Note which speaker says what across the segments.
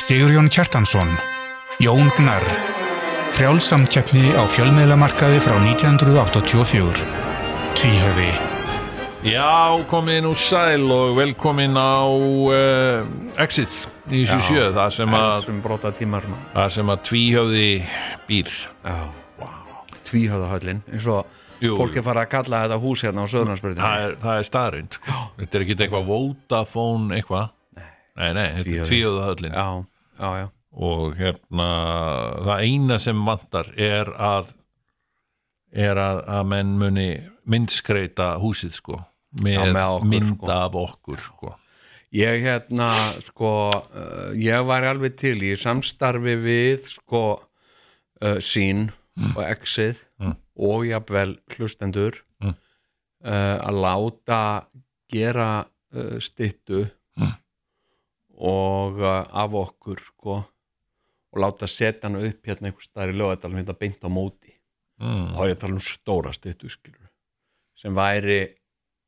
Speaker 1: Sigurjón Kjartansson, Jón Gnarr, frjálsamkeppni á fjölmiðlamarkaði frá 1984, Tvíhöfi,
Speaker 2: Já, komin úr sæl og velkomin á uh, Exit 97, það sem að,
Speaker 3: sem brota tímar maður.
Speaker 2: það sem að tvíhöfði býr.
Speaker 3: Tvíhöðahöllin, eins og
Speaker 2: Jú,
Speaker 3: fólk er farið að kalla þetta hús hérna á Söðurnarsbyrðinu.
Speaker 2: Það er, það er staðrind, sko. Þetta er ekki eitthvað Vodafone eitthvað. Nei, nei, þetta er
Speaker 3: Tvíhöfði.
Speaker 2: tvíhöfðahöllin.
Speaker 3: Já, já, já.
Speaker 2: og hérna það eina sem vantar er að er að, að menn muni myndskreita húsið sko með,
Speaker 3: Já, með okkur,
Speaker 2: mynda
Speaker 3: sko.
Speaker 2: af okkur sko
Speaker 3: Ég hérna, sko, uh, ég var alveg til í samstarfi við, sko, uh, sín og exið og jafnvel hlustendur
Speaker 2: Mm.
Speaker 3: uh, að láta gera uh, styttu
Speaker 2: Mm.
Speaker 3: og uh, af okkur, sko, og láta setja hana upp hérna einhvers staðar í lögadalum hérna beint á móti.
Speaker 2: mm.
Speaker 3: þá er ég að tala um stóra styttu skilur sem væri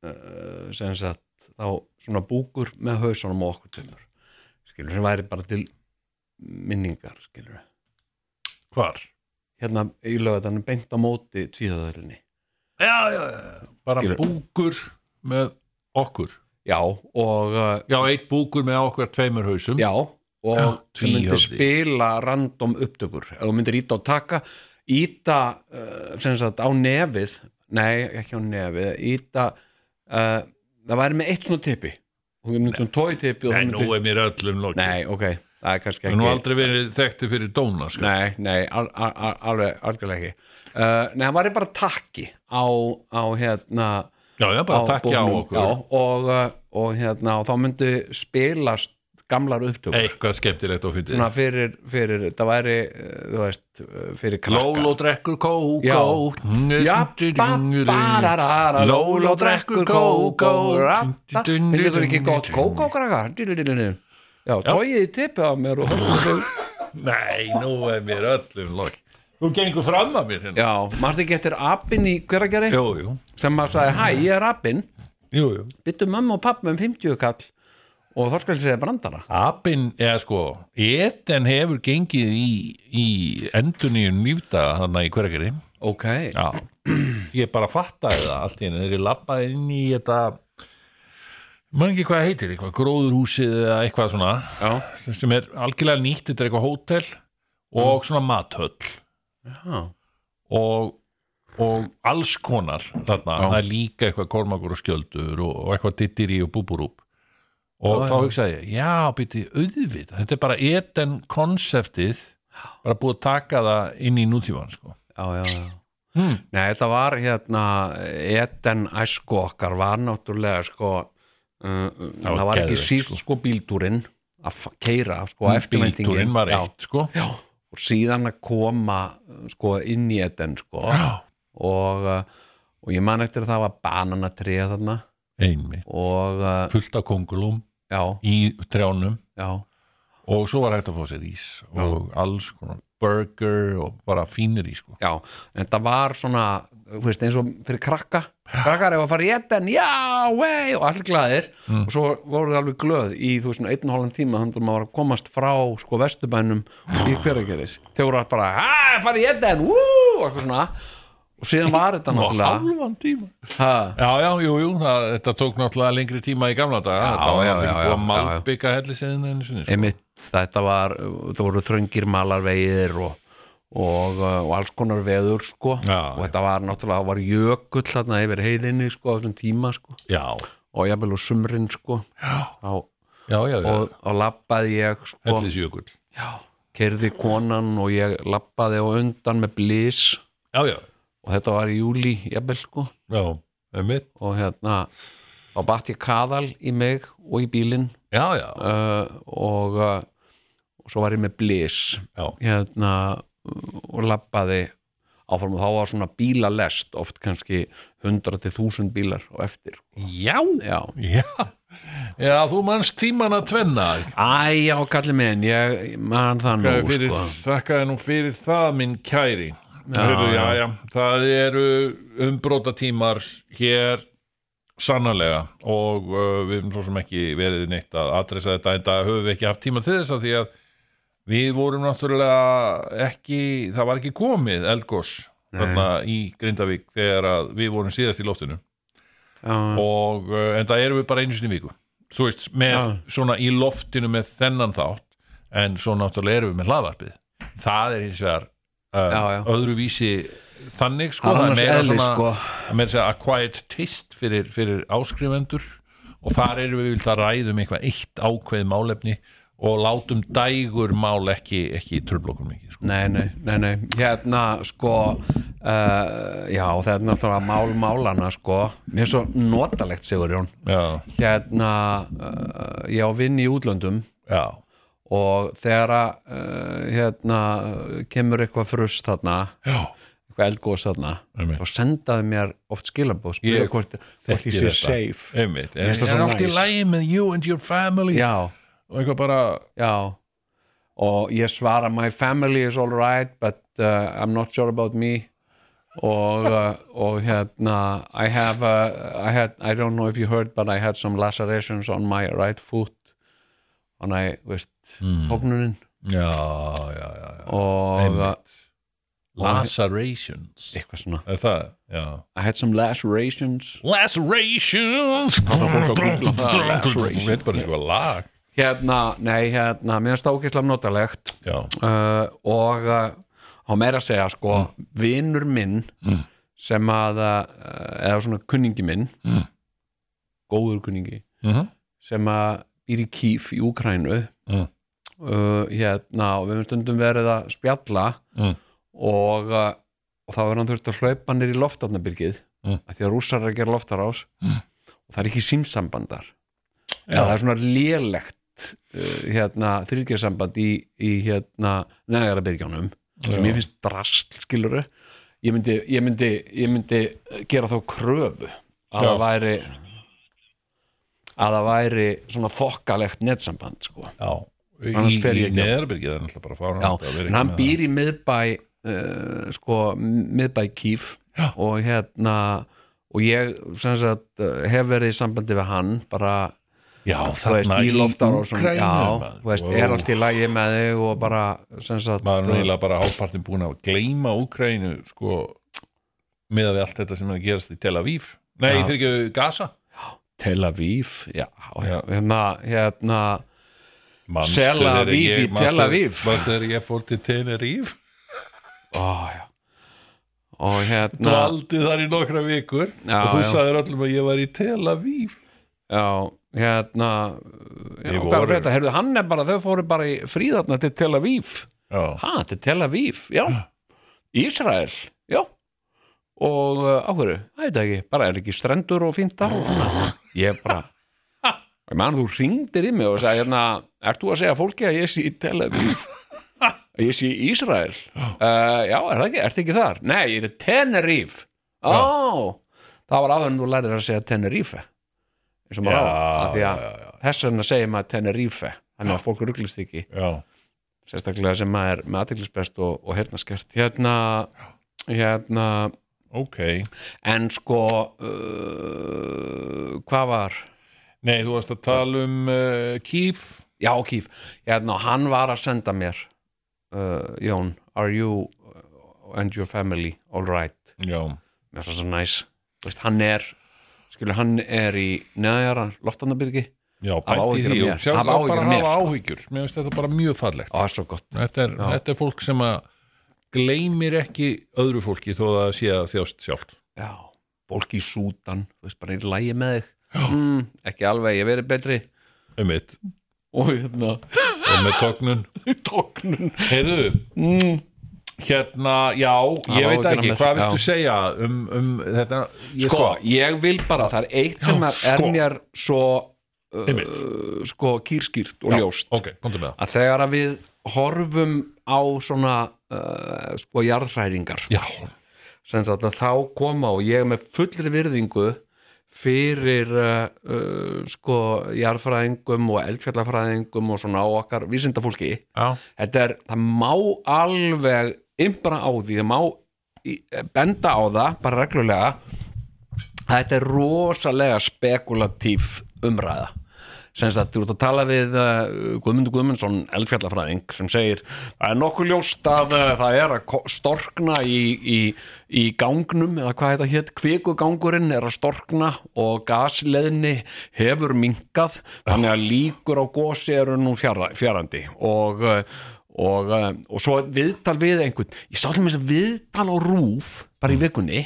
Speaker 3: uh, sem sagt þá svona búkur með hausunum og okkur tömur skilur sem væri bara til minningar skilur
Speaker 2: hvar?
Speaker 3: hérna í lögðan beint á móti tvíðaðölinni
Speaker 2: Já, já, já, bara
Speaker 3: Skilur.
Speaker 2: búkur með okkur
Speaker 3: já og uh,
Speaker 2: já, eitt búkur með okkur tveimur hausum
Speaker 3: já og
Speaker 2: Já,
Speaker 3: sem myndi
Speaker 2: tvíhöfði.
Speaker 3: spila random upptökur ef þú myndir íta á taka íta uh, sem sagt á nefið nei ekki á nefið íta uh, það væri með eitt svona tippi og við myndum tói tippi og þú
Speaker 2: Nei,
Speaker 3: myndir
Speaker 2: nú er mér öllum lokið
Speaker 3: Nei, ok, það er kannski
Speaker 2: Við
Speaker 3: ekki
Speaker 2: nú aldrei verið þekkti fyrir dóna sko.
Speaker 3: Nei, nei, al, al, al, alveg, algjörlega ekki uh, Nei, það var bara takki á, á hérna
Speaker 2: Já, já, bara
Speaker 3: á
Speaker 2: takk já
Speaker 3: búknum,
Speaker 2: okkur
Speaker 3: já, og, uh, og hérna, og þá myndi spilast gamlar upptökur
Speaker 2: Eitthvað skemmtilegt og fyndið
Speaker 3: Svona fyrir, fyrir, það væri uh, þú veist, uh, fyrir krakka
Speaker 2: Lóló drekkur
Speaker 3: Já.
Speaker 2: kókó
Speaker 3: Já, ba- bararara,
Speaker 2: Lóló drekkur kókó
Speaker 3: rappa. Finnst ykkur ekki gott kókó krakka? Já, tóið í tippið á mér og
Speaker 2: Nei, nú er mér öllum lók Þú gengur fram að mér hérna
Speaker 3: Já, maður ekki eftir apinn í hveragerði
Speaker 2: Jú, jú,
Speaker 3: sem maður sagði, hæ, ég er apinn
Speaker 2: jú, jú.
Speaker 3: byttu mamma og pappa um 50 kall og þá skal ég segja brandara
Speaker 2: Abin, eða sko Eden hefur gengið í, í enduníun lífdaga þannig í hverjargeri
Speaker 3: ok,
Speaker 2: Já, ég bara fattaði það allt í henni þegar ég labbaði inn í þetta maður ekki hvað það heitir, eitthvað gróðurhúsið eða eitthvað svona
Speaker 3: já,
Speaker 2: sem er algjörlega nýtt, þetta er eitthvað hótel og svona mathöll
Speaker 3: já,
Speaker 2: og, og alls konar þarna, það er líka eitthvað kormakur og skjöldur og, og eitthvað dittiri og búburúb og þá hugsaði ég, já, býti, auðvitað þetta er bara eten konseptið bara búið að taka það inn í nútíman sko.
Speaker 3: já, já, já.
Speaker 2: Hmm.
Speaker 3: Nei, þetta var hérna Eden æsku okkar var náttúrulega sko uh, það,
Speaker 2: var
Speaker 3: það var ekki
Speaker 2: geðveikt,
Speaker 3: síst sko bíldúrin að keira sko eftirvæntingin
Speaker 2: bíltúrin var
Speaker 3: Já,
Speaker 2: eitt, sko já,
Speaker 3: og síðan að koma uh, sko inn í Eden sko og, uh, og ég man eftir að það var bananatrið þarna
Speaker 2: einmitt,
Speaker 3: og uh,
Speaker 2: fullt af kongulum
Speaker 3: já,
Speaker 2: í trjánum
Speaker 3: já,
Speaker 2: og svo var hægt að fá sér ís og alls konar burger og bara fínir ís sko.
Speaker 3: Já, en þetta var svona þú veist, eins og fyrir krakka krakkar ef að fara í etten, já, vei og allir glæðir og svo voru það alveg glöð í þú veist, einn og hálfum tíma þannig að maður var að komast frá sko vesturbænum í hverageris, þegar voru allir bara að fara í etten, ú, og eitthvað svona og síðan var þetta
Speaker 2: og
Speaker 3: náttúrulega
Speaker 2: halvan tíma
Speaker 3: ha,
Speaker 2: Já, já, jú, jú, það, þetta tók náttúrulega lengri tíma í gamla daga Þetta var
Speaker 3: já,
Speaker 2: náttúrulega ekki
Speaker 3: já,
Speaker 2: búið að
Speaker 3: já, já, já.
Speaker 2: malbygga hellisinn einu sinni sko.
Speaker 3: einmitt, þetta var það voru þröngir malarvegir og Og, uh, og alls konar veður sko
Speaker 2: Já,
Speaker 3: og þetta var náttúrulega, það var jökull þarna yfir heiðinni sko á þessum tíma sko
Speaker 2: Já,
Speaker 3: og jafnvel á sumrin sko á,
Speaker 2: já, já, já.
Speaker 3: og, og labbaði ég sko,
Speaker 2: hellisjökull
Speaker 3: kerði konan og ég labbaði á undan með blís
Speaker 2: Já, já,
Speaker 3: og þetta var í júli jafnvel sko
Speaker 2: já, einmitt
Speaker 3: og hérna þá batt ég kaðal í mig og í bílinn
Speaker 2: Já, já,
Speaker 3: uh, og, uh, og svo var ég með blís
Speaker 2: já,
Speaker 3: hérna uh, og labbaði áfram og þá var svona bílalest oft kannski 100-1000 bílar og eftir
Speaker 2: já,
Speaker 3: já
Speaker 2: já Já, þú manst tíman að tvenna
Speaker 3: Æ, já, kallið minn, ég man það nú,
Speaker 2: fyrir,
Speaker 3: sko.
Speaker 2: Þakkaði nú fyrir það, minn kæri já, já, já, það eru umbróta tímar hér sannarlega og uh, við erum svo sem ekki verið neitt að adressa þetta en það höfum við ekki haft tíma til þess að því að við vorum náttúrulega ekki, það var ekki komið eldgós þarna í Grindavík þegar að við vorum síðast í loftinu
Speaker 3: já,
Speaker 2: og uh, en það erum við bara einu sinni í viku þú veist, með
Speaker 3: Já.
Speaker 2: svona í loftinu með þennan þátt en svo náttúrulega erum við með hlaðvarpið það er hins vegar
Speaker 3: Já, já.
Speaker 2: uh, öðruvísi þannig sko,
Speaker 3: Það
Speaker 2: það
Speaker 3: er
Speaker 2: er
Speaker 3: annars
Speaker 2: meira
Speaker 3: eðli,
Speaker 2: svona
Speaker 3: sko.
Speaker 2: að meira segja acquired taste fyrir, fyrir áskrifendur og þar erum við vilt að ræðum eitthvað eitt ákveð málefni og látum dægur mál ekki, ekki tröflokum mikið sko.
Speaker 3: nei, nei, nei, nei hérna sko uh, já, það er náttúrulega mál málana sko, mér er svo notalegt Sigurjón,
Speaker 2: já,
Speaker 3: hérna uh, ég á vinn í útlöndum
Speaker 2: já,
Speaker 3: og þegar að uh, hérna kemur eitthvað frust þarna
Speaker 2: já
Speaker 3: eitthvað eldgóðs þarna
Speaker 2: Einmitt.
Speaker 3: og sendaði mér oft skilabóð
Speaker 2: Ég
Speaker 3: spila hvort, hvort
Speaker 2: þekki
Speaker 3: ég sé
Speaker 2: þetta. Eh,
Speaker 3: safe
Speaker 2: einmitt,
Speaker 3: Mér
Speaker 2: er,
Speaker 3: finnst það svo
Speaker 2: er allt í
Speaker 3: næs.
Speaker 2: lægi með you and your family
Speaker 3: já,
Speaker 2: og eitthvað bara
Speaker 3: já og ég svara my family is alright but uh, I'm not sure about me og, uh, og hérna I have uh, I had I don't know if you heard but I had some lacerations on my right foot on I, veist, mm. hóknunin
Speaker 2: já, já, já, já.
Speaker 3: og uh,
Speaker 2: Einmitt. lacerations
Speaker 3: eitthvað svona
Speaker 2: er það, já
Speaker 3: I had some lacerations
Speaker 2: lacerations
Speaker 3: Lacerations.
Speaker 2: veit bara eitthvað lag
Speaker 3: hérna, nei, hérna, mér finnst það ógeðslega notalegt
Speaker 2: já,
Speaker 3: uh, og uh, á meira að segja, sko, vinur minn sem að uh, eða svona kunningi minn
Speaker 2: Mm.
Speaker 3: góður kunningi
Speaker 2: Mhm.
Speaker 3: sem að býr í Kýf í Úkrænu
Speaker 2: Mm.
Speaker 3: uh, hérna, og við höfum stundum verið að spjalla
Speaker 2: Mm.
Speaker 3: og, uh, og þá er hann þurft að hlaupa nýr í loftarnabyrgið
Speaker 2: Mm.
Speaker 3: að því að rússar eru að gera loftarás
Speaker 2: Mm.
Speaker 3: og það er ekki símsambandar
Speaker 2: Já.
Speaker 3: það er svona lélegt uh, hérna, þrýrgjarsamband í, í hérna, negarabyrgjónum sem
Speaker 2: Já.
Speaker 3: ég finnst drast skiluru ég myndi, ég myndi, ég myndi gera þá kröfu að
Speaker 2: Já.
Speaker 3: það væri að það væri svona þokkalegt netsamband sko.
Speaker 2: já í,
Speaker 3: Annars fer
Speaker 2: í
Speaker 3: ég ekki.
Speaker 2: neðarbyrgið er náttúrulega bara fáran
Speaker 3: Já, en hann býr í miðbæ uh, sko, miðbæ kýf
Speaker 2: Já.
Speaker 3: og hérna og ég sem sagt eh, hef verið í sambandi við hann bara,
Speaker 2: já,
Speaker 3: þú veist,
Speaker 2: þarna
Speaker 3: í loftar og svona
Speaker 2: Úkraínu,
Speaker 3: já,
Speaker 2: maður.
Speaker 3: þú veist,
Speaker 2: Wow.
Speaker 3: er allt í lagi með þig og bara, sem sagt
Speaker 2: maður er nú eiginlega bara hálfpartin búin að gleyma Úkraínu sko með að við allt þetta sem er að gerast í Tel Aviv nei,
Speaker 3: Já.
Speaker 2: fyrir ekki Gaza
Speaker 3: Tel Aviv já,
Speaker 2: Já.
Speaker 3: hérna, hérna
Speaker 2: Manstu
Speaker 3: Tel
Speaker 2: þegar
Speaker 3: Aviv
Speaker 2: ég-
Speaker 3: í Tel
Speaker 2: manstu-
Speaker 3: Aviv.
Speaker 2: manstu þegar ég fór til Tenerife
Speaker 3: ó, já og
Speaker 2: Þú
Speaker 3: hérna
Speaker 2: aldið þar í nokkra vikur
Speaker 3: Já,
Speaker 2: og þú
Speaker 3: já.
Speaker 2: sagðir öllum að ég var í Tel Aviv
Speaker 3: já, hérna já,
Speaker 2: Við
Speaker 3: og hvað
Speaker 2: vorum-
Speaker 3: var þetta, heyrðu, hann er bara þau fóru bara í fríðarna til Tel Aviv
Speaker 2: Já,
Speaker 3: ha, til Tel Aviv, já
Speaker 2: Ah.
Speaker 3: Ísrael, já og uh, áhverju, það veit það ekki bara er ekki strendur og fínt þar og svona. ég bara ég man þú ringdir í mig og sagði hérna ert þú að segja fólki að ég sé í Tel Aviv að ég sé í Ísrael uh, já, er það ekki, ert ekki þar nei, ég er í Tenerife ó, það var áður en þú lærir að segja Tenerife eins og maður
Speaker 2: Já,
Speaker 3: á af því að
Speaker 2: já,
Speaker 3: þess vegna segir maður Tenerife þannig að fólk rugglist ekki
Speaker 2: já,
Speaker 3: sérstaklega sem maður er með aðteglisbrest og, og hernaskert hérna, hérna
Speaker 2: ok
Speaker 3: en sko uh, hvað var
Speaker 2: Nei, þú varst að tala um uh, Kýf
Speaker 3: já Kíf, hérna hann var að senda mér uh, Jón, are you uh, and your family all right
Speaker 2: Já,
Speaker 3: mér finnst það svo næs, Þú veist, hann er skilur hann er í neðjara loftanabyrgi
Speaker 2: já
Speaker 3: Hafa
Speaker 2: pælt í
Speaker 3: áhyggjur af
Speaker 2: því
Speaker 3: mér.
Speaker 2: og sjá
Speaker 3: Hafa
Speaker 2: það
Speaker 3: áhyggjur
Speaker 2: bara
Speaker 3: af mér,
Speaker 2: hafa
Speaker 3: sko.
Speaker 2: áhyggjur Mér finnst þetta bara mjög fallegt
Speaker 3: og það er svo gott
Speaker 2: þetta er,
Speaker 3: Já.
Speaker 2: þetta er fólk sem að gleymir ekki öðru fólki þó að það sé að þjást sjálft
Speaker 3: já, fólk í sútan þú veist bara í lægi með þig mm, ekki alveg, ég hef verið betri
Speaker 2: um mitt
Speaker 3: og hérna,
Speaker 2: og með tóknun
Speaker 3: tóknun
Speaker 2: Heyrðu, Mm. hérna, já, ég
Speaker 3: Hafa
Speaker 2: veit
Speaker 3: áhyggjur af
Speaker 2: ekki,
Speaker 3: mér.
Speaker 2: hvað viltu
Speaker 3: Já.
Speaker 2: segja um, um þetta ég,
Speaker 3: sko, ég vil bara, það er eitt sem að er
Speaker 2: sko.
Speaker 3: mér svo
Speaker 2: Einmitt.
Speaker 3: uh, sko kýrskýrt og ljóst
Speaker 2: Ok, komdu með það
Speaker 3: að þegar að við horfum á svona uh, sko jarðræringar
Speaker 2: Já,
Speaker 3: sem sagt að þá koma og ég er með fullri virðingu fyrir uh, uh, sko jarðfræðingum og eldfjallafræðingum og svona á okkar vísindafólki
Speaker 2: já,
Speaker 3: þetta er, það má alveg ymbra á því, það má í- benda á það, bara reglulega að þetta er rosalega spekulatíf umræða sem sagt, þú ert að tala við uh, Guðmundur Guðmundsson, eldfjallafræðing sem segir, það er nokkuð ljóst að uh, það er að ko- storkna í, í, í gangnum eða hvað þetta hétt, kvikugangurinn er að storkna og gasleðni hefur minkað þannig að líkur á gósi eru nú fjara, fjarandi og uh, og, eh, og svo viðtal við einhvern ég sá til mér sem viðtal á rúf bara í vikunni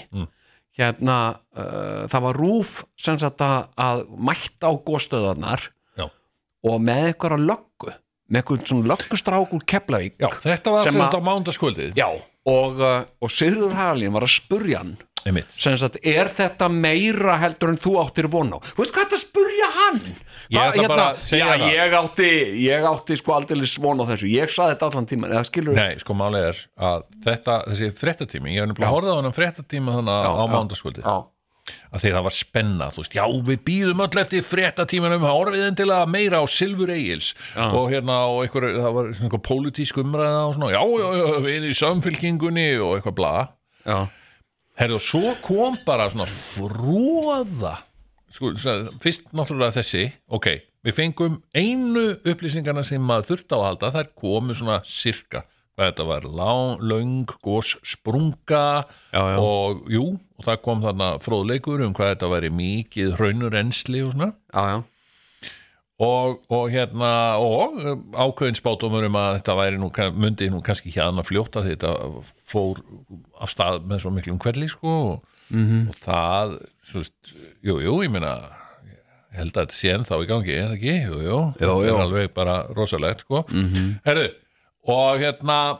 Speaker 3: hérna, uh, það var rúf sem sagt að, að mætta á góðstöðarnar
Speaker 2: Já.
Speaker 3: og með einhverja löggu með einhvern svona löggustrákur úr Keflavík
Speaker 2: Já, þetta var
Speaker 3: Sem
Speaker 2: sem sagt
Speaker 3: að-
Speaker 2: á mándaskvöldið
Speaker 3: Já, og, uh, og Sigurður Halinn var að spurja hann
Speaker 2: einmitt.
Speaker 3: sem sagt, er þetta meira heldur en þú áttir von á þú veist hvað þetta spurja hann hérna,
Speaker 2: Ég ætla bara að segja
Speaker 3: já,
Speaker 2: það.
Speaker 3: ég átti, ég átti sko aldeilis von á þessu, ég saði þetta allan tíman eða skilur
Speaker 2: Nei, sko málið er að þetta, þessi fréttatími, ég hef nefnilega horfðið á hennan fréttatíma þannig á mándaskvöldið
Speaker 3: Já.
Speaker 2: að því það var spenna, þú veist, já við býðum öll eftir fréttatímanum, orfiðin til að meira á Silfur Egils og hérna og einhver, það var svona einhver pólitísk umræða og svona, já, já, já, við erum í samfylkingunni og eitthvað bla
Speaker 3: Já.
Speaker 2: Herðu, og svo kom bara svona fróða sko, svona, fyrst náttúrulega þessi ok, við fengum einu upplýsingarna sem maður þurfti á að halda þær komu svona sirka hvað þetta var, lang, löng, gós sprunga
Speaker 3: Já, já.
Speaker 2: og jú, og það kom þarna fróðleikur um hvað þetta væri mikið raunurensli og svona
Speaker 3: já, já,
Speaker 2: og, og hérna og ákveðin spátumur um að þetta væri nú, myndi nú kannski hérna fljóta því þetta fór af stað með svo miklum hverli sko -hmm. og það svo, veist, jú, jú, ég meina ég held að þetta sé ennþá í gangi, eða ekki, jú, jú,
Speaker 3: Jú,
Speaker 2: þetta
Speaker 3: jú.
Speaker 2: er alveg bara rosalegt sko mm -hmm. herru, og hérna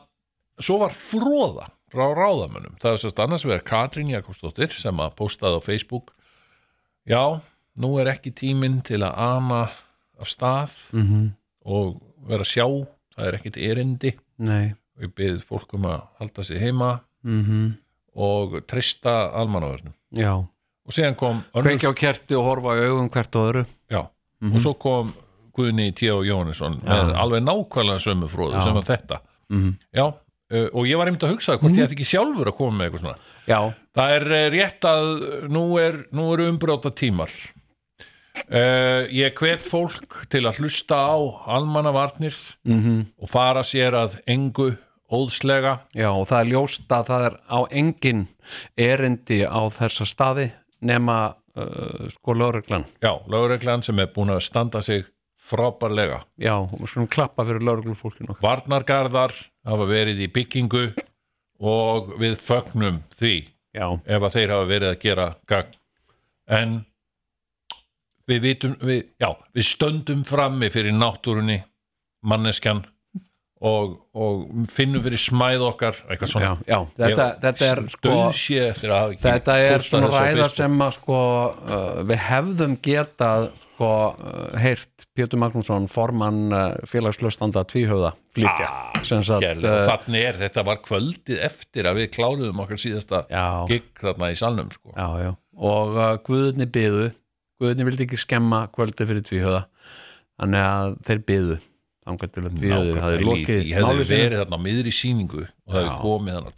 Speaker 2: svo var fróða frá ráðamönnum, það er sérst annars vegar Katrín Jakobsdóttir sem að postaði á Facebook já, nú er ekki tíminn til að ana af stað -hmm. og vera að sjá, það er ekkit erindi
Speaker 3: nei
Speaker 2: við byrðum fólk um að halda sig heima -hmm. og treysta almannaverðnum
Speaker 3: Já,
Speaker 2: og síðan kom önnur,
Speaker 3: kveikja á kerti og horfa í augum hvert og öðru
Speaker 2: já, og svo kom Guðni T. Jóhannesson með alveg nákvæmlega sömu fróðu sem var þetta -hmm. já, uh, og ég var einmitt að hugsa hvort ég ætti ekki sjálfur að koma með eitthvað svona
Speaker 3: Já,
Speaker 2: Það er eh, rétt að nú, er, nú eru umbróta tímar. Uh, ég hvet fólk til að hlusta á almannavarnir -hmm. og fara sér að engu óðslega.
Speaker 3: já, og það er ljóst að það er á engin erindi á þessa staði nema uh, sko lögreglan
Speaker 2: Já, lögreglan sem er búin að standa sig frábærlega.
Speaker 3: Já, og við skulum klappa fyrir lögreglufólkinu okkar
Speaker 2: Varnargarðar hafa verið í byggingu og við fögnum því
Speaker 3: Já,
Speaker 2: ef að þeir hafa verið að gera gang. En við vitum, við, já, við stöndum frammi fyrir náttúrunni, manneskjan og, og finnum fyrir smæð okkar, eitthvað svona.
Speaker 3: já, já, þetta,
Speaker 2: Ég
Speaker 3: þetta er sko
Speaker 2: dauðsé eftir að hafa ekki
Speaker 3: Þetta er
Speaker 2: postað
Speaker 3: svona
Speaker 2: þessu á
Speaker 3: ræða
Speaker 2: Facebook.
Speaker 3: sem að sko uh, við hefðum getað sko uh, heyrt Pétur Magnússon formann uh, félagslöstanda tvíhöfða flytja
Speaker 2: Ah,
Speaker 3: sem sagt, uh,
Speaker 2: Gerðu, og þannig er, þetta var kvöldið eftir að við kláruðum okkar síðasta
Speaker 3: Já.
Speaker 2: gig þarna í salnum sko.
Speaker 3: já, já. og uh, guðinni byðu guðinni vildi ekki skemma kvöldi fyrir tvíhöða þannig að þeir byðu þangar til að tvíhöður
Speaker 2: Nákvæmlega
Speaker 3: hafði
Speaker 2: í
Speaker 3: lokið
Speaker 2: því, hefði
Speaker 3: máli sínu.
Speaker 2: verið þarna á miðri sýningu og það hefði komið þarna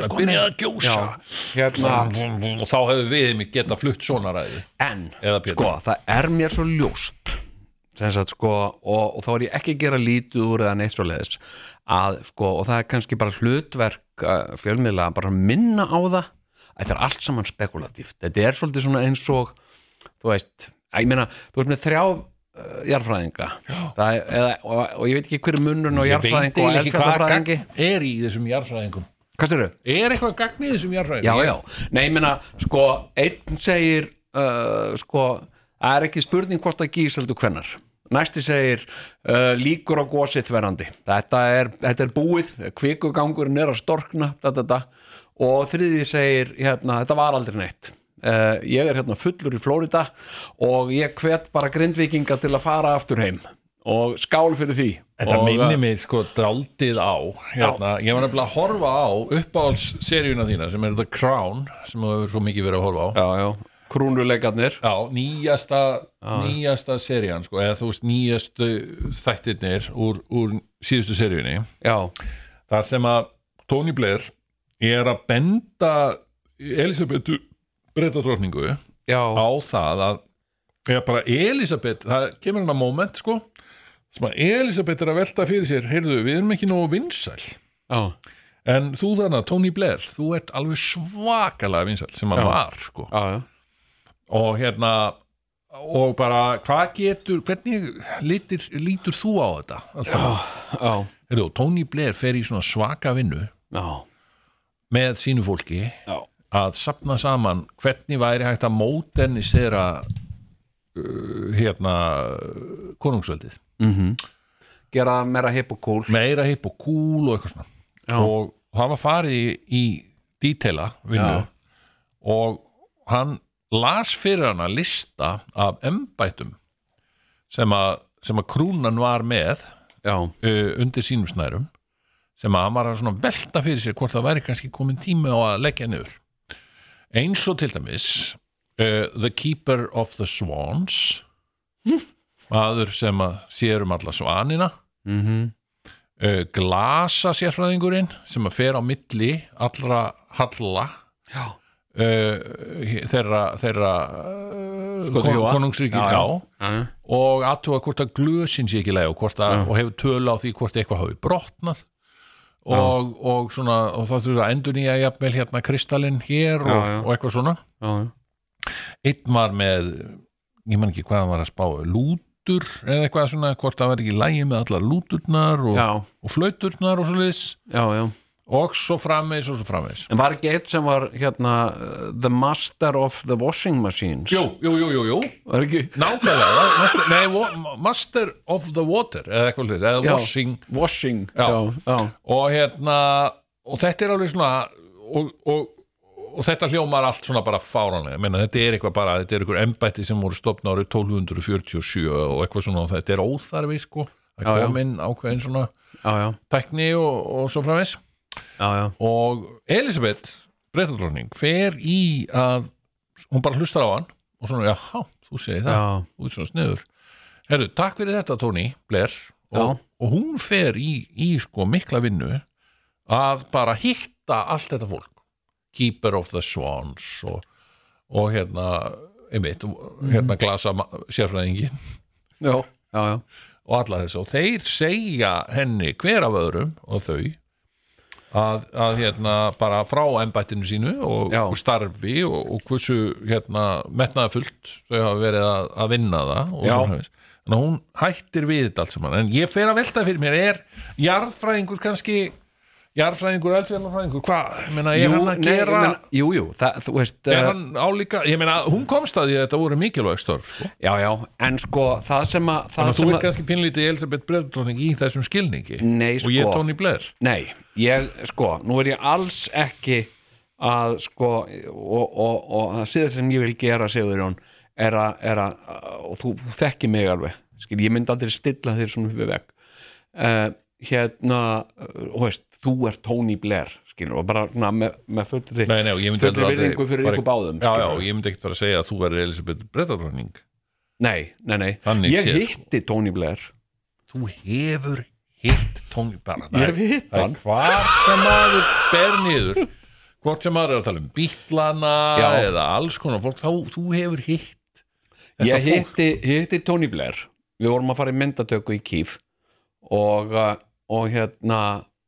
Speaker 2: að byrja að gjósa
Speaker 3: Já, hérna,
Speaker 2: og þá hefur við mig geta flutt svona ræði
Speaker 3: en
Speaker 2: Eða Pétur.
Speaker 3: sko, það er mér svo ljóst sem sagt sko og, og þá er ég ekki að gera lítið úr eða neitt svo leiðis að sko, og það er kannski bara hlutverk uh, fjölmiðla að bara minna á það þetta er allt saman spekulatíft þetta er svolítið svona eins og þú veist, að ég meina, þú veist með þrjá uh, jarðfræðinga það, er- eða, og, og ég veit ekki hver munnurinn á
Speaker 2: Ég veit
Speaker 3: jarðfræðingu Sko, og
Speaker 2: eiginlega ekki hvað
Speaker 3: eldfjallafræðingi
Speaker 2: gagn er í þessum jarðfræðingum
Speaker 3: hvað sér þau?
Speaker 2: er eitthvað gagn í þessum
Speaker 3: já,
Speaker 2: jarðfræðingum
Speaker 3: já, nei, ég meina sko, einn segir uh, sko, það er ekki spurning hvort að gís heldur hvennar næsti segir uh, líkur á gósið þverandi þetta er, þetta er búið kvikugangurinn er að storkna da, da, da. og þriði segir hérna, þetta var aldrei neitt uh, ég er hérna fullur í Flórida og ég hvet bara grindvikinga til að fara aftur heim og skál fyrir því
Speaker 2: Þetta
Speaker 3: og, uh,
Speaker 2: minni mig sko dráldið á hérna, ég var nefnilega að horfa á uppáhalsseríuna þína sem er The Crown sem þú hefur svo mikið verið að horfa á
Speaker 3: já, já, krúnuleikarnir
Speaker 2: Já, nýjasta, nýjasta serían sko, eða þú veist nýjastu þættirnir úr, úr síðustu seríunni
Speaker 3: já,
Speaker 2: þar sem að Tony Blair er að benda Elisabethu breytadrókningu
Speaker 3: já,
Speaker 2: á það að Já, bara Elisabeth, það kemur hann að moment sko, sem að Elisabeth er að velta fyrir sér, heyrðu, við erum ekki nógu vinsæl,
Speaker 3: já,
Speaker 2: en þú þarna, Tony Blair, þú ert alveg svakalega vinsæl sem hann
Speaker 3: Já.
Speaker 2: var sko,
Speaker 3: já, já.
Speaker 2: og hérna og bara, hvað getur hvernig litir, lítur þú á þetta allt saman?
Speaker 3: já,
Speaker 2: heyrðu, Tony Blair fer í svona svaka vinnu
Speaker 3: já,
Speaker 2: með sínu fólki
Speaker 3: já.
Speaker 2: að sapna saman hvernig væri hægt að mótennisera uh, hérna konungsveldið
Speaker 3: gera það meira hip og cool
Speaker 2: meira hipp og cool og eitthvað svona
Speaker 3: Já.
Speaker 2: og hann var farið í, í detaila vinnu
Speaker 3: Já.
Speaker 2: og hann las fyrir hann að lista af embætum sem að, sem að krúnan var með
Speaker 3: já,
Speaker 2: uh, undir sínum snærum sem að hann var að svona velta fyrir sér hvort það væri kannski komin tími á að leggja niður eins og til dæmis uh, The Keeper of the Swans maður sem að sér um alla svanina
Speaker 3: mhm,
Speaker 2: uh, glasa sérfræðingurinn sem að fer á milli allra halla
Speaker 3: já,
Speaker 2: uh, þeirra, þeirra uh, kon,
Speaker 3: Jóa.
Speaker 2: konungsríki
Speaker 3: Já,
Speaker 2: já,
Speaker 3: já. já,
Speaker 2: og aðtuga hvort að glösin sé ekki leið og, hvort að, og hefur tölu á því hvort eitthvað hafi brotnað og, og, svona, og það þurfa að endur nýja jafnvel hérna kristallinn hér og,
Speaker 3: Já, já.
Speaker 2: og eitthvað svona
Speaker 3: já,
Speaker 2: einn var með, ég man ekki hvað hann var að spá lútur eða eitthvað svona, hvort það var ekki lægi með allar lúturnar og,
Speaker 3: já,
Speaker 2: og flauturnar og svo liðs
Speaker 3: já, já.
Speaker 2: og svo framvegis og svo framvegis
Speaker 3: en var ekki eitt sem var hérna uh, the master of the washing machines
Speaker 2: Jú, jú, jú, jú, jú
Speaker 3: var ekki
Speaker 2: Nákvæmlega, var master, nei, wa- master of the water eða eitthvað hlut, eða
Speaker 3: Já.
Speaker 2: washing
Speaker 3: washing,
Speaker 2: Já.
Speaker 3: já, já,
Speaker 2: og hérna og þetta er alveg svona og, og, og þetta hljómar allt svona bara fáránlega, menna þetta er eitthvað bara þetta er eitthvað embætti sem voru stopna árið 1247 og eitthvað svona og þetta er óþarfi sko,
Speaker 3: Já,
Speaker 2: það
Speaker 3: já.
Speaker 2: kom inn ákveðin svona
Speaker 3: já, já,
Speaker 2: tækni og, og svo framins
Speaker 3: já, já.
Speaker 2: og Elisabeth breytadróning fer í að hún bara hlustar á hann og svona, já, þú segir það
Speaker 3: Já.
Speaker 2: út svona sniður Herru, takk fyrir þetta Tony Blair og, og hún fer í, í sko mikla vinnu að bara hitta allt þetta fólk Keeper of the Swans og, og hérna einmitt, hérna glasa sérfræðingin
Speaker 3: já, já, já.
Speaker 2: og alla þessu og þeir segja henni hver af öðrum og þau að, að hérna bara frá embættinu sínu og,
Speaker 3: Já.
Speaker 2: og starfi og, og hversu hérna metnaða fullt þau hafa verið að, að vinna það og
Speaker 3: Já.
Speaker 2: svona hefis þannig að hún hættir við þetta allt saman en ég fer að velta fyrir mér, er jarðfræðingur kannski, jarðfræðingur eldfjörnarfræðingur, hvað, ég meina er
Speaker 3: Jú,
Speaker 2: hann að
Speaker 3: nei, ég
Speaker 2: gera
Speaker 3: meina- jú, jú, það, þú veist
Speaker 2: er
Speaker 3: uh,
Speaker 2: hann álíka, ég meina hún komst að því að þetta voru mikilvæg störf sko.
Speaker 3: já, já, en sko það sem að, það
Speaker 2: Þannig að þú
Speaker 3: sem
Speaker 2: ert kannski pinlítið Elisabeth Bredróning í þessum skilningi
Speaker 3: Nei,
Speaker 2: og ég
Speaker 3: sko.
Speaker 2: er Tony Blair
Speaker 3: Nei, ég, sko, nú er ég alls ekki að, sko, og, og, og það síðast sem ég vil gera, Sigurjón, er að, er að, og þú, þú þekki mig alveg, skil, ég myndi aldrei stilla þér svona upp við vekk. Uh, hérna, uh, og veist, þú er Tony Blair, skil, og bara na, með, með fullri,
Speaker 2: Nei, nei, og ég myndi
Speaker 3: fullri
Speaker 2: aldrei-
Speaker 3: virðingu fyrir
Speaker 2: bara-
Speaker 3: ykkur báðum,
Speaker 2: Já, já,
Speaker 3: skilurðu.
Speaker 2: og ég myndi ekkert bara að segja að þú verður Elisabeth Bredróning
Speaker 3: Nei, nei, nei,
Speaker 2: Þannig
Speaker 3: ég
Speaker 2: séð, sko.
Speaker 3: hitti Tony Blair,
Speaker 2: Þú hefur hitt Tony Blair
Speaker 3: Ég hef hitt hann.
Speaker 2: Hvar sem maður ber niður Hvort sem maður er að tala um bítlana
Speaker 3: Já.
Speaker 2: eða alls konar fólk þá, þú hefur hitt þetta
Speaker 3: ég hitti, hitti Tony Blair við vorum að fara í myndatöku í Kýf og, uh, og hérna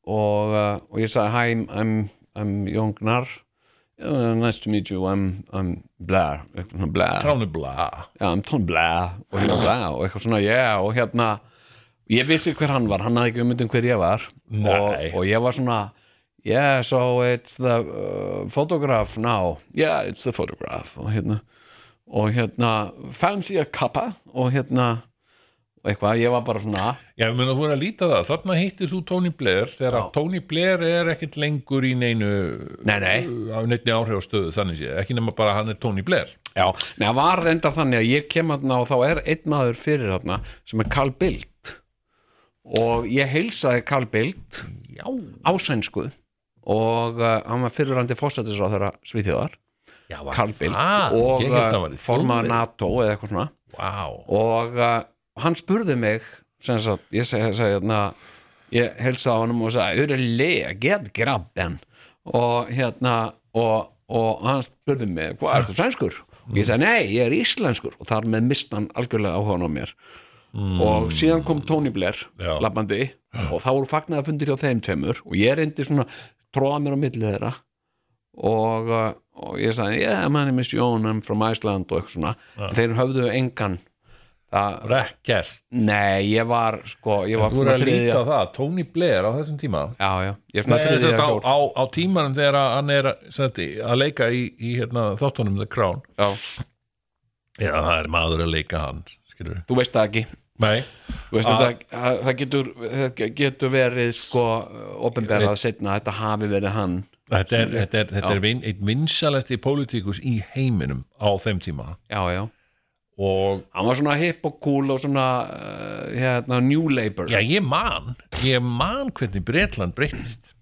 Speaker 3: og, uh, og ég sagði hi, I'm, I'm, I'm Jóngnar nice to meet you, I'm, I'm Blair eitthvað svona Blair
Speaker 2: Tránu bla
Speaker 3: já, um Tom Blair og hérna Blair og eitthvað svona, já, og hérna ég vissi hver hann var, hann hafði ekki ummyndum hver ég var og,
Speaker 2: Nei.
Speaker 3: og ég var svona yeah, so it's the uh, photograph now yeah, it's the photograph og hérna, og hérna fancy a kappa og hérna og eitthvað, ég var bara svona
Speaker 2: Já, ég meina þú er að líta það, þarna hittir þú Tony Blair þegar að Tony Blair er ekkert lengur í neinu
Speaker 3: Nei, nei.
Speaker 2: af neittni áhrifastöðu þannig sé, ekki nema bara að hann er Tony Blair
Speaker 3: já, Nei, það var reyndar þannig að ég kem hann og þá er einn maður fyrir hann sem er Carl Bildt og ég heilsaði Carl Bildt
Speaker 2: Já,
Speaker 3: ásænsku og uh, hann var fyrirrandi fórsættisráðherra Svíþjóðar,
Speaker 2: já var
Speaker 3: Karl Bild
Speaker 2: það?
Speaker 3: og
Speaker 2: Ég hélt að hann var
Speaker 3: uh,
Speaker 2: í
Speaker 3: formaða
Speaker 2: Þjóðverjum.
Speaker 3: NATO eða eitthvað svona
Speaker 2: Vá,
Speaker 3: og uh, hann spurði mig sem sagt, ég segi, segi hérna ég helsa á hann og sagði Þú eru legið grabben og hérna og, og hann spurði mig, hvað er þú sænskur? og ég sagði nei, ég er íslenskur og þar með mistan algjörlega áhugan á mér og síðan kom Tony Blair
Speaker 2: Já.
Speaker 3: labbandi og þá voru fagnaða fundir hjá þeim tveimur og ég reyndi svona tróða mér á milli þeirra og, uh, og ég sagði yeah, my name is Jón, I'm from Iceland og eitthvað svona, en þeir höfðu engan það,
Speaker 2: Rekkert
Speaker 3: nei, ég var sko, ég var
Speaker 2: Þú voru að líta
Speaker 3: þriðja-
Speaker 2: á það, Tony Blair á þessum tíma
Speaker 3: já, já, ég
Speaker 2: Nei,
Speaker 3: er svona
Speaker 2: sem
Speaker 3: þriðja
Speaker 2: sagt á,
Speaker 3: kjór
Speaker 2: á, á tímanum þegar að hann er sagt, í- að leika í, í hérna, þáttunum The Crown
Speaker 3: já,
Speaker 2: Já, það er maður að leika hann skilur við
Speaker 3: þú veist það ekki
Speaker 2: Nei,
Speaker 3: Þú veist, þetta, það, það getur, það getur verið sko ofinberað setna að þetta hafi verið hann
Speaker 2: þetta er, þetta er, þetta er vin, einn vinsalasti pólitíkus í heiminum á þeim tíma
Speaker 3: já, já,
Speaker 2: og
Speaker 3: hann var svona hip og cool og svona uh, hérna, new labor
Speaker 2: já, ég man ég man hvernig Bretland breyttist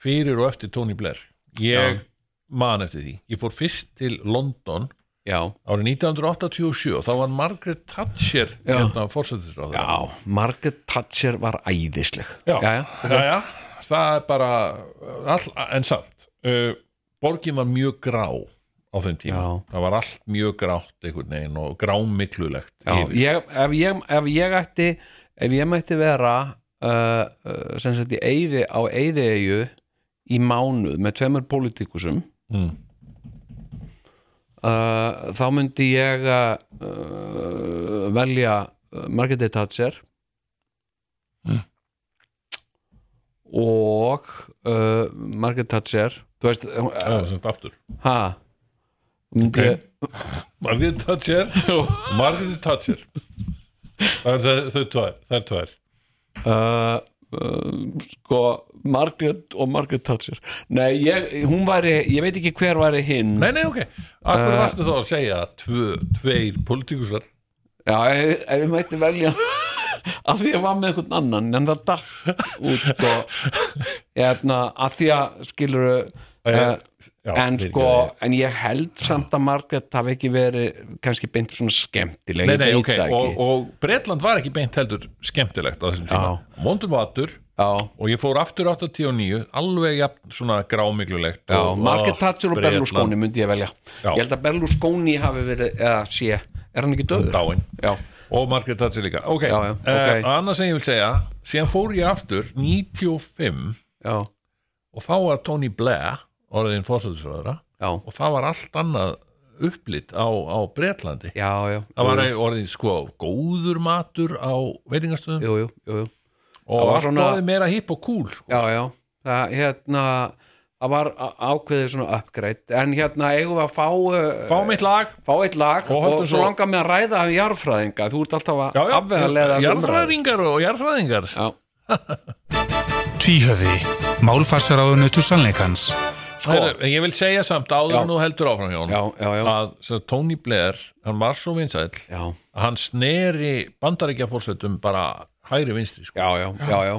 Speaker 2: fyrir og eftir Tony Blair ég
Speaker 3: Mhm. Já.
Speaker 2: man eftir því ég fór fyrst til London
Speaker 3: já,
Speaker 2: árið 1987 og þá var Margaret Thatcher
Speaker 3: Já.
Speaker 2: hérna fórsættisráður
Speaker 3: já Margaret Thatcher var æðisleg
Speaker 2: já,
Speaker 3: já, já,
Speaker 2: Jæja, það er bara all, en samt uh, borgin var mjög grá á þeim tíma,
Speaker 3: Já.
Speaker 2: það var allt mjög grátt einhvern veginn og grámiklulegt
Speaker 3: já. Ég, ef, ég, ef ég ætti ef ég mætti vera uh, uh, sem sagt í eyði á eyðiðju í mánuð með tveimur pólitíkusum
Speaker 2: mm.
Speaker 3: uh, þá myndi ég uh, velja uh, Margaret Thatcher
Speaker 2: Mm.
Speaker 3: og uh, Margaret Thatcher þú veist
Speaker 2: það var samt aftur
Speaker 3: ha myndi
Speaker 2: Ok.
Speaker 3: ég
Speaker 2: Margaret Thatcher Margaret Thatcher það er þau- þau tvær, þær tvær
Speaker 3: uh, uh, sko Margaret og Margaret Thatcher nei, ég, hún væri, ég veit ekki hver væri hinn
Speaker 2: nei, nei, ok, akkur uh, varstu þá að segja tvö, tveir politíkusar
Speaker 3: já, ef, ef ég mætti velja af því ég var með einhvern annan en það datt út sko hérna, af því að skilur uh,
Speaker 2: Já,
Speaker 3: en
Speaker 2: fyrirgefðu.
Speaker 3: sko, en ég held samt að Margaret hafi ekki verið kannski beint svona skemmtileg
Speaker 2: Nei,
Speaker 3: ég
Speaker 2: nei,
Speaker 3: veit
Speaker 2: ok,
Speaker 3: það
Speaker 2: og,
Speaker 3: ekki.
Speaker 2: og Bretland var ekki beint heldur skemmtilegt á þessum tíma, vondum vatur
Speaker 3: já,
Speaker 2: og ég fór aftur 89 alveg jafn svona grámiklulegt
Speaker 3: já,
Speaker 2: og,
Speaker 3: Margaret
Speaker 2: ó,
Speaker 3: Thatcher og
Speaker 2: Bretland,
Speaker 3: Berlusconi myndi ég velja
Speaker 2: Já.
Speaker 3: ég held að Berlusconi hafi verið eða sé, er hann ekki döður?
Speaker 2: dáin
Speaker 3: já,
Speaker 2: og Margaret Thatcher líka ok,
Speaker 3: Já, já, ok.
Speaker 2: Eh, annars sem ég vil segja síðan fór ég aftur 95
Speaker 3: já,
Speaker 2: og þá var Tony Blair orðin fórsættisröðra
Speaker 3: já
Speaker 2: og það var allt annað upplitt á, á Bretlandi
Speaker 3: já, já,
Speaker 2: það var orðin sko góður matur á veitingastöðum
Speaker 3: jú, jú, jú, jú.
Speaker 2: og
Speaker 3: var
Speaker 2: allt
Speaker 3: svona-
Speaker 2: orðið meira hipp og cool sko.
Speaker 3: já, já, það hérna það var á- ákveðið svona uppgreitt en hérna eigum við að fá uh,
Speaker 2: fá mitt lag
Speaker 3: fá eitt lag
Speaker 2: Og
Speaker 3: og,
Speaker 2: höldum
Speaker 3: svo
Speaker 2: svo-
Speaker 3: langar mig að ræða af jarðfræðinga, þú ert alltaf að
Speaker 2: Já, já,
Speaker 3: afvegalega Sko- þessa umræðu.
Speaker 2: jarðfræðingar og jarðfræðingar
Speaker 3: já,
Speaker 1: Tvíhöfði, málfarsaráðunautu sannleikans.
Speaker 2: Sko, Heru, ég vil segja samt áður
Speaker 3: Já.
Speaker 2: en þú heldur áfram Jón
Speaker 3: já, já, já,
Speaker 2: að sem Tony Blair, hann var svo vinsæll
Speaker 3: já.
Speaker 2: að hann sneri bandaríkja fórsetum bara hægri vinstri sko.
Speaker 3: já, já, já, já,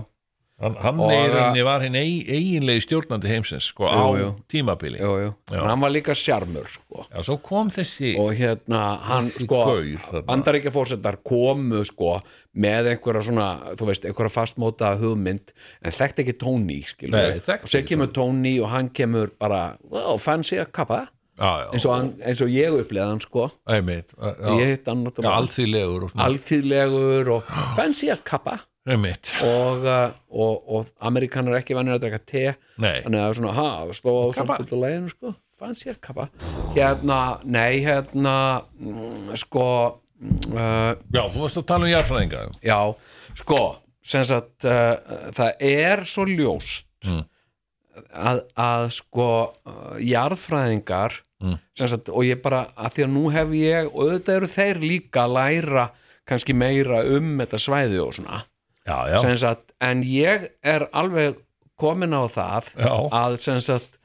Speaker 2: hann, hann
Speaker 3: Og-
Speaker 2: er, henni var hinn eig, eiginlegi stjórnandi heimsins sko, á
Speaker 3: jú.
Speaker 2: tímabili
Speaker 3: já, já.
Speaker 2: Já.
Speaker 3: En hann var líka sjarmur sko.
Speaker 2: Já, svo kom þessi
Speaker 3: og hérna hann
Speaker 2: Þessi
Speaker 3: sko,
Speaker 2: gaur þarna.
Speaker 3: bandaríkja fórsetar komu sko með einhverja svona, þú veist, einhverja fastmóta hugmynd, en þekkt ekki Tony skilur
Speaker 2: Nei,
Speaker 3: við.
Speaker 2: þekkti
Speaker 3: og sér
Speaker 2: ekki
Speaker 3: kemur Tony og hann kemur bara, wow, fancy a kappa
Speaker 2: já, já,
Speaker 3: eins og, hann, eins og ég upplega hann sko
Speaker 2: einmitt
Speaker 3: ég
Speaker 2: já,
Speaker 3: hitt hann
Speaker 2: já,
Speaker 3: náttúrulega
Speaker 2: alþýðlegur og svona
Speaker 3: alþýðlegur og fancy a kappa
Speaker 2: einmitt,
Speaker 3: og, uh, og, og amerikanar er ekki vannir að drekka te
Speaker 2: nei
Speaker 3: þannig að það er svona, ha, sló á
Speaker 2: Kappa.
Speaker 3: samfélta læginu, sko, fann sér kappa hérna, nei, hérna mm, sko uh,
Speaker 2: já, þú varst að tala um jarðfræðinga
Speaker 3: já, sko sem sagt, uh, það er svo ljóst
Speaker 2: Mm.
Speaker 3: að, að sko uh, jarðfræðingar
Speaker 2: Mm.
Speaker 3: sem sagt, og ég bara, að því að nú hef ég og auðvitað eru þeir líka að læra kannski meira um þetta svæði og svona
Speaker 2: já, já,
Speaker 3: sem sagt, en ég er alveg komin á það
Speaker 2: já,
Speaker 3: að, sem sagt,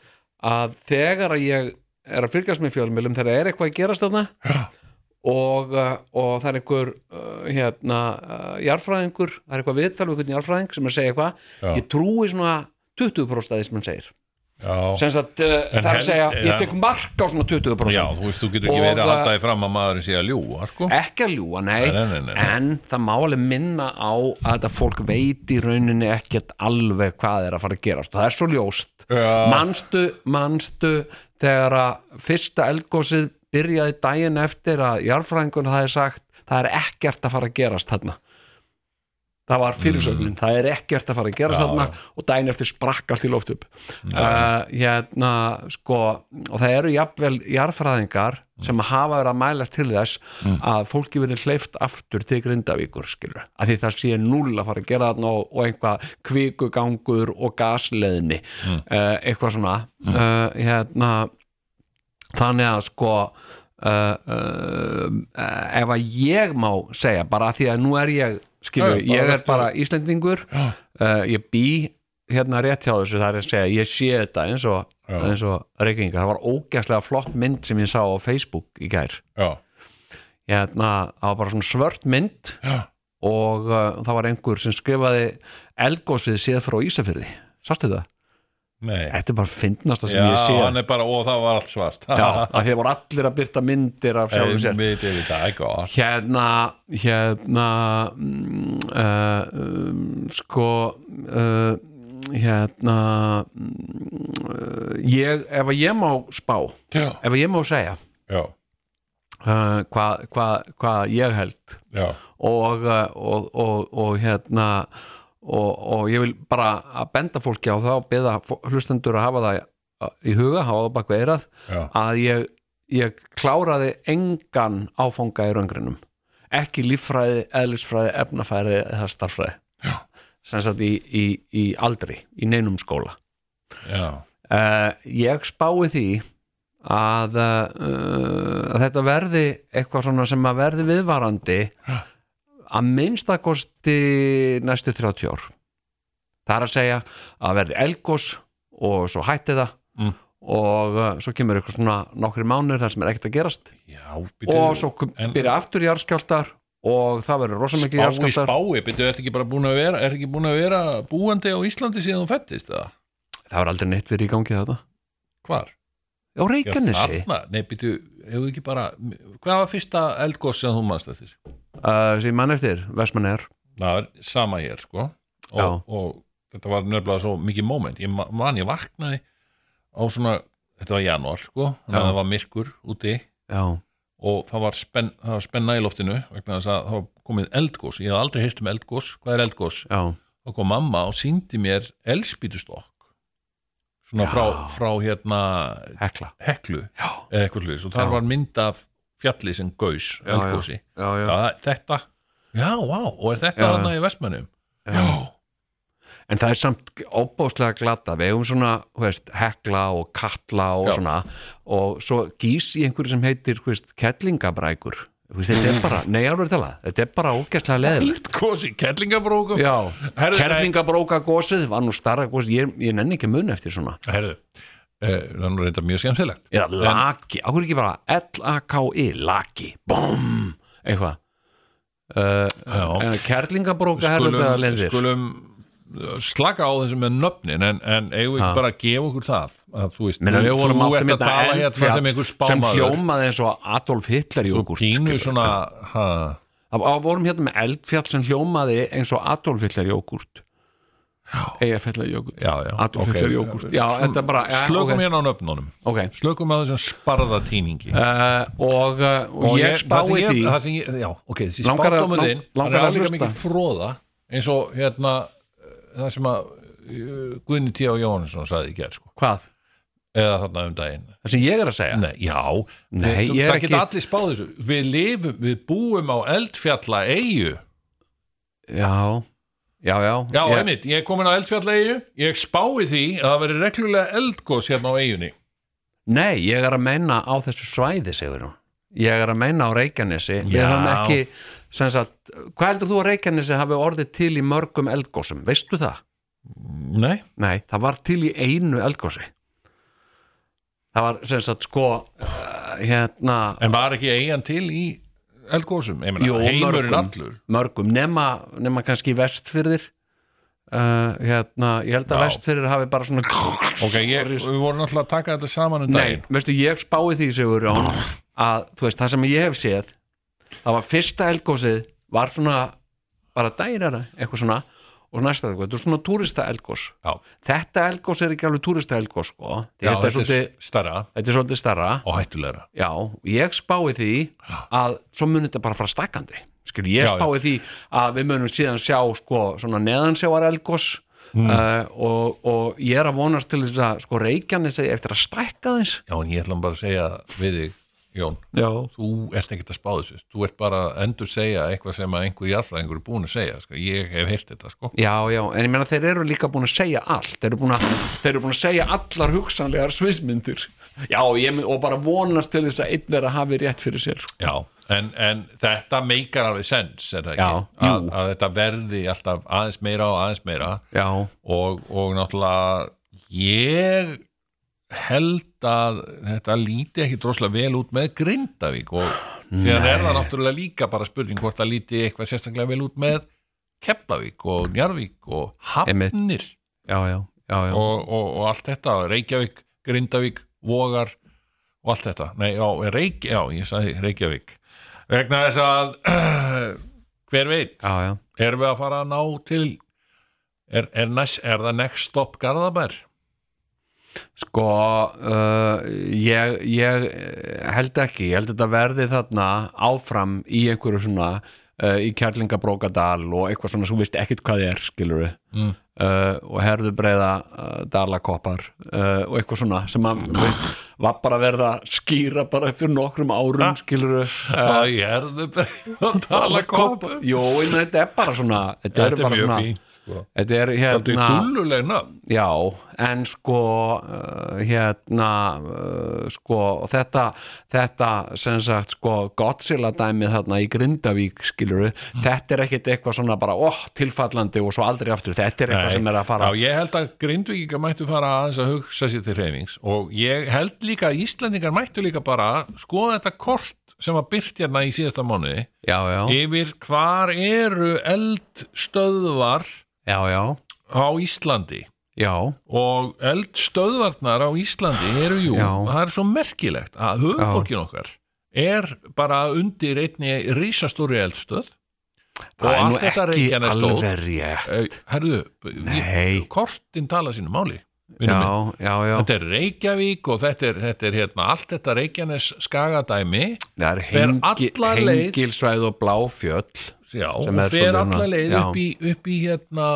Speaker 3: að þegar að ég er að fylgjast með fjölmjölum þegar er eitthvað að gerast þarna og, uh, og það er einhver uh, hérna, uh, jarfræðingur það er eitthvað viðtal við einhvern jarfræðing sem er að segja eitthvað,
Speaker 2: Já.
Speaker 3: ég trúi svona 20% að því sem hann segir
Speaker 2: já.
Speaker 3: sem sagt, uh, það er
Speaker 2: hel-
Speaker 3: að segja,
Speaker 2: en-
Speaker 3: ég tek mark á svona 20%
Speaker 2: já, þú veist, þú getur ekki
Speaker 3: Og
Speaker 2: verið að
Speaker 3: að-
Speaker 2: halda því fram að maðurinn sé að ljúga sko.
Speaker 3: ekki að ljúa, nei,
Speaker 2: Nei, nei, nei, nei.
Speaker 3: en það má alveg minna á að þetta fólk veit í rauninni ekkert alveg hvað er að fara að gerast og það er svo ljóst
Speaker 2: Já.
Speaker 3: manstu, manstu þegar að fyrsta eldgósið byrjaði daginn eftir að jarðfræðingun það er sagt, það er ekkert að fara að gerast þarna það var fyrirsögnin, það er ekkert að fara að gerast
Speaker 2: Já,
Speaker 3: þarna og daginn eftir sprakk allt í loft upp uh, hérna, sko og það eru jafnvel jarðfræðingar sem hafa verið að mælast til þess að fólki verið hleyft aftur til grindavíkur skilur, að því það sé null að fara að gera þarna og, og einhvað kvikugangur og gasleðni uh, eitthvað svona uh, hérna þannig að sko uh, uh, ef að ég má segja bara af því að nú er ég
Speaker 2: Já, já,
Speaker 3: skilu,
Speaker 2: bara
Speaker 3: ég er
Speaker 2: vertu-
Speaker 3: bara Íslendingur uh, ég bý hérna rétt hjá þessu það er að segja, ég sé þetta eins og,
Speaker 2: Já.
Speaker 3: eins og reykingar, það var ógæslega flott mynd sem ég sá á Facebook í gær
Speaker 2: já,
Speaker 3: hérna, það var bara svona svört mynd
Speaker 2: já,
Speaker 3: og uh, það var einhver sem skrifaði elgósið séð frá Ísafyrði sástu þetta?
Speaker 2: nei
Speaker 3: Þetta er bara fyndnasta sem
Speaker 2: já,
Speaker 3: ég sé
Speaker 2: hann er bara, og það var allt svart
Speaker 3: Já, að því voru allir að byrta myndir af sjálfum sér
Speaker 2: Einmitt yfir það, ekki gott
Speaker 3: hérna hérna mm, uh, um, sko uh, hérna mm, uh, ég, ef að ég má spá
Speaker 2: Já,
Speaker 3: ef að ég má segja
Speaker 2: já,
Speaker 3: uh, hvað hva, hva ég held
Speaker 2: já,
Speaker 3: og, uh, og, og, og hérna og, og ég vil bara að benda fólki á það og beða hlustendur að hafa það í- í huga, hafa það bak við eirað
Speaker 2: já,
Speaker 3: að ég, ég kláraði engan áfanga í röngrinum ekki líffræði, eðlisfræði, efnafæði eða starffræði
Speaker 2: Já.
Speaker 3: sem sagt í, í, í aldri í neinum skóla
Speaker 2: já
Speaker 3: uh, ég spái því að, uh, að þetta verði eitthvað svona sem að verði viðvarandi að minnstakosti næstu 30 ár það er að segja að verði elgos og svo hætti það
Speaker 2: Mm.
Speaker 3: og uh, svo kemur eitthvað svona nokkri mánur þar sem er ekkert að gerast
Speaker 2: Já, býtu
Speaker 3: og svo kom-
Speaker 2: en-
Speaker 3: byrja aftur jarðskjálftar og það verður rosa mikið
Speaker 2: Spái,
Speaker 3: jarðskjálftar
Speaker 2: spái, býtu, ertu ekki bara búin að vera ertu ekki búin að vera búandi á Íslandi síðan þú fættist eða?
Speaker 3: það verður aldrei neitt verið í gangi þetta
Speaker 2: Hvar?
Speaker 3: á
Speaker 2: Já,
Speaker 3: Reykjanesi
Speaker 2: þarna, nei, býtu, hefur ekki bara hvað var fyrsta eldgóð sem þú manst eftir?
Speaker 3: uh, sem mann eftir, Vestmannegar
Speaker 2: Það er sama hér, sko
Speaker 3: Já.
Speaker 2: og, og þetta var nefnilega svo mikið moment ég ma- man, ég vaknaði á svona, þetta var janúar, sko þannig
Speaker 3: Já.
Speaker 2: að það var myrkur úti
Speaker 3: já,
Speaker 2: og það var, spenn, það var spenna í loftinu vegna þess að það var komið eldgós ég hef aldrei heyrt um eldgós, hvað er eldgós?
Speaker 3: já,
Speaker 2: þá kom mamma og síndi mér elspítustokk svona
Speaker 3: Já.
Speaker 2: frá, frá hérna
Speaker 3: hekla
Speaker 2: heklu
Speaker 3: já,
Speaker 2: eða eitthvað hlutis og þar
Speaker 3: Já.
Speaker 2: var mynd af fjalli sem gaus,
Speaker 3: já.
Speaker 2: eldgósi já,
Speaker 3: já, já.
Speaker 2: það- þetta, já, vá og er
Speaker 3: Já,
Speaker 2: þetta
Speaker 3: já.
Speaker 2: þarna í vestmennum?
Speaker 3: Já. en það er samt óbóðslega glata við hefum svona, þú veist, hekla og kalla og
Speaker 2: Já.
Speaker 3: svona og svo gís í einhverju sem heitir, þú veist, kettlingabrækur Þú veist, þetta er
Speaker 2: Mm.
Speaker 3: bara, nei, alveg tala þetta er bara ógæslega leðilegt
Speaker 2: eldgósi, kellingabrókum
Speaker 3: já,
Speaker 2: Herðu,
Speaker 3: kerlingabróka gósið var nú starra gósið, ég, ég nenni ekki mun eftir svona
Speaker 2: herðu, eh, það er nú reynda mjög skemmtilegt
Speaker 3: eða laki, á hverju ekki bara L-A-K-I, laki, búm eitthvað Eh,
Speaker 2: já,
Speaker 3: en kerlingabróka herðu beða
Speaker 2: skulum,
Speaker 3: leðir
Speaker 2: skulum eh, slaka á þessu með nöfnin en, en eigum við
Speaker 3: Ha.
Speaker 2: ekki bara að gefa okkur það að þú veist,
Speaker 3: Menna, við vorum
Speaker 2: þú
Speaker 3: áttum
Speaker 2: ert að
Speaker 3: þetta
Speaker 2: tala hérna
Speaker 3: eldfjall
Speaker 2: sem einhver
Speaker 3: sem
Speaker 2: spámaður
Speaker 3: hljómaði eins og Adolf Hitler
Speaker 2: Þú
Speaker 3: júgurt
Speaker 2: pínu svona ha,
Speaker 3: Það var- vorum hérna með eldfjall sem hljómaði eins og Adolf Hitler jógurt Eyjafjallar jógurt
Speaker 2: Já, já,
Speaker 3: Adolf
Speaker 2: ok.
Speaker 3: Hitler jógurt Já, þetta er bara já,
Speaker 2: Slökum
Speaker 3: ok,
Speaker 2: hérna á nöfnunum
Speaker 3: ok.
Speaker 2: Slökum á þessum sparðatýningi
Speaker 3: Uh, og, uh, og, ég
Speaker 2: það sem
Speaker 3: spái því
Speaker 2: það sem ég, Já, ok, þessi
Speaker 3: Langar að-
Speaker 2: spátumur
Speaker 3: lang-
Speaker 2: þinn Hann
Speaker 3: langar
Speaker 2: er
Speaker 3: að
Speaker 2: alveg
Speaker 3: hlusta.
Speaker 2: mikið fróða eins og hérna eh, það sem að eh, Guðni T. og Jóhannesson sagði í gerð sko.
Speaker 3: Hvað?
Speaker 2: eða þarna um daginn
Speaker 3: Það sem ég er að segja
Speaker 2: Nei, já,
Speaker 3: Nei,
Speaker 2: þú,
Speaker 3: ég er
Speaker 2: það
Speaker 3: ekki-
Speaker 2: geta allir spáð þessu Við lifum, við búum á eldfjalla eigu
Speaker 3: Já, já, já
Speaker 2: Já,
Speaker 3: ég,
Speaker 2: einmitt, ég er komin á eldfjalla eigu Ég spái því að það veri reglulega eldgós hérna á eigunni
Speaker 3: Nei, ég er að meina á þessu svæði, segir hún Ég er að meina á Reykjanesi Við
Speaker 2: Já.
Speaker 3: höfum ekki, sem sagt Hvað heldur þú að Reykjanesi hafi orðið til í mörgum eldgósum? Veistu það?
Speaker 2: Nei
Speaker 3: Nei, það var til í einu eldgósi Það var sem sagt sko uh, hérna
Speaker 2: En var ekki eigan til í eldgósum? Ég meina,
Speaker 3: Jú,
Speaker 2: heimurinn
Speaker 3: mörgum.
Speaker 2: allur
Speaker 3: mörgum nema, nema kannski vestfyrðir uh, hérna, ég held að
Speaker 2: Já.
Speaker 3: vestfyrðir hafi bara svona
Speaker 2: Ok, ég, við vorum náttúrulega að taka þetta saman um
Speaker 3: Nei,
Speaker 2: daginn
Speaker 3: veistu, ég spái því Sigur Jón að, þú veist, það sem ég hef séð það var fyrsta eldgósið var svona bara dænara, eitthvað svona og næsta eldgos, þetta er svona túrista eldgos
Speaker 2: Já.
Speaker 3: þetta eldgos er ekki alveg túrista eldgos sko.
Speaker 2: Já,
Speaker 3: þetta, er svolítið,
Speaker 2: stærra
Speaker 3: þetta er svolítið starra
Speaker 2: og hættulegra
Speaker 3: já, ég spái því að svo munið þetta bara fara stakkandi skil, ég
Speaker 2: Já, já.
Speaker 3: spái því að við munum síðan sjá sko, svona neðansjáar eldgos uh, og, og ég er að vonast til þess að sko, reykjanis eigi eftir að stækka þess
Speaker 2: Já, en ég ætla bara að segja við þig, Jón
Speaker 3: já,
Speaker 2: þú ert ekkert að spá þessu þú ert bara að endur segja eitthvað sem að einhver jarfræðingur er búin að segja sko. ég hef heyrt þetta sko
Speaker 3: Já, já, en ég meina þeir eru líka búin að segja allt þeir eru búin að, þeir eru búin að segja allar hugsanlegar sviðsmyndir Já, ég, mun- og bara vonast til þess að einn vera að hafi rétt fyrir sér sko.
Speaker 2: Já, en, en þetta meikar alveg sens er það ekki,
Speaker 3: Já,
Speaker 2: að,
Speaker 3: jú.
Speaker 2: að þetta verði alltaf aðeins meira og aðeins meira
Speaker 3: Já,
Speaker 2: og, og náttúrulega ég held að þetta líti ekki droslega vel út með Grindavík og síðan er það náttúrulega líka bara spurning hvort það líti eitthvað sérstaklega vel út með Keflavík og Njarvík og Hafnir
Speaker 3: Einmitt. já, já, já, já.
Speaker 2: og, og, og allt þetta Reykjavík, Grindavík, Vogar og allt þetta, nei, já, Reykj já, ég sagði Reykjavík vegna þess að hver veit,
Speaker 3: já, já.
Speaker 2: erum við að fara að ná til er, er, næst, er það next stop Garðabær?
Speaker 3: Sko, uh, ég, ég eh, held ekki, ég held að þetta verði þarna áfram í einhverju svona uh, í Kjærlingabrókadal og eitthvað svona sem þú veist ekkit hvað þið er, skilur við
Speaker 2: Mm.
Speaker 3: uh, og herðu breyða uh, dalakoppar uh, og eitthvað svona sem að, þú veist, var bara að verða að skýra bara fyrir nokkrum árum skilur uh,
Speaker 2: Uh, ég erðu bara að tala kopur
Speaker 3: Jó, en þetta er bara svona þetta,
Speaker 2: þetta
Speaker 3: er
Speaker 2: er
Speaker 3: bara
Speaker 2: mjög
Speaker 3: svona
Speaker 2: fín sko.
Speaker 3: Þetta er
Speaker 2: þetta er
Speaker 3: hérna
Speaker 2: dulluleg nöfn
Speaker 3: Já, en sko uh, hérna uh, sko, og þetta þetta sem sagt sko Godzilla dæmið þarna í Grindavík skilur
Speaker 2: Mm.
Speaker 3: þetta er ekkit eitthvað svona bara oh, tilfallandi og svo aldrei aftur þetta er eitthvað
Speaker 2: Nei.
Speaker 3: sem er að fara
Speaker 2: Já, ég held að grindvíkingar mættu fara aðeins að hugsa sér til hreyfings og ég held líka að Íslandingar mættu líka bara að skoða þetta kort sem var byrt hérna í síðasta mánuði
Speaker 3: já, já,
Speaker 2: yfir hvar eru eldstöðvar
Speaker 3: já, já,
Speaker 2: á Íslandi
Speaker 3: já.
Speaker 2: og eldstöðvarnar á Íslandi eru jú,
Speaker 3: Já.
Speaker 2: það er svo merkilegt að höfuborgin okkar er bara undir einni rísastóri eldstöð og
Speaker 3: Það er nú
Speaker 2: allt þetta
Speaker 3: ekki
Speaker 2: reykjan er stóð
Speaker 3: alveg rétt
Speaker 2: Eh, Herðu,
Speaker 3: Nei.
Speaker 2: kortin tala sínu máli vinur minn.
Speaker 3: Já, já, já
Speaker 2: þetta er Reykjavík og þetta er, þetta er hérna, allt þetta Reykjanes skagadæmi
Speaker 3: Það er
Speaker 2: fer
Speaker 3: hengi,
Speaker 2: alla leið-
Speaker 3: hengilsvæð og bláfjöll
Speaker 2: já,
Speaker 3: Sem
Speaker 2: og
Speaker 3: er
Speaker 2: fer
Speaker 3: svolítið
Speaker 2: alla
Speaker 3: svona-
Speaker 2: leið
Speaker 3: já.
Speaker 2: upp í, upp í hérna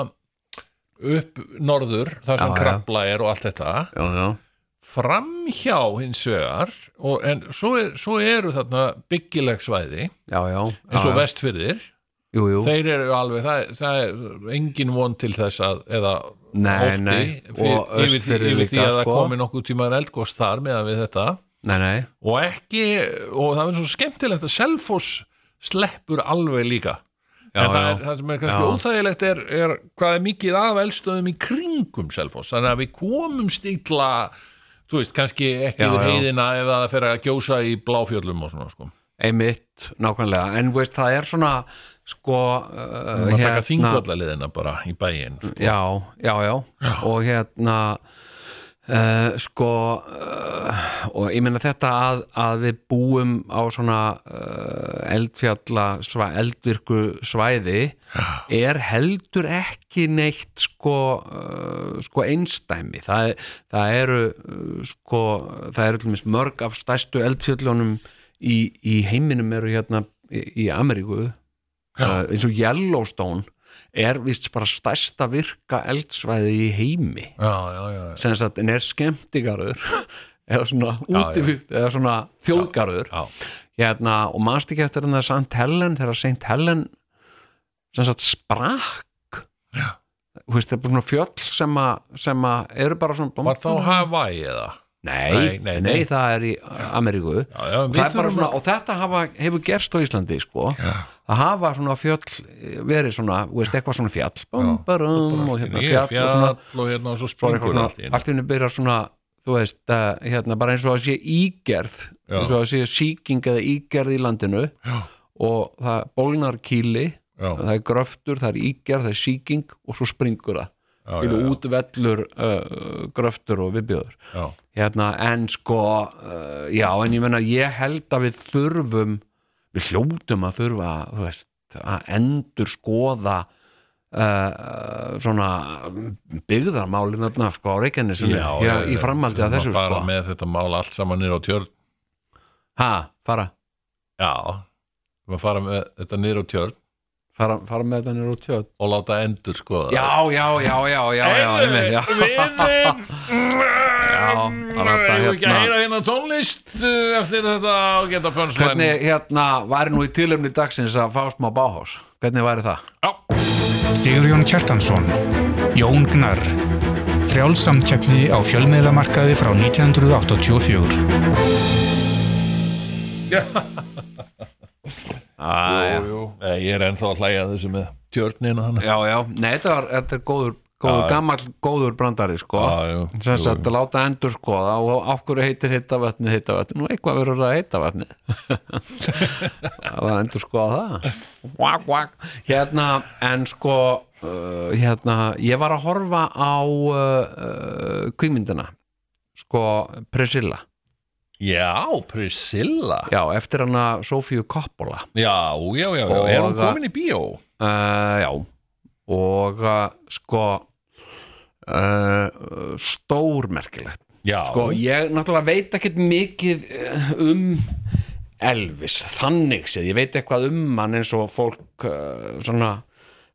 Speaker 2: upp norður, þar sem
Speaker 3: Já, já.
Speaker 2: krabla er og allt þetta
Speaker 3: Já, já
Speaker 2: framhjá hins vegar og, en svo, er, svo eru þarna byggileg svæði
Speaker 3: Já, já
Speaker 2: eins og
Speaker 3: já,
Speaker 2: vestfyrðir
Speaker 3: Jú, jú
Speaker 2: þeir eru alveg, það, það er engin von til þess að eða
Speaker 3: Nei,
Speaker 2: ótti
Speaker 3: nei,
Speaker 2: fyrir,
Speaker 3: og
Speaker 2: yfir, því,
Speaker 3: Austfirðir
Speaker 2: yfir því
Speaker 3: líka,
Speaker 2: að það
Speaker 3: sko.
Speaker 2: komi nokkuð tíma eldgóst þar meðan við þetta
Speaker 3: Nei, nei
Speaker 2: og ekki, og það er svo skemmtilegt að Selfoss sleppur alveg líka
Speaker 3: Já,
Speaker 2: en það,
Speaker 3: já.
Speaker 2: er, það sem er kannski
Speaker 3: Já.
Speaker 2: óþægilegt er, er hvað er mikið af eldstöðum í kringum Selfoss, þannig að við komum stíkla þú veist, kannski ekki
Speaker 3: Já,
Speaker 2: yfir
Speaker 3: já.
Speaker 2: heiðina ef það fer að gjósa í bláfjöllum og svona sko,
Speaker 3: Einmitt, nákvæmlega En veist, það er svona Sko uh,
Speaker 2: maður taka þingvallaliðina bara í bæinn
Speaker 3: Já, já, já Og hérna Uh, sko uh, og ég meina þetta að, að við búum á svona uh, eldfjalla sva, eldvirku svæði er heldur ekki neitt sko, uh, sko einstæmi það, er- það eru uh, sko, það eru til mér mörg af stærstu eldfjallunum í, í heiminum eru hérna í, í Ameríku uh, eins og Yellowstone er vist bara stærsta virka eldsvæði í heimi
Speaker 2: já, já, já, já,
Speaker 3: sem sagt, en er skemmtigarður eða svona útifitt eða svona þjóðgarður
Speaker 2: já.
Speaker 3: hérna, og manst ekki eftir þannig að Sant Helen þegar Saint Helen sem sagt sprakk
Speaker 2: Já.
Speaker 3: Þú veist, það er bara svona fjöll sem, a, sem a, eru bara svona
Speaker 2: Var þá Hawaii eða?
Speaker 3: nei,
Speaker 2: Nei,
Speaker 3: nei,
Speaker 2: nei, nei.
Speaker 3: það er í Ameríku
Speaker 2: Já, já,
Speaker 3: Og
Speaker 2: við
Speaker 3: það er bara
Speaker 2: þurfum
Speaker 3: svona,
Speaker 2: að-
Speaker 3: og þetta hafa, hefur gerst á Íslandi sko,
Speaker 2: Já.
Speaker 3: að hafa svona fjöll eh, verið svona, þú veist, eitthvað svona fjall bum, barum, og hérna
Speaker 2: Ég
Speaker 3: fjall
Speaker 2: er
Speaker 3: og svona,
Speaker 2: fjall og hérna og svo
Speaker 3: bara eitthvað
Speaker 2: springur allt í
Speaker 3: svona,
Speaker 2: einu.
Speaker 3: allt í henni byrjar svona þú veist, uh, hérna, bara eins og að sé ígerð
Speaker 2: Já.
Speaker 3: eins og að sé síking eða ígerð í landinu
Speaker 2: Já.
Speaker 3: og það bólnar kýli
Speaker 2: Já,
Speaker 3: það er gröftur, það er ígerð, það er síking og svo springur það
Speaker 2: Já,
Speaker 3: skilu
Speaker 2: já, já.
Speaker 3: út vellur uh, gröftur og viðbjöður
Speaker 2: já,
Speaker 3: hérna, en sko uh, já, en ég menna, ég held að við þurfum við hljótum að þurfa þú veist, að endur skoða uh, svona byggðarmálin þarna sko á Reykjanesinu
Speaker 2: Já,
Speaker 3: hér
Speaker 2: já,
Speaker 3: í
Speaker 2: já,
Speaker 3: framhaldi
Speaker 2: sem
Speaker 3: að þessu
Speaker 2: að fara
Speaker 3: sko
Speaker 2: með þetta mál allt saman niður á tjörn
Speaker 3: ha, fara,
Speaker 2: já, sem að fara með þetta niður á tjörn
Speaker 3: fara, fara með þetta nýr á tjöð
Speaker 2: og láta endur skoða
Speaker 3: já, já, já, já, já, já, einmitt, já.
Speaker 2: Viðin
Speaker 3: bara
Speaker 2: Ég vil
Speaker 3: þetta,
Speaker 2: ekki að
Speaker 3: hérna-
Speaker 2: heyra hérna tónlist uh, eftir þetta og geta pönslæn
Speaker 3: hvernig hérna væri nú í tilöfni dagsins að fá smá báhás hvernig væri það?
Speaker 1: Sigurjón Kjartansson, Jón Gnar, frjálsamkeppni á fjölmiðlamarkaði frá 1984.
Speaker 3: Ah,
Speaker 2: Ég er ennþá að hlæja að þessu með tjörnina þannig
Speaker 3: já, já, nei, þetta, var, þetta er góður, góður
Speaker 2: Já, já.
Speaker 3: gammal góður brandari sko
Speaker 2: Já, já,
Speaker 3: sem
Speaker 2: jú,
Speaker 3: sagt að láta endur skoða og af hverju heitir heita vatni, heita vatni nú eitthvað verður að heita vatni að endur skoða það vak, vak. hérna, en sko uh, hérna, ég var að horfa á uh, uh, kvímyndina sko Priscilla
Speaker 2: Já, Priscilla
Speaker 3: já, eftir hana Sofíu Coppola
Speaker 2: Já, já, já, já.
Speaker 3: Og
Speaker 2: er hún
Speaker 3: að-
Speaker 2: komin í bíó?
Speaker 3: uh, já og uh, sko uh, stórmerkilegt
Speaker 2: Já,
Speaker 3: sko, ég náttúrulega veit ekkert mikið eh, um Elvis, þannig séð ég veit eitthvað um hann eins og fólk uh, svona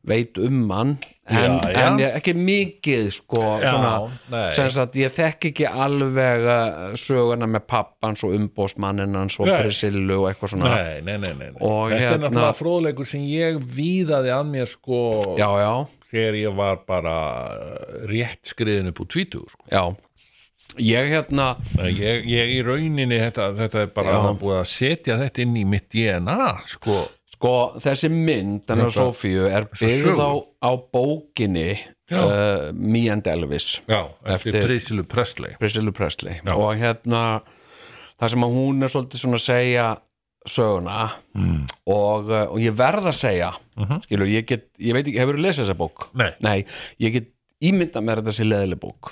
Speaker 3: veit um hann en,
Speaker 2: Já, já.
Speaker 3: en ég, ekki mikið sko
Speaker 2: Já,
Speaker 3: svona,
Speaker 2: nei.
Speaker 3: sem sagt ég þekk ekki alveg eh, söguna með pappans og umbósmanninn hans og
Speaker 2: Nei.
Speaker 3: Priscillu og eitthvað svona
Speaker 2: Nei, nei, nei, nei, nei.
Speaker 3: Og
Speaker 2: Þetta er
Speaker 3: hérna-
Speaker 2: náttúrulega fróðleikur sem ég víðaði að mér sko
Speaker 3: já, já,
Speaker 2: þegar ég var bara uh, rétt skriðin upp úr tvítu sko.
Speaker 3: já ég hérna
Speaker 2: ég, ég í rauninni þetta, þetta er bara
Speaker 3: Já.
Speaker 2: að búið að setja þetta inn í mitt DNA sko.
Speaker 3: Sko, þessi mynd, þannig að
Speaker 2: Þetta-
Speaker 3: Sofíu er
Speaker 2: sögur.
Speaker 3: byggð á, á bókinni
Speaker 2: Já.
Speaker 3: uh, Me and Elvis
Speaker 2: Já, eftir,
Speaker 3: Eftir-
Speaker 2: eftir Prisilu Presley
Speaker 3: Priscilla Presley og hérna það sem að hún er svolítið svona að segja söguna mm.
Speaker 2: Hmm.
Speaker 3: og, uh, og ég verð að segja mm skilur, ég get, ég veit ekki, hefur þú lesið þessa bók?
Speaker 2: Mhm. Nei.
Speaker 3: ég get ímynda mér að þetta sé leðileg bók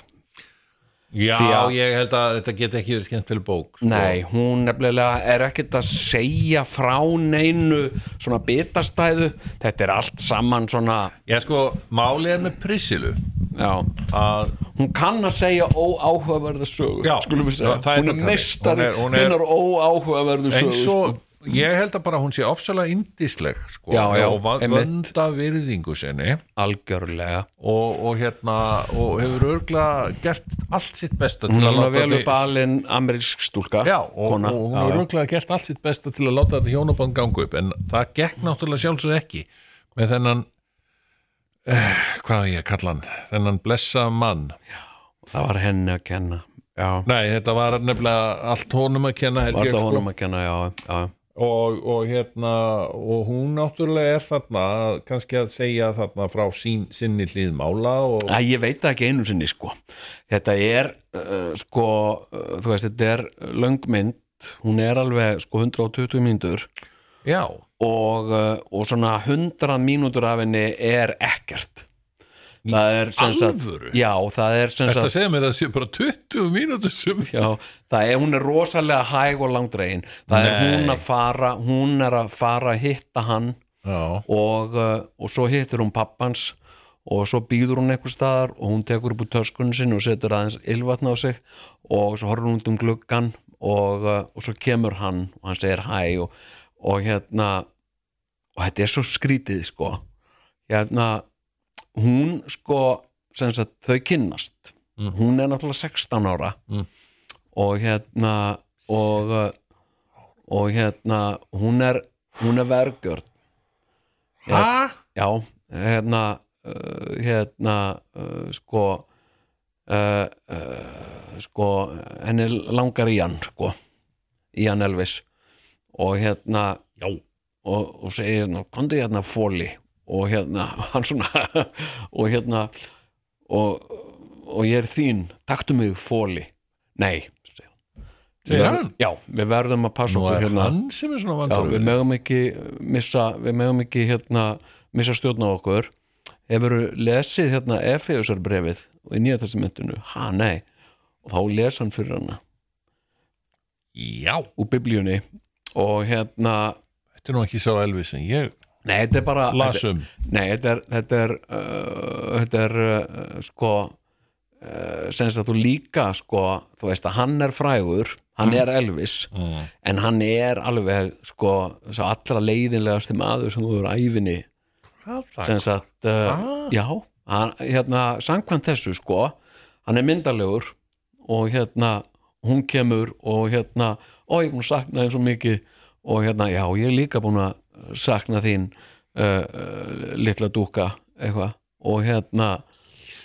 Speaker 2: Já,
Speaker 3: Því að-
Speaker 2: ég held að þetta get ekki verið skemmt fyrir bók sko.
Speaker 3: Nei, hún nefnilega er ekkert að segja frá neinu svona bitastæðu, þetta er allt saman svona,
Speaker 2: Ég sko, málið er með Prisilu
Speaker 3: já
Speaker 2: að
Speaker 3: hún kann að segja óáhugaverða sögur
Speaker 2: Já,
Speaker 3: skulum við segja,
Speaker 2: já, það er
Speaker 3: hún er
Speaker 2: þetta þannig.
Speaker 3: meistari
Speaker 2: Hún er- hún er-
Speaker 3: hennar óáhugaverðu sögur
Speaker 2: eins
Speaker 3: sko.
Speaker 2: og ég held að bara hún sé ofsalega indisleg sko,
Speaker 3: Já, já,
Speaker 2: og va-
Speaker 3: einmitt.
Speaker 2: vönda virðingu sinni
Speaker 3: algjörlega
Speaker 2: og, og hérna og hefur örgla gert allt sitt besta
Speaker 3: hún
Speaker 2: til
Speaker 3: er
Speaker 2: að láta
Speaker 3: alveg vel
Speaker 2: þetta-
Speaker 3: upp alinn amerísk stúlka
Speaker 2: já, og,
Speaker 3: kona.
Speaker 2: og hún
Speaker 3: Já,
Speaker 2: hefur
Speaker 3: já.
Speaker 2: örgla gert allt sitt besta til að láta þetta hjónaband ganga upp en það gekk náttúrulega sjálfsög ekki með þennan eh, hvað á ég að kalla hann þennan blessa mann
Speaker 3: það var henni að kenna já,
Speaker 2: nei, þetta var nefnilega allt honum að kenna held
Speaker 3: var
Speaker 2: ég,
Speaker 3: það
Speaker 2: sko.
Speaker 3: honum að kenna já, já,
Speaker 2: og, og hérna og hún náttúrulega er þarna kannski að segja þarna frá sín, sinni hlið mála og
Speaker 3: Æ, ég veit það ekki einu sinni sko þetta er uh, sko uh, þú veist, þetta er löngmynd hún er alveg sko 120 mínútur
Speaker 2: já,
Speaker 3: og, uh, og svona 100 mínútur af henni er ekkert það er sem sagt
Speaker 2: alvöru?
Speaker 3: já, það er sem
Speaker 2: þetta
Speaker 3: sagt
Speaker 2: segja mér að það sé bara 20 mínútur sem
Speaker 3: já, það er, hún er rosalega hæg og langdregin það er
Speaker 2: Nei.
Speaker 3: hún að fara hún er að fara að hitta hann
Speaker 2: já,
Speaker 3: og, uh, og svo hittir hún pappans og svo býður hún einhver staðar og hún tekur upp úr töskunni sinni og setur aðeins ylvatna á sig og svo horfir hún út um gluggan og, uh, og svo kemur hann og hann segir hæ og, og hérna og þetta er svo skrítið sko hérna hún sko sem sagt þau kynnast
Speaker 2: Mm.
Speaker 3: hún er náttúrulega 16 ára
Speaker 2: Mm.
Speaker 3: og hérna og, uh, og hérna hún er, hún er vergjörn
Speaker 2: hæ?
Speaker 3: já, hérna uh, hérna uh, sko uh, uh, sko henni langar í hann sko, í hann Elvis og hérna
Speaker 2: já,
Speaker 3: og, og segir hérna, komdu hérna fóli og hérna, hann svona og hérna og, og ég er þín, taktu mig fóli nei, segir hann.
Speaker 2: Segir hann?
Speaker 3: Já, við verðum að passa
Speaker 2: nú
Speaker 3: okkur
Speaker 2: er
Speaker 3: hérna
Speaker 2: hann sem er svona
Speaker 3: Já,
Speaker 2: vandur
Speaker 3: við mögum ekki missa, við mögum ekki hérna missa stjórn á okkur hefur lesið hérna Efeusar brefið í nýja testamentinu, ha nei og þá les hann fyrir hana
Speaker 2: já,
Speaker 3: úr biblíunni og hérna
Speaker 2: þetta er nú ekki sá Elvis en ég um.
Speaker 3: Nei, þetta er bara Ah, þetta-
Speaker 2: lasum
Speaker 3: Nei, þetta er þetta er, uh, þetta er uh, sko uh, senst að þú líka sko þú veist að hann er frægur hann er Elvis
Speaker 2: Mm.
Speaker 3: en hann er alveg sko sá allra leiðinlegasti maður sem þú verður æfinni senst að uh, já, hann, hérna samkvæmt þessu sko hann er myndalegur og hérna hún kemur og hérna ó ég er búin að sakna þín svo mikið og hérna já ég er líka búin að sakna þín uh, uh, litla dúka eitthvað og hérna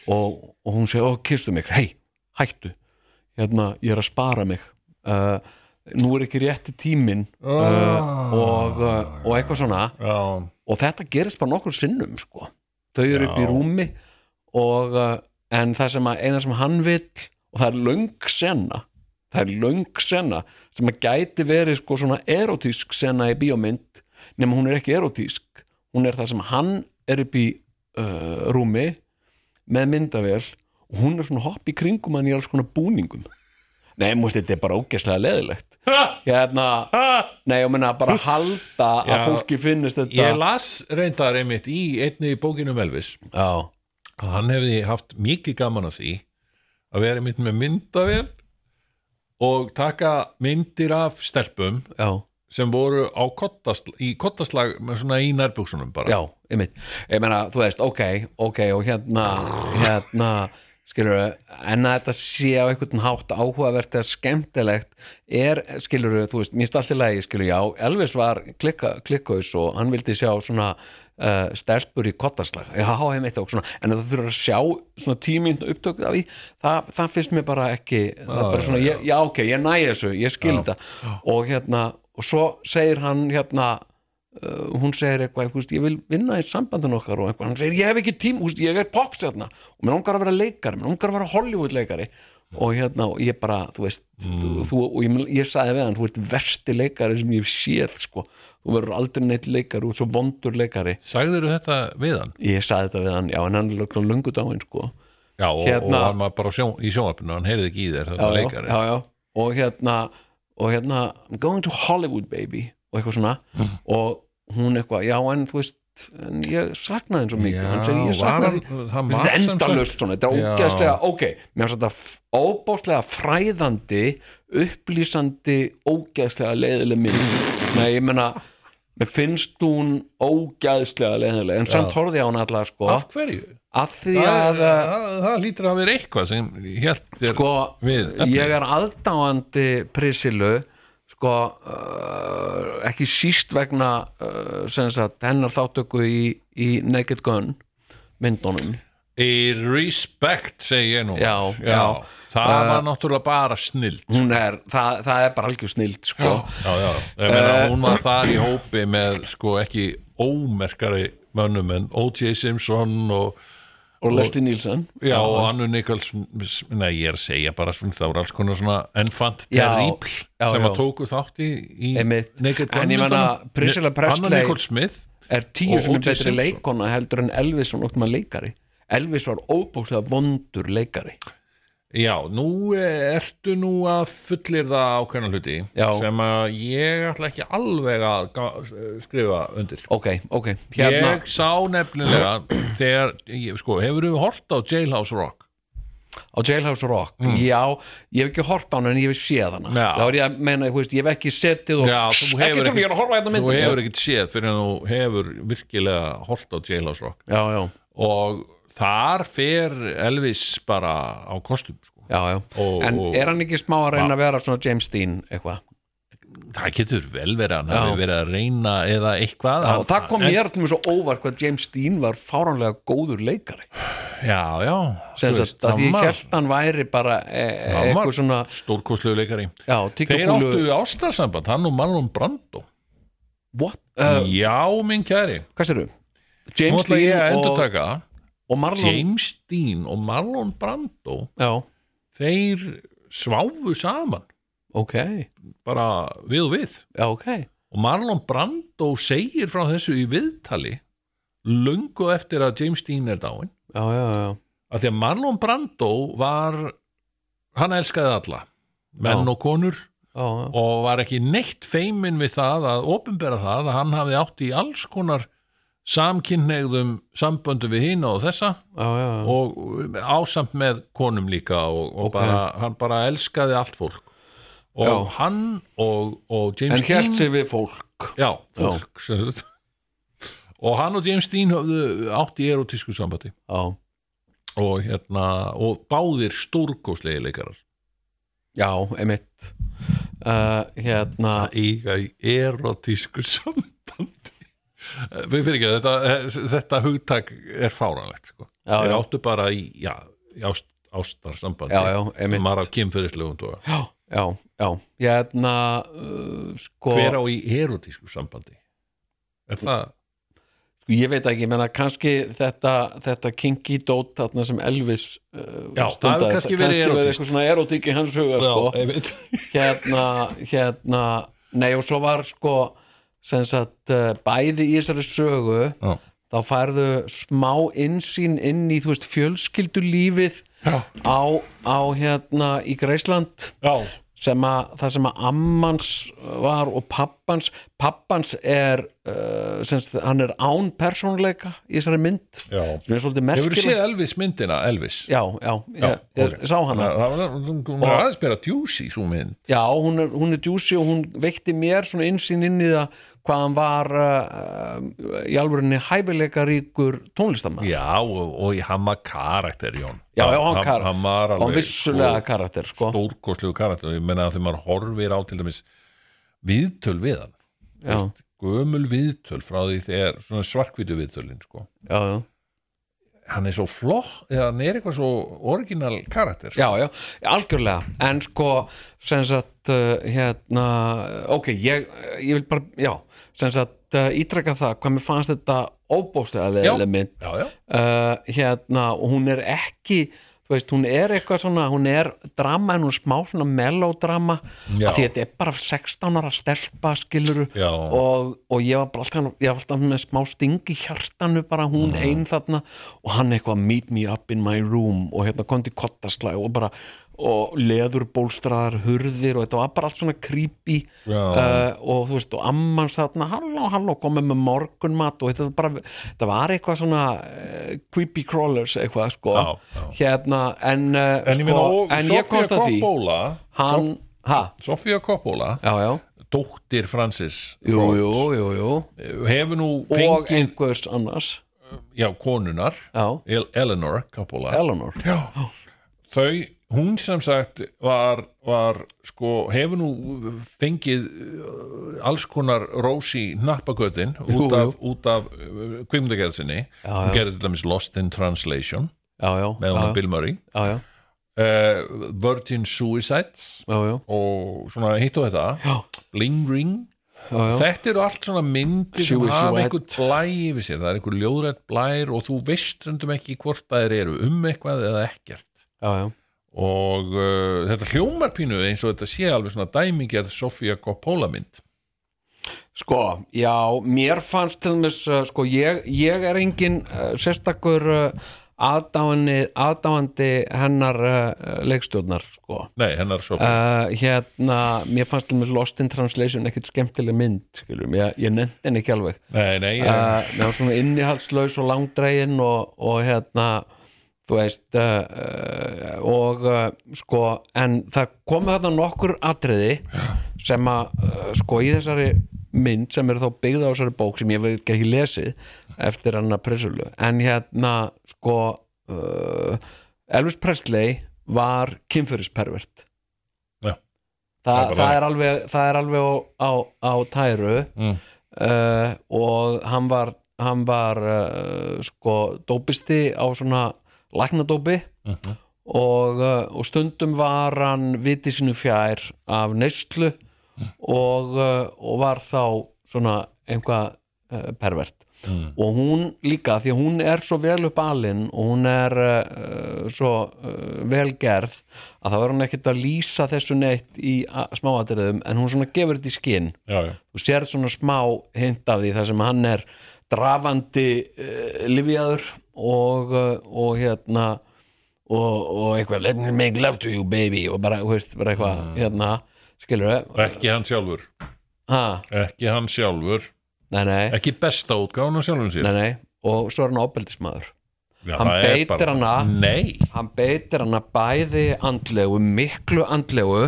Speaker 3: og, og hún segir ó kistu mig, hei hættu hérna ég er að spara mig uh, nú er ekki rétti tíminn uh, og, uh, og eitthvað svona
Speaker 2: Já,
Speaker 3: og þetta gerist bara nokkur sinnum sko. þau eru
Speaker 2: Já.
Speaker 3: upp í rúmi og uh, en það sem að eina sem hann vill og það er löng sena það er löng sena sem að gæti verið sko svona erotísk sena í bíómynd nema hún er ekki erotísk hún er það sem hann er upp í uh, rúmi með myndavél og hún er svona hopp í kringum hann í alls konar búningum nei, múst þetta er bara ógeðslega leðilegt hérna, nei, ég meina bara halda að
Speaker 2: Já.
Speaker 3: fólki finnist þetta
Speaker 2: ég las reyndar einmitt í einni í bókinum Elvis
Speaker 3: Já,
Speaker 2: að hann hefði haft mikið gaman af því að vera einmitt með myndavél og taka myndir af stelpum
Speaker 3: já,
Speaker 2: sem voru á kottast, í kottaslag með svona í nærbuksunum bara
Speaker 3: já, einmitt Ég meina, þú veist, ok, ok og hérna, hérna skilur en að þetta sé á einhvern hátt áhugavert eða skemmtilegt er, skilur þú veist, minnst allt í lagi skilur, já, Elvis var klikka, klikkaus og hann vildi sjá svona uh, stelpur í kottaslag, já, einmitt og svona, en það þurfa að sjá svona tíminn upptökuð af því, það, það finnst mér bara ekki, það er bara svona já, já. ok, ég næ þessu, ég skil þetta og hérna, og svo segir hann hérna uh, hún segir eitthvað, þú veist, ég vil vinna í sambandin okkar og eitthvað, hann segir, ég hef ekki tím, veist, ég er popstjarna og mér langar að vera leikari, mér langar að vera Hollywood-leikari og hérna, og ég bara, þú veist þú, þú, og ég, ég sagði við hann, þú ert versti leikari sem ég hef séð, sko þú verður aldrei neitt leikari, þú ert svo vondur leikari
Speaker 2: Sagðirðu þetta við hann?
Speaker 3: ég sagði þetta við hann, já, en hann er lögum lungu dáin, sko
Speaker 2: Já, og,
Speaker 3: Hérna-
Speaker 2: og hann var bara á sjón, í sjónvarpinu hann heyrði ekki í þér þetta
Speaker 3: já,
Speaker 2: leikari
Speaker 3: já, já. og hérna og hérna, I'm going to Hollywood baby og eitthvað svona
Speaker 2: Mm.
Speaker 3: og hún eitthvað, já en þú veist en ég saknaði henn svo mikið hann segir, ég
Speaker 2: var
Speaker 3: saknaði
Speaker 2: hann- hann
Speaker 3: Þetta
Speaker 2: var
Speaker 3: er
Speaker 2: sem
Speaker 3: endalust svona, þetta er
Speaker 2: Já.
Speaker 3: ógeðslega ok, mér finnst þetta óbáslega fræðandi, upplýsandi ógeðslega leiðileg mynd nei, ég meina mér finnst hún ógeðslega leiðileg en samt horfði ég á hún allar sko
Speaker 2: Af hverju?
Speaker 3: af því
Speaker 2: Það,
Speaker 3: að uh,
Speaker 2: það, það, það lítur að vera eitthvað sem hélt þér
Speaker 3: sko,
Speaker 2: við efnið.
Speaker 3: ég er aðdáandi Prisilu sko, uh, ekki síst vegna uh, sem sagt, hennar þáttöku í, í Naked Gun myndunum
Speaker 2: Í respect segi ég nú
Speaker 3: Já, já. Uh,
Speaker 2: Það var náttúrulega bara snill
Speaker 3: hún er, það, það er bara algjör snild sko.
Speaker 2: Já, já, ég meina
Speaker 3: uh,
Speaker 2: hún var þar í hópi með sko ekki ómerkari mönnum en O.J. Simpson og,
Speaker 3: og Leslie Nielsen
Speaker 2: já, og Annu Nichols nei, ég er að segja bara svona það voru alls konar svona enfant
Speaker 3: Já,
Speaker 2: terrible
Speaker 3: já,
Speaker 2: sem
Speaker 3: já.
Speaker 2: að tóku þátt í, í
Speaker 3: Einmitt.
Speaker 2: Naked
Speaker 3: En ég
Speaker 2: Gun
Speaker 3: meina,
Speaker 2: myndunum.
Speaker 3: Priscilla
Speaker 2: Ne- Anna
Speaker 3: Presley-
Speaker 2: Nichols Smith
Speaker 3: er tíu
Speaker 2: Og
Speaker 3: sem
Speaker 2: O.J.
Speaker 3: betri
Speaker 2: Simpson.
Speaker 3: leikona heldur en Elvis og nokkma leikari Elvis var óbúkslega vondur leikari
Speaker 2: Já, nú eh, ertu nú að fullir það ákveðna hluti
Speaker 3: Já.
Speaker 2: sem að ég ætla ekki alveg að ga- skrifa undir
Speaker 3: ok, ok, hérna
Speaker 2: Ég sá nefnilega þegar, ég, sko, hefur við hort á Jailhouse Rock?
Speaker 3: á Jailhouse Rock já, ég hef ekki hort á hana en ég hef séð hana
Speaker 2: Mm. Já.
Speaker 3: þá er ég að meina, þú veist, ég hef ekki setið og
Speaker 2: Já,
Speaker 3: Sss,
Speaker 2: þú hefur
Speaker 3: ekki trúið, ég er að horfa hérna á
Speaker 2: þú
Speaker 3: myndinni.
Speaker 2: hefur ekkert séð fyrir en þú hefur virkilega hort á Jailhouse Rock
Speaker 3: já, já,
Speaker 2: og þar fer Elvis bara á kostum sko.
Speaker 3: já, já.
Speaker 2: Og-
Speaker 3: en
Speaker 2: og-
Speaker 3: er hann ekki smá að reyna að vera svona James Dean eitthvað,
Speaker 2: það getur vel verið að hann
Speaker 3: Já.
Speaker 2: hafi verið að reyna eða eitthvað
Speaker 3: já,
Speaker 2: hann,
Speaker 3: og það kom
Speaker 2: en-
Speaker 3: mér til mjög svo óvart hvað James Dean var fáránlega góður leikari
Speaker 2: já, já,
Speaker 3: sem
Speaker 2: þú veist,
Speaker 3: sagt að
Speaker 2: hann
Speaker 3: ég
Speaker 2: var-
Speaker 3: held hann væri bara e e-
Speaker 2: hann var
Speaker 3: eitthvað svona
Speaker 2: stórkostlegu leikari
Speaker 3: já,
Speaker 2: þeir
Speaker 3: tyggjúkúlu-
Speaker 2: áttu ástarsamband, hann og Marlon Brando
Speaker 3: what, uh,
Speaker 2: já, minn kæri
Speaker 3: hvað sér
Speaker 2: Mm. nú
Speaker 3: James
Speaker 2: ætla ég að
Speaker 3: Dean og,
Speaker 2: endurtaka
Speaker 3: og Marlon
Speaker 2: James Dean og Marlon Brando
Speaker 3: já,
Speaker 2: þeir sváfu saman
Speaker 3: ok,
Speaker 2: bara við og við
Speaker 3: já, ok
Speaker 2: og Marlon Brando segir frá þessu í viðtali lungu eftir að James Dean er dáin
Speaker 3: já, já, já,
Speaker 2: að því að Marlon Brando var hann elskaði alla menn
Speaker 3: Já.
Speaker 2: og konur
Speaker 3: já, já.
Speaker 2: og var ekki neitt feimin við það að opinbera það að hann hafði átt í alls konar samkynneigðum samböndum við hína og þessa
Speaker 3: já, já, já.
Speaker 2: og ásamt með konum líka og, og bara, hann bara elskaði allt fólk og
Speaker 3: Já.
Speaker 2: hann og, og James
Speaker 3: en hélt
Speaker 2: Dean
Speaker 3: sig við fólk
Speaker 2: já, fólk sem sagt. og hann og James Dean höfðu átt í erotísku sambandi
Speaker 3: já,
Speaker 2: og hérna og báðir stórkoslega leikarar
Speaker 3: já emitt uh, hérna
Speaker 2: eiga í erotísku sambandi Eh, við fyrir ekki, þetta, eh, þetta hugtak er fáranlegt sko.
Speaker 3: Já,
Speaker 2: þeir
Speaker 3: já.
Speaker 2: áttu bara í, já, í ást, ástarsambandi
Speaker 3: já, já, emitt
Speaker 2: sem var af kynferðislegum tóga
Speaker 3: já, já, já hérna uh, sko,
Speaker 2: hver á í erotísku sambandi er það
Speaker 3: sko, ég veit ekki, ég menna kannski þetta, þetta kinky dót þarna sem Elvis uh,
Speaker 2: Já, það
Speaker 3: stundaði,
Speaker 2: hefur kannski verið erótískt.
Speaker 3: eitthvað svona erotík í hans huga sko.
Speaker 2: einmitt
Speaker 3: hérna, hérna nei og svo var sko sem sagt eh, bæði í þessari sögu
Speaker 2: Já.
Speaker 3: þá færðu smá innsýn inn í þú veist fjölskyldulífið
Speaker 2: Já.
Speaker 3: á, á hérna í Greisland
Speaker 2: já,
Speaker 3: sem að það sem að ammans var og pappans pappans er uh, sem sagt, hann er án persónleika í þessari mynd
Speaker 2: já
Speaker 3: sem er svolítið
Speaker 2: hefur þú
Speaker 3: merkileg
Speaker 2: séð Elvis myndina, Elvis
Speaker 3: já, já, ég, ég,
Speaker 2: ok.
Speaker 3: sá hana
Speaker 2: það var hún var aðeins meira djúsi svo mynd
Speaker 3: Já, hún er, hún er djúsi og hún veitti mér svona einsinn inn í það hvað hann var uh, í alvörinni hæfileikaríkur tónlistamann.
Speaker 2: já, og, og í hama karakter Jón
Speaker 3: Já, já, hann,
Speaker 2: hann,
Speaker 3: kar,
Speaker 2: hann var
Speaker 3: hann
Speaker 2: alveg
Speaker 3: vissulega karakter, sko.
Speaker 2: stórkostlegu karakter og ég menna að þegar maður horfir á til dæmis viðtöl við hann
Speaker 3: Já,
Speaker 2: gömul viðtöl frá því þegar svona svarkvítu viðtölin sko.
Speaker 3: já, já.
Speaker 2: hann er svo flott eða hann er eitthvað svo orginal karakter sko.
Speaker 3: Já, já, algjörlega en sko, sem sagt uh, hérna, ok, ég ég vil bara, já, sem sagt uh, ítreka það, hvað mér fannst þetta
Speaker 2: Já.
Speaker 3: óbóðslega element
Speaker 2: já, já,
Speaker 3: uh, hérna og hún er ekki þú veist, hún er eitthvað svona, hún er drama en hún er smá svona melodrama
Speaker 2: Já.
Speaker 3: af því þetta er bara 16 ára stelpa skiluru
Speaker 2: Já.
Speaker 3: og, og ég var bara alltaf, ég var alltaf með smá sting í hjartanu bara hún ein þarna og hann eitthvað meet me up in my room og hérna kom til kottaslag og bara og leður bólstraðar hurðir og þetta var bara allt svona creepy
Speaker 2: Já.
Speaker 3: uh, og þú veist og amman þarna halló halló komið með morgunmat og þetta var bara, þetta var eitthvað svona uh, creepy crawlers eitthvað sko
Speaker 2: Já, já.
Speaker 3: hérna en, uh,
Speaker 2: en ég
Speaker 3: sko,
Speaker 2: meina og
Speaker 3: en
Speaker 2: Sofía
Speaker 3: ég komst að því
Speaker 2: Coppola
Speaker 3: hann, ha,
Speaker 2: Sofía Coppola,
Speaker 3: já já
Speaker 2: dóttir Francis
Speaker 3: jú,
Speaker 2: Ford,
Speaker 3: jú, jú, jú
Speaker 2: hefur nú
Speaker 3: og
Speaker 2: fengið
Speaker 3: einhvers annars
Speaker 2: já, konunar
Speaker 3: já,
Speaker 2: El Eleanor Coppola
Speaker 3: Eleanor já,
Speaker 2: þau, hún sem sagt var, var sko, hefur nú fengið uh, alls konar rósi nappagötin út af, út af uh, kvikmyndagerðsinni hún gerði til dæmis Lost in Translation
Speaker 3: já, já, já,
Speaker 2: með hún Bill Murray
Speaker 3: já, já,
Speaker 2: uh, Virgin Suicides
Speaker 3: já, já.
Speaker 2: og svona hitt og þetta
Speaker 3: Já.
Speaker 2: Bling Ring
Speaker 3: Já, já.
Speaker 2: þetta eru allt svona myndir sem
Speaker 3: Suicide.
Speaker 2: hafa einhver blæ yfir sér, það er einhver ljóðrætt blær og þú veist sundum ekki hvort það eru um eitthvað eða ekkert
Speaker 3: já, já.
Speaker 2: og uh, þetta hljómar pínu eins og þetta sé alveg svona dæmingerð Sofía Coppola mynd
Speaker 3: Sko, já, mér fannst til þess að sko, ég, ég er engin uh, sérstakur uh, aðdáandi, aðdáandi hennar uh, leikstjórnar, sko.
Speaker 2: nei, hennar Sofía
Speaker 3: Uh, hérna, mér fannst til þess Lost in Translation ekkit skemmtileg mynd, skiljum, ég, ég nefndi henni ekki alveg.
Speaker 2: nei, nei, ég,
Speaker 3: Uh, mér var svona innihaldslaus og langdregin og, og hérna, þú veist, uh, uh, og uh, sko, en það komu þarna nokkur atriði sem að uh, sko í þessari mynd sem er þá byggða á þessari bók sem ég veit ekki lesið eftir hann að pressulu en hérna sko uh, Elvis Presley var kynfyrispervert
Speaker 2: Já.
Speaker 3: Þa,
Speaker 2: Það er bara
Speaker 3: það,
Speaker 2: þannig.
Speaker 3: er alveg, það er alveg á, á, á tæru
Speaker 2: Mm.
Speaker 3: uh, og hann var, hann var uh, sko dópisti á svona læknadópi og, uh, og stundum var hann viti sinu fjær af neyslu og, uh, og var þá svona einhvað uh, pervert
Speaker 2: Mm.
Speaker 3: og hún líka því að hún er svo vel upp alinn og hún er uh, svo uh, vel gerð að það var hann ekkert að lýsa þessu neitt í a- smáatriðum en hún svona gefur þetta í skinn
Speaker 2: já, já,
Speaker 3: þú sér svona smá hint af því þar sem hann er drafandi uh, livjaður og, uh, og hérna og, og eitthvað let me make love to you baby og bara, þú veist,
Speaker 2: Mm.
Speaker 3: bara eitthvað hérna, skilur
Speaker 2: ekki hann sjálfur
Speaker 3: þau
Speaker 2: ekki hann sjálfur
Speaker 3: nei, nei,
Speaker 2: ekki besta útgáðan á sjálfum sér
Speaker 3: nei, nei og svo er hann ofbeldismæður
Speaker 2: Já,
Speaker 3: hann
Speaker 2: það er
Speaker 3: beitir
Speaker 2: bara-
Speaker 3: hana.
Speaker 2: nei,
Speaker 3: hann beitir hana bæði andlegu miklu andlegu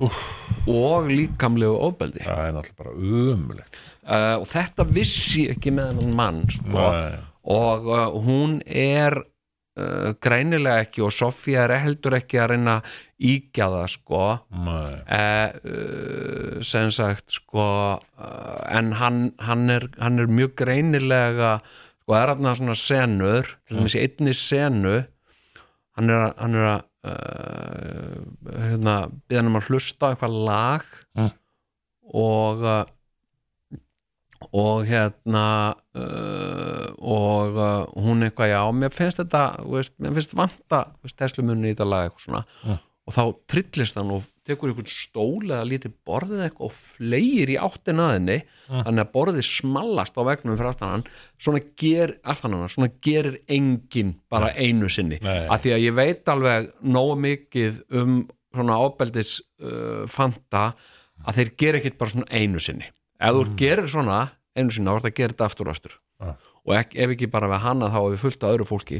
Speaker 3: og líkamlegu ofbeldi
Speaker 2: það er náttúrulega bara umulegt
Speaker 3: uh, og þetta vissi ég ekki með hennan mann sko.
Speaker 2: Nei.
Speaker 3: og uh, hún er uh, greinilega ekki og Sofía er heldur ekki að reyna að íkja það sko Eh, uh, sem sagt sko uh, en hann, hann, er, hann er mjög greinilega sko það er hann svona senur til dæmis í einni senu hann er, að- hann er að uh, hérna, byrja hann um að hlusta á eitthvað lag
Speaker 2: Mm.
Speaker 3: og uh, og hérna uh, og uh, hún eitthvað já, mér finnst þetta þú veist, mér finnst vanta teslumunni í þetta lag eitthvað svona og þá trillist hann og tekur einhvern stól eða lítið borðið eitthvað og fleir í áttin að henni
Speaker 2: Ah.
Speaker 3: þannig að borðið smallast á vegnum fyrir aftan hann svona, ger, aftan hana, svona gerir enginn bara einu sinni
Speaker 2: Nei.
Speaker 3: að því að ég veit alveg nógu mikið um svona ábeldis uh, fanta að þeir gera ekkit bara svona einu sinni ef
Speaker 2: Mm.
Speaker 3: þú gerir svona einu sinni þá er þetta að gera þetta aftur og aftur
Speaker 2: Ja.
Speaker 3: og ekki, ef ekki bara við hana þá er við fullt af öðru fólki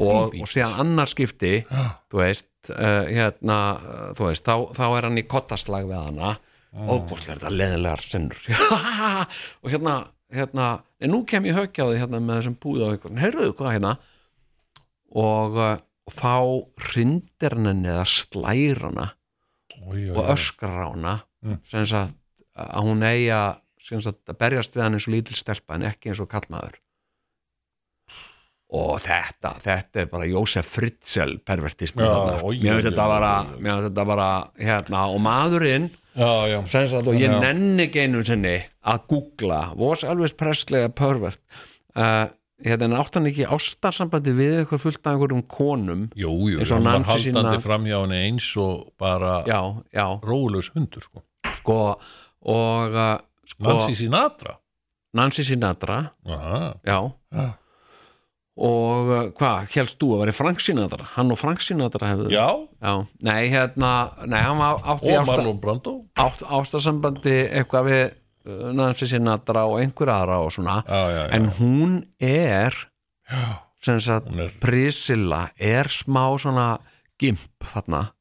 Speaker 3: og, og síðan annar skipti þú veist, uh, hérna uh, þú veist, þá, þá er hann í kottaslag við hana óbúslega er þetta leðilegar sinnur og hérna, hérna en nú kem ég höggja á því hérna með þessum búið á einhvern, heyrðu hvað hérna og, uh, og þá hrindir hann henni eða slær hana
Speaker 2: Oj, oj,
Speaker 3: og
Speaker 2: oj.
Speaker 3: öskrar á hana
Speaker 2: Mm.
Speaker 3: sem sagt að hún eigi að, sem sagt, að berjast við hann eins og lítil stelpa en ekki eins og kallmaður og þetta þetta er bara Jósef Fritzl pervertismi
Speaker 2: Já,
Speaker 3: þarna, sko.
Speaker 2: oj,
Speaker 3: mér finnst
Speaker 2: oj,
Speaker 3: þetta
Speaker 2: oj,
Speaker 3: bara,
Speaker 2: oj, oj.
Speaker 3: mér finnst þetta bara hérna, og maðurinn
Speaker 2: já, já,
Speaker 3: sem sagt, og ég
Speaker 2: Já.
Speaker 3: nenni ekki einu sinni að googla was Elvis Presley a pervert uh, hérna, en átt hann ekki ástarsambandi við eitthvað fullt af einhverjum konum
Speaker 2: jú, jú,
Speaker 3: Eins og
Speaker 2: hann var
Speaker 3: Nancy sína-
Speaker 2: haldandi framhjá henni eins og bara
Speaker 3: já, já,
Speaker 2: rólaus hundur sko.
Speaker 3: sko og uh, sko,
Speaker 2: Nancy Sinatra
Speaker 3: Nancy Sinatra
Speaker 2: Aha.
Speaker 3: já
Speaker 2: Já.
Speaker 3: og uh, hvað, helst þú að veri Frank Sinatra hann og Frank Sinatra hefðu
Speaker 2: já,
Speaker 3: Já. nei, hérna, nei, hann var átti
Speaker 2: og
Speaker 3: ásta,
Speaker 2: Marlon Brando
Speaker 3: átt, ástasambandi eitthvað við uh, Nancy Sinatra og einhver aðra og svona
Speaker 2: já, já, já.
Speaker 3: en hún er
Speaker 2: Já.
Speaker 3: sem sagt,
Speaker 2: Hún er-
Speaker 3: Priscilla er smá svona gimp þarna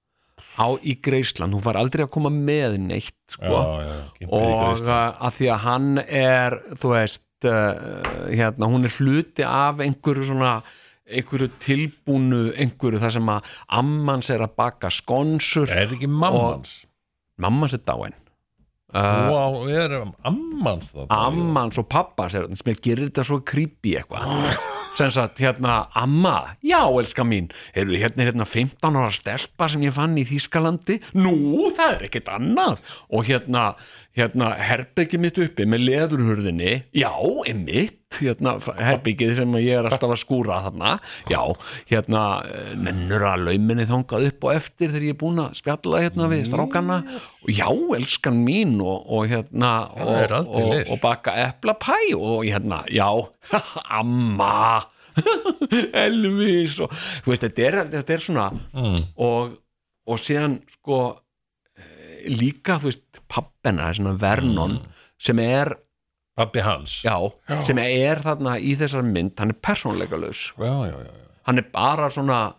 Speaker 3: á í Greisland, hún var aldrei að koma með neitt, sko
Speaker 2: já, já, gimpið í
Speaker 3: og
Speaker 2: greiðslu.
Speaker 3: að því að hann er þú veist uh, hérna, hún er hluti af einhverju svona einhverju tilbúnu einhverju þar sem að ammans er að baka skonsur,
Speaker 2: er ekki mammans
Speaker 3: mammans er dáin
Speaker 2: og uh, er ammans það
Speaker 3: ammans og pappans er sem er gerir þetta svo creepy eitthvað sem sagt hérna amma já elska mín, eru hérna er hérna 15 ára stelpa sem ég fann í Þýskalandi nú það er ekkert annað og hérna, hérna herbyggi mitt uppi með leðurhurðinni já, einmitt hérna, herbyggið sem ég er alltaf að skúra þarna já, hérna eh, nennur að lauminni þangað upp og eftir þegar ég er búin að spjalla hérna við strákana og já, elskan mín og, og hérna
Speaker 2: Það er
Speaker 3: og,
Speaker 2: aldrei
Speaker 3: og,
Speaker 2: leys.
Speaker 3: og baka eplapæ og hérna, já, amma Elvis og þú veist, þetta er, þetta er svona
Speaker 2: Mm.
Speaker 3: og, og síðan sko eh, líka, þú veist, pappena svona
Speaker 2: Mm.
Speaker 3: Vernon sem er
Speaker 2: pappi hans
Speaker 3: já, sem er þarna í þessar mynd hann er persónleika laus
Speaker 2: já, já, já, já.
Speaker 3: hann er bara svona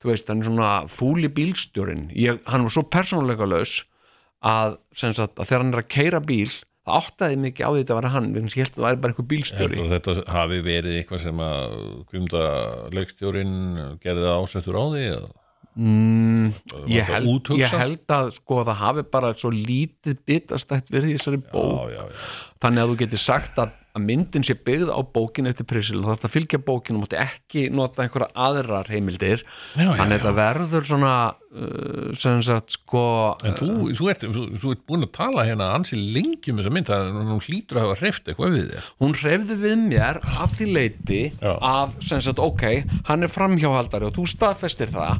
Speaker 3: þú veist, hann er svona fúli bílstjórin ég, hann var svo persónuleika laus að, sem sagt, að þegar hann er að keira bíl það áttaði mig ekki á því þetta var hann vegna þess að ég held að það væri bara eitthvað
Speaker 2: Heldur
Speaker 3: bílstjóri
Speaker 2: að Þetta hafi verið eitthvað sem að kvimda leikstjórin gerði það ásettur á því eða?
Speaker 3: ég
Speaker 2: þetta
Speaker 3: held,
Speaker 2: úthugsað?
Speaker 3: ég held að sko það hafi bara svo lítið bitastætt verið í þessari bók
Speaker 2: Já, já, já,
Speaker 3: þannig að þú getur sagt að, að myndin sé byggð á bókin eftir Prisil þá þarf að fylgja bókin og mátti ekki nota einhverja aðrar heimildir
Speaker 2: Já, já,
Speaker 3: þannig að þetta verður svona uh, sem sagt sko
Speaker 2: En þú, þú, ert, þú, þú ert búin að tala hérna ansi lengi um þessa mynd það er hún hlýtur að hafa hreift eitthvað við þér
Speaker 3: hún hreyfði við mér af því leiti
Speaker 2: Já.
Speaker 3: af, sem sagt, ok, hann er framhjáhaldari og þú staðfestir það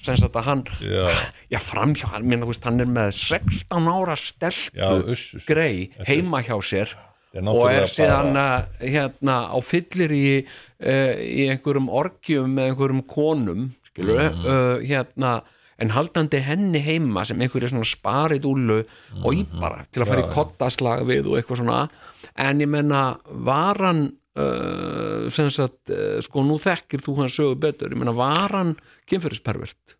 Speaker 3: sem sagt að hann,
Speaker 2: Já,
Speaker 3: já framhjáhaldari minna, veist, hann er með 16 ára stelpu
Speaker 2: já, uss uss.
Speaker 3: grei heima hjá sér
Speaker 2: Þetta er
Speaker 3: og
Speaker 2: náttúrulega
Speaker 3: er síðan
Speaker 2: bara-
Speaker 3: bara... hérna á fyllir í, eh,
Speaker 2: Mhm.
Speaker 3: uh, í einhverjum orkjum með einhverjum konum skilur, mm. hérna en haldandi henni heima sem einhverju svona sparið úlu og í
Speaker 2: Mhm.
Speaker 3: bara til að fara í kottaslag við og eitthvað svona en ég menna var hann uh, sem sagt uh, sko nú þekkir þú hann sögu betur ég menna var hann kynferðispervert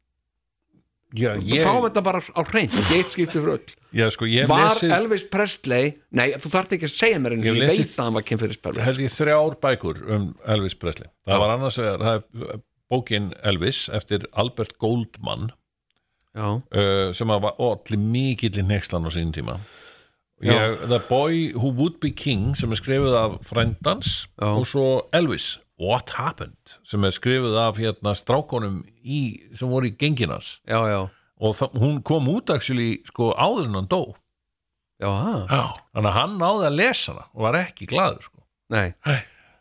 Speaker 2: Já,
Speaker 3: ég... fáum þetta bara á hreint ég skipti fyrir öll
Speaker 2: já, sko, ég hef
Speaker 3: var
Speaker 2: lesið,
Speaker 3: Elvis Presley nei þú þarft ekki að segja mér en
Speaker 2: Ég
Speaker 3: ég,
Speaker 2: hef lesið-
Speaker 3: veit að hann var kynferðispervert
Speaker 2: held ég þrjár bækur um Elvis Presley það var annars vegar, það er bókin Elvis eftir Albert Goldman
Speaker 3: já
Speaker 2: uh, sem að var allir mikill í nexlan á sínum tíma
Speaker 3: Já.
Speaker 2: ég, The Boy Who Would Be King sem er skrifið af frændans
Speaker 3: Já.
Speaker 2: og svo Elvis What Happened sem er skrifið af hérna strákonum í, sem voru í genginas
Speaker 3: já já
Speaker 2: og það, hún kom út actually sko áður en hann dó
Speaker 3: já ha.
Speaker 2: Já. þannig að hann náði að lesa hana og var ekki glaður sko.
Speaker 3: nei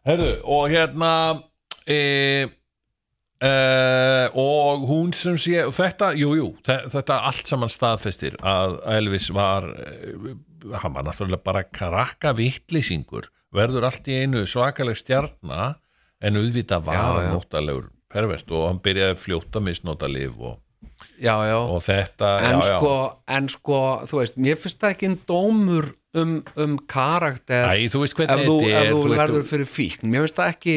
Speaker 2: Herðu, og hérna e, e, og hún sem sé og þetta, jú, jú, þe- þetta allt saman staðfestir að Elvis var e, hann var náttúrulega bara karakka vittlýsingur verður allt í einu svakaleg stjarna en auðvitað var
Speaker 3: Já, já.
Speaker 2: hann nóttalegur pervert og hann byrjaði að fljóta misnóta lif og,
Speaker 3: já já
Speaker 2: og þetta
Speaker 3: en,
Speaker 2: já, já.
Speaker 3: sko, en sko, þú veist, mér finnst það ekki en dómur um, um karakter
Speaker 2: Æ, þú veist
Speaker 3: ef
Speaker 2: hvernig
Speaker 3: þú,
Speaker 2: þetta
Speaker 3: ef
Speaker 2: er
Speaker 3: þú
Speaker 2: veit-
Speaker 3: verður fyrir fíkn mér finnst það ekki,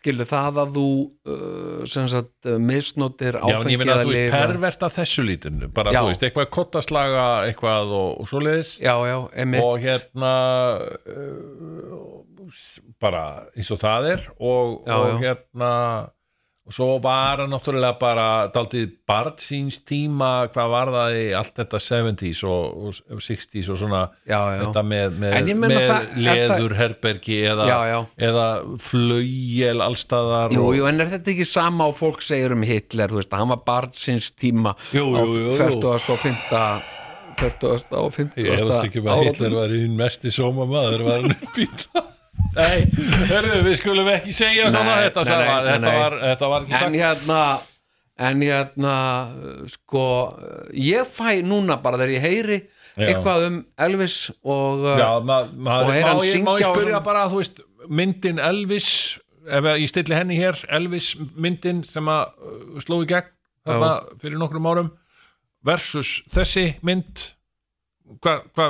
Speaker 3: skilu, það að þú uh, sem sagt, uh, misnotir
Speaker 2: Já, en ég
Speaker 3: áfengi
Speaker 2: meina
Speaker 3: eða
Speaker 2: að þú veist
Speaker 3: lyf eða-
Speaker 2: pervert að þessu lítinu bara
Speaker 3: Já.
Speaker 2: þú veist, eitthvað kottaslaga eitthvað og, og svoleiðis
Speaker 3: já, já, emitt
Speaker 2: og hérna uh, s- bara eins og það er og,
Speaker 3: Já,
Speaker 2: og
Speaker 3: já.
Speaker 2: hérna og svo var hann náttúrulega bara daldið barn síns tíma hvað var það í allt þetta 70s og, og 60s og svona
Speaker 3: já, já,
Speaker 2: þetta með,
Speaker 3: En
Speaker 2: með,
Speaker 3: ég meina
Speaker 2: með
Speaker 3: það- er það-
Speaker 2: leðurherbergi eða,
Speaker 3: Já, já.
Speaker 2: eða flögjel allstaðar
Speaker 3: Jú,
Speaker 2: og,
Speaker 3: jú, en er þetta ekki sama og fólk segir um Hitler, þú veist, að hann var barn sinns tíma
Speaker 2: Jú, jú,
Speaker 3: á
Speaker 2: jú, jú.
Speaker 3: 40. og 50. 40. og 50.
Speaker 2: Ég hefði ekki með að Hitler var hinn mesti sóma maður var hann upp í það Nei, hörðu, við skulum ekki segja
Speaker 3: Nei,
Speaker 2: svona þetta,
Speaker 3: nei,
Speaker 2: nei,
Speaker 3: nei, nei,
Speaker 2: þetta,
Speaker 3: nei.
Speaker 2: Var, þetta var ekki
Speaker 3: en
Speaker 2: sagt
Speaker 3: hérna en hérna uh, sko, uh, ég fæ núna bara þegar ég heyri
Speaker 2: Já.
Speaker 3: eitthvað um Elvis og uh,
Speaker 2: Já, maður,
Speaker 3: Og
Speaker 2: maður,
Speaker 3: heyra
Speaker 2: má, ég, má
Speaker 3: hann
Speaker 2: ég
Speaker 3: syngja og
Speaker 2: spyrja
Speaker 3: svona.
Speaker 2: bara, þú veist, myndin Elvis ef ég stilli henni hér, Elvis myndin sem að uh, sló í gegn þarna fyrir nokkrum árum versus þessi mynd hvað, hva,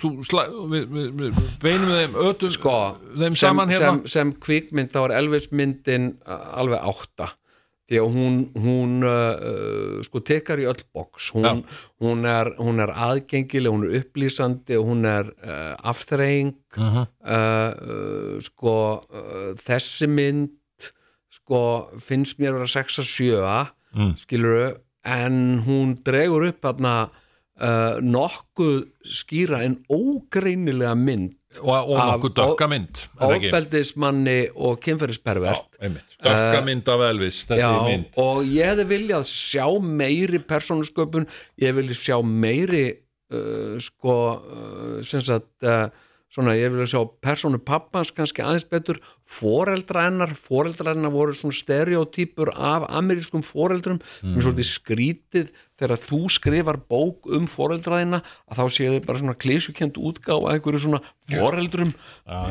Speaker 2: þú sla, við, við, við beinum þeim ötum
Speaker 3: sko,
Speaker 2: þeim
Speaker 3: sem,
Speaker 2: saman hérna
Speaker 3: sem, sem kvikmynd þá er Elvis myndin uh, alveg átta því að hún, hún uh, uh, sko tekar í öll box hún, hún, er, hún er aðgengileg hún er upplýsandi, hún er uh, afþreying
Speaker 2: uh
Speaker 3: uh, sko uh, þessi mynd sko finnst mér að vera 6 að 7
Speaker 2: Mm.
Speaker 3: skiluru en hún dregur upp þarna uh, nokkuð skýra en ógreinilega mynd
Speaker 2: og, og
Speaker 3: Af-
Speaker 2: nokkuð dökka mynd er það ekki?
Speaker 3: ofbeldismanni og kynferðispervert
Speaker 2: einmitt, dökka mynd af Elvis þessi mynd
Speaker 3: og ég hefði viljað sjá meiri persónusköpun, ég hefði viljað sjá meiri uh, sko uh, sem sagt uh, svona ég vilja sjá persónu pappans kannski aðeins betur, foreldra hennar foreldra hennar voru svona stereotypur af amerískum foreldrum sem er svolítið skrítið þegar þú skrifar bók um foreldra þina að þá séu þið bara svona klísukend útgáfa að einhverju svona foreldrum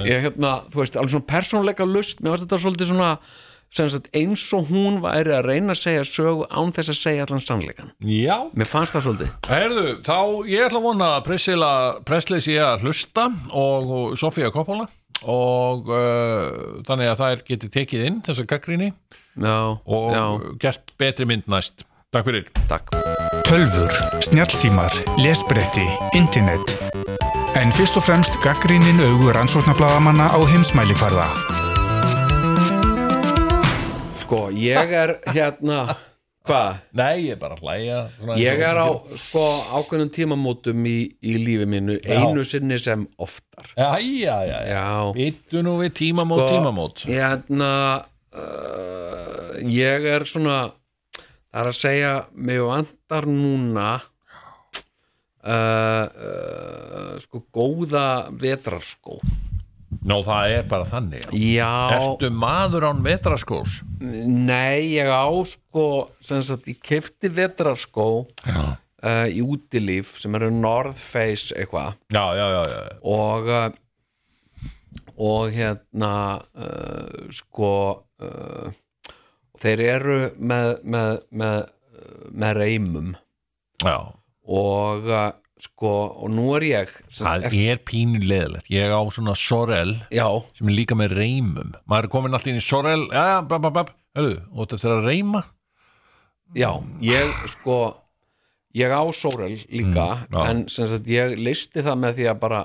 Speaker 3: ég hérna, þú veist, alveg svona persónuleika lust, mér varst þetta svolítið svona sem sagt, eins og hún væri að reyna að segja sögu án þess að segja allan sannleikan
Speaker 2: já,
Speaker 3: mér fannst það svolítið
Speaker 2: heyrðu, þá ég ætla að vona að Priscilla Presley sé að hlusta og, og Sofía Coppola og uh, þannig að þær geti tekið inn þessa gaggrinni
Speaker 3: já,
Speaker 2: og
Speaker 3: já,
Speaker 2: gert betri mynd næst takk fyrir
Speaker 3: takk
Speaker 1: Tölvur, snjallsímar, lesbretti, internet. En fyrst og fremst gaggrínin augu rannsóknarblaðamanna á heimsmælikvarða.
Speaker 3: sko, ég er hérna hvað?
Speaker 2: nei, ég er bara að hlæja svona
Speaker 3: Ég
Speaker 2: eins og-
Speaker 3: er á sko ákveðnum tímamótum í, í lífi mínu einu sinni sem oftar
Speaker 2: Jæja, já, já,
Speaker 3: Já.
Speaker 2: vittu nú við tímamót,
Speaker 3: Sko-
Speaker 2: tímamót
Speaker 3: Ég, hérna, uh, ég er svona það er að segja mig vantar núna uh, uh, sko góða vetrarskó
Speaker 2: Nó, það er bara þannig
Speaker 3: Já,
Speaker 2: Ertu maður án vetraskós?
Speaker 3: nei, ég á sko sem sagt, ég kefti vetrarskó
Speaker 2: Já,
Speaker 3: uh, í útilíf sem eru North Face eitthvað
Speaker 2: já, já, já, já.
Speaker 3: og uh, og hérna eh, uh, sko uh, þeir eru með, með, með með reymum
Speaker 2: já,
Speaker 3: og uh, sko, og nú er ég sem,
Speaker 2: það
Speaker 3: sagt,
Speaker 2: er pínulegilegt ég á svona sorel
Speaker 3: já,
Speaker 2: sem er líka með reymum maður er komin alltaf inn í sorel já, já, bap, bap, bap, hörðu, og þetta er að reyma
Speaker 3: já, ég sko ég á Sorel
Speaker 2: Mm,
Speaker 3: líka
Speaker 2: já.
Speaker 3: en sem sagt, ég leisti það með því að bara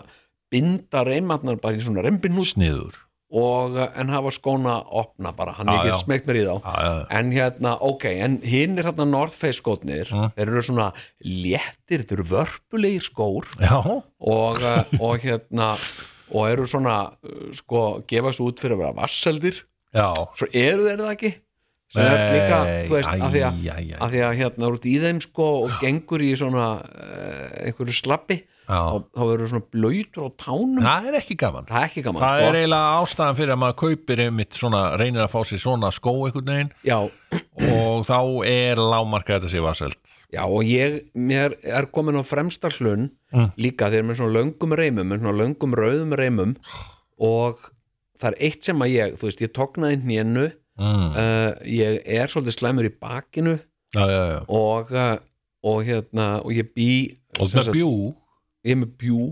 Speaker 3: binda reymatnar bara í svona reymbinút
Speaker 2: sniður
Speaker 3: og uh, en hafa skóna opna bara, hann
Speaker 2: Já,
Speaker 3: er
Speaker 2: já.
Speaker 3: ekki smegt mér í þá
Speaker 2: já, já,
Speaker 3: en hérna, ok, en hinn er hérna North Face skótnir,
Speaker 2: Mm.
Speaker 3: þeir eru svona léttir, þeir eru vörpulegir skór
Speaker 2: já,
Speaker 3: og, uh, og hérna og eru svona, uh, sko, gefast út fyrir að vera vasseldir,
Speaker 2: já.
Speaker 3: svo eru þeir það ekki sem er líka,
Speaker 2: Nei,
Speaker 3: þú veist,
Speaker 2: æ,
Speaker 3: að því að
Speaker 2: æ, æ.
Speaker 3: að því að hérna eru út í þeim sko og gengur í svona uh, einhverju slappi
Speaker 2: Já.
Speaker 3: og þá verður svona blöytur á tánum
Speaker 2: það er ekki gaman
Speaker 3: það er ekki gaman
Speaker 2: það er
Speaker 3: sko
Speaker 2: eiginlega ástæðan fyrir að maður kaupir einmitt svona, reynir að fá sér svona skó einhvern veginn
Speaker 3: já,
Speaker 2: og þá er lámarkað þetta sé vaselt
Speaker 3: já, og ég, mér er komin á fremsta hlun
Speaker 2: Mm.
Speaker 3: líka þeir eru með svona löngum reymum með svona löngum rauðum reymum og það er eitt sem að ég þú veist, ég tognaði hnénu
Speaker 2: mm.
Speaker 3: uh, ég er svolítið slæmur í bakinu
Speaker 2: já, já, já.
Speaker 3: og, uh, og hérna og ég bý
Speaker 2: og
Speaker 3: sem
Speaker 2: þetta
Speaker 3: sagt,
Speaker 2: er bjú
Speaker 3: ég er með bjú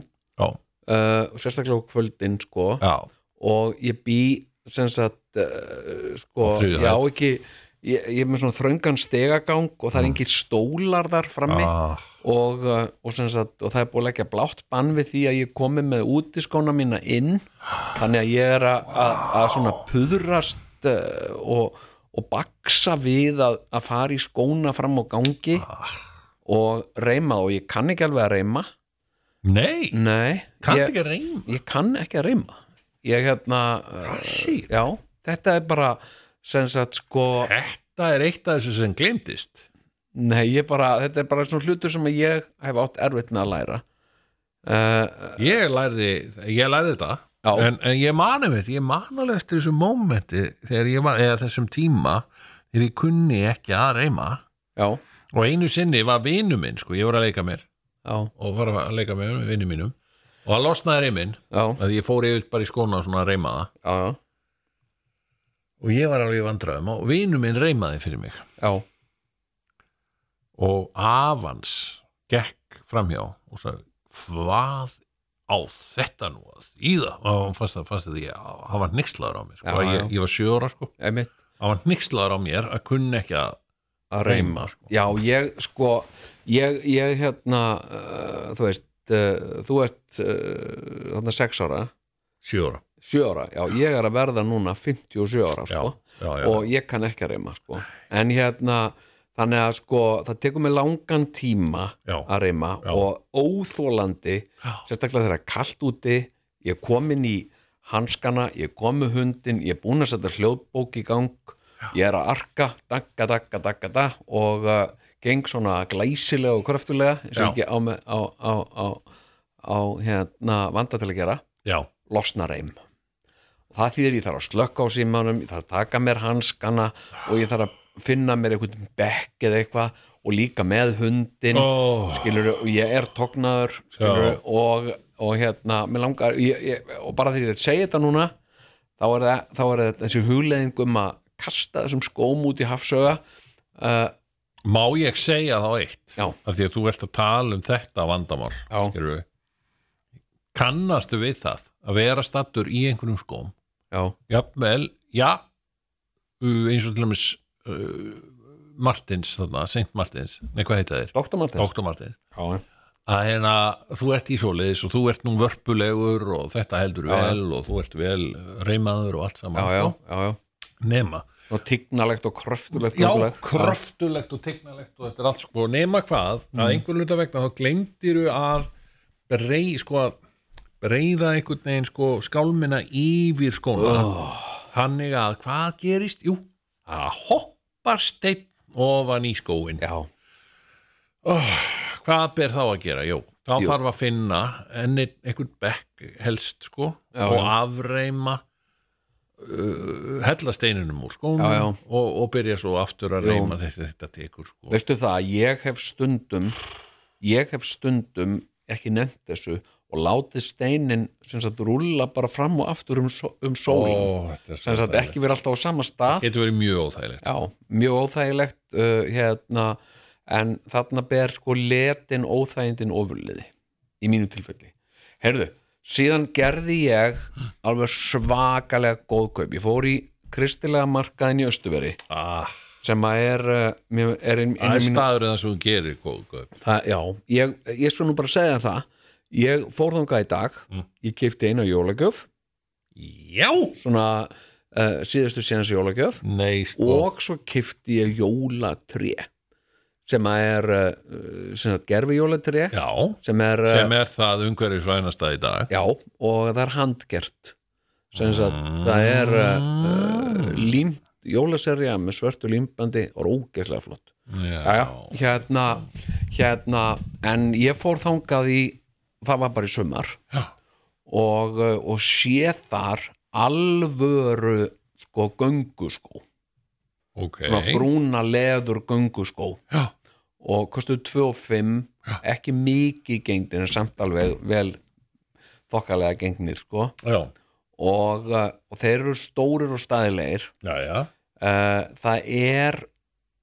Speaker 2: já,
Speaker 3: uh, og sérstaklega á kvöldin sko
Speaker 2: já,
Speaker 3: og ég bý sem sagt uh, sko,
Speaker 2: Á þriðju
Speaker 3: já ekki ég, ég er með svona þröngan stegagang og það er engir stólar þar
Speaker 2: Mm.
Speaker 3: frammi
Speaker 2: ah,
Speaker 3: og, uh, og, sem sagt, og það er búið að leggja blátt bann við því að ég komi með útiskóna mína inn þannig að ég er að, að, að svona puðrast uh, og, og baksa við að, að fara í skóna fram á gangi
Speaker 2: Ah.
Speaker 3: og reyma og ég kann ekki alveg að reyma
Speaker 2: nei,
Speaker 3: nei,
Speaker 2: kanntu
Speaker 3: ég,
Speaker 2: ekki að reyma
Speaker 3: ég kann ekki að reyma ég hérna uh, já, þetta er bara sem sagt sko
Speaker 2: þetta er eitt af þessu sem glemdist
Speaker 3: nei, ég bara, þetta er bara svona hlutur sem ég hef átt erfitt með að læra uh,
Speaker 2: ég lærði, ég lærði þetta
Speaker 3: Já.
Speaker 2: en, en ég mani við, ég man alveg eftir þessu mómenti þegar ég var, eða þessum tíma þegar ég kunni ekki að reyma
Speaker 3: já,
Speaker 2: og einu sinni var vinu minn, sko, ég var að leika mér
Speaker 3: já,
Speaker 2: og var að leika mér með vinu mínum og að losnaði reymin
Speaker 3: já,
Speaker 2: að ég fór yfir bara í skóna og svona að reyma það
Speaker 3: já, já,
Speaker 2: og ég var alveg í vandræðum og vinu minn reymaði fyrir mig
Speaker 3: já.
Speaker 2: og afans gekk framhjá og sagði hvað á þetta nú að þýða og hann fannst það, fannst það ég hann var nixlaður á mér sko.
Speaker 3: Já, já.
Speaker 2: ég, ég var sjöra sko
Speaker 3: einmitt
Speaker 2: hann var nixlaður á mér að kunna ekki að
Speaker 3: að
Speaker 2: reyma
Speaker 3: reyma
Speaker 2: sko.
Speaker 3: já, ég sko ég, ég hérna uh, þú veist uh, þú ert uh, þarna 6 ára
Speaker 2: sjöra
Speaker 3: 7 ára, já, ég er að verða núna 57 ára,
Speaker 2: já,
Speaker 3: sko
Speaker 2: já, já,
Speaker 3: og ég kann ekki að reyma sko. en hérna þannig að sko það tekur mig langan tíma
Speaker 2: Já.
Speaker 3: að reyma
Speaker 2: Já.
Speaker 3: og óþólandi
Speaker 2: Já.
Speaker 3: sérstaklega þegar það er kalt úti ég er komin í hanskana ég er komin hundin, ég er búin að setja hljóðbók í gang, ég er að arka dagga, dagga, dagga, dag og uh, geng svona glæsilega og kröftulega eins
Speaker 2: Já.
Speaker 3: og ekki á, með- á, á, á, á hérna vanda til að gera
Speaker 2: já,
Speaker 3: losna reym og það þýðir ég þarf að slökka á símanum ég þarf að taka mér hanskana og ég þarf að finna mér einhvern bekk eða eitthvað og líka með hundin
Speaker 2: Ó.
Speaker 3: skilur og ég er tognaður skilur og, og hérna mig langar, ég, ég, og bara því ég er að segja þetta núna þá er, það, þá er það, þessi hugleðing um að kasta þessum skóm út í hafsöga uh,
Speaker 2: má ég segja þá eitt
Speaker 3: Já.
Speaker 2: af því að þú ert að tala um þetta vandamál
Speaker 3: Já.
Speaker 2: skilurðu. kannastu við það að vera stattur í einhverjum skóm
Speaker 3: já,
Speaker 2: jafnvel, já uh, eins og til dæmis uh, Martins þarna, Saint Martins nei hvað heita þeir?
Speaker 3: Dr. Martins
Speaker 2: Dr. Martins
Speaker 3: já,
Speaker 2: að hérna, þú ert í svoleiðis og þú ert nú vörpulegur og þetta heldur
Speaker 3: Já, já.
Speaker 2: vel og þú ert vel reymaður og allt
Speaker 3: já,
Speaker 2: saman
Speaker 3: já,
Speaker 2: sko.
Speaker 3: já, já.
Speaker 2: nema
Speaker 3: og tignalegt og kröftulegt
Speaker 2: já,
Speaker 3: köngulegt.
Speaker 2: kröftulegt og teiknalegt og þetta er allt sko, nema hvað að einhvern hluta vegna þá glemdiru að brey, sko að breyða einhvern veginn sko skálmina yfir skóna þannig að hvað gerist? Jú, að hoppar steinn ofan í skóin
Speaker 3: já,
Speaker 2: hvað ber þá að gera? Jú, þá
Speaker 3: Jú.
Speaker 2: þarf að finna enn einn- einhvern bekk helst sko
Speaker 3: Já,
Speaker 2: og
Speaker 3: já.
Speaker 2: afreima uh, hella steininum úr skónum
Speaker 3: Já, já.
Speaker 2: Og, og byrja svo aftur að
Speaker 3: Jú.
Speaker 2: reyma þessi þetta tekur sko.
Speaker 3: veistu það, ég hef stundum ég hef stundum ekki nefnt þessu og látið steinin sem sagt rúlla bara fram og aftur um, só- um sólum
Speaker 2: Ó, þetta er
Speaker 3: sem sagt
Speaker 2: óþægilegt.
Speaker 3: ekki verið alltaf á sama stað
Speaker 2: getur verið mjög óþægilegt
Speaker 3: já, mjög óþægilegt uh, hérna en þarna ber sko letin óþægindin ofurliði í mínu tilfelli herðu, síðan gerði ég alveg svakalega góð kaup ég fór í kristilega markaðin í Östuveri
Speaker 2: ah,
Speaker 3: sem að er, eh, mér- er
Speaker 2: það
Speaker 3: ein, einu
Speaker 2: er
Speaker 3: mínu
Speaker 2: staður eða svo hún gerir góð kaup
Speaker 3: það, já, ég, ég skal nú bara segja það ég fór þangað í dag ég keipti eina jólagjöf
Speaker 2: já,
Speaker 3: svona uh, síðustu síðans jólagjöf
Speaker 2: nei sko
Speaker 3: og svo kifti ég jólatré sem að er uh, sem að gerfi jólatré
Speaker 2: já,
Speaker 3: sem er, uh,
Speaker 2: sem er það umhverju svænasta í dag
Speaker 3: já, og það er handgert sem að það er uh, límt jólaserja með svörtu límbandi og rókeslega flott
Speaker 2: já,
Speaker 3: hérna, hérna en ég fór þangað í það var bara í sumar
Speaker 2: já.
Speaker 3: og, uh, og sé þar alvöru sko gönguskó
Speaker 2: ok
Speaker 3: okay. brúna leður gönguskó
Speaker 2: já,
Speaker 3: og kostuðu 2 og 5 ekki mikið gengnir en samt alveg vel þokkalega gengnir sko
Speaker 2: já,
Speaker 3: og, uh, og þeir eru stórir og staðilegir
Speaker 2: já, já.
Speaker 3: uh, það er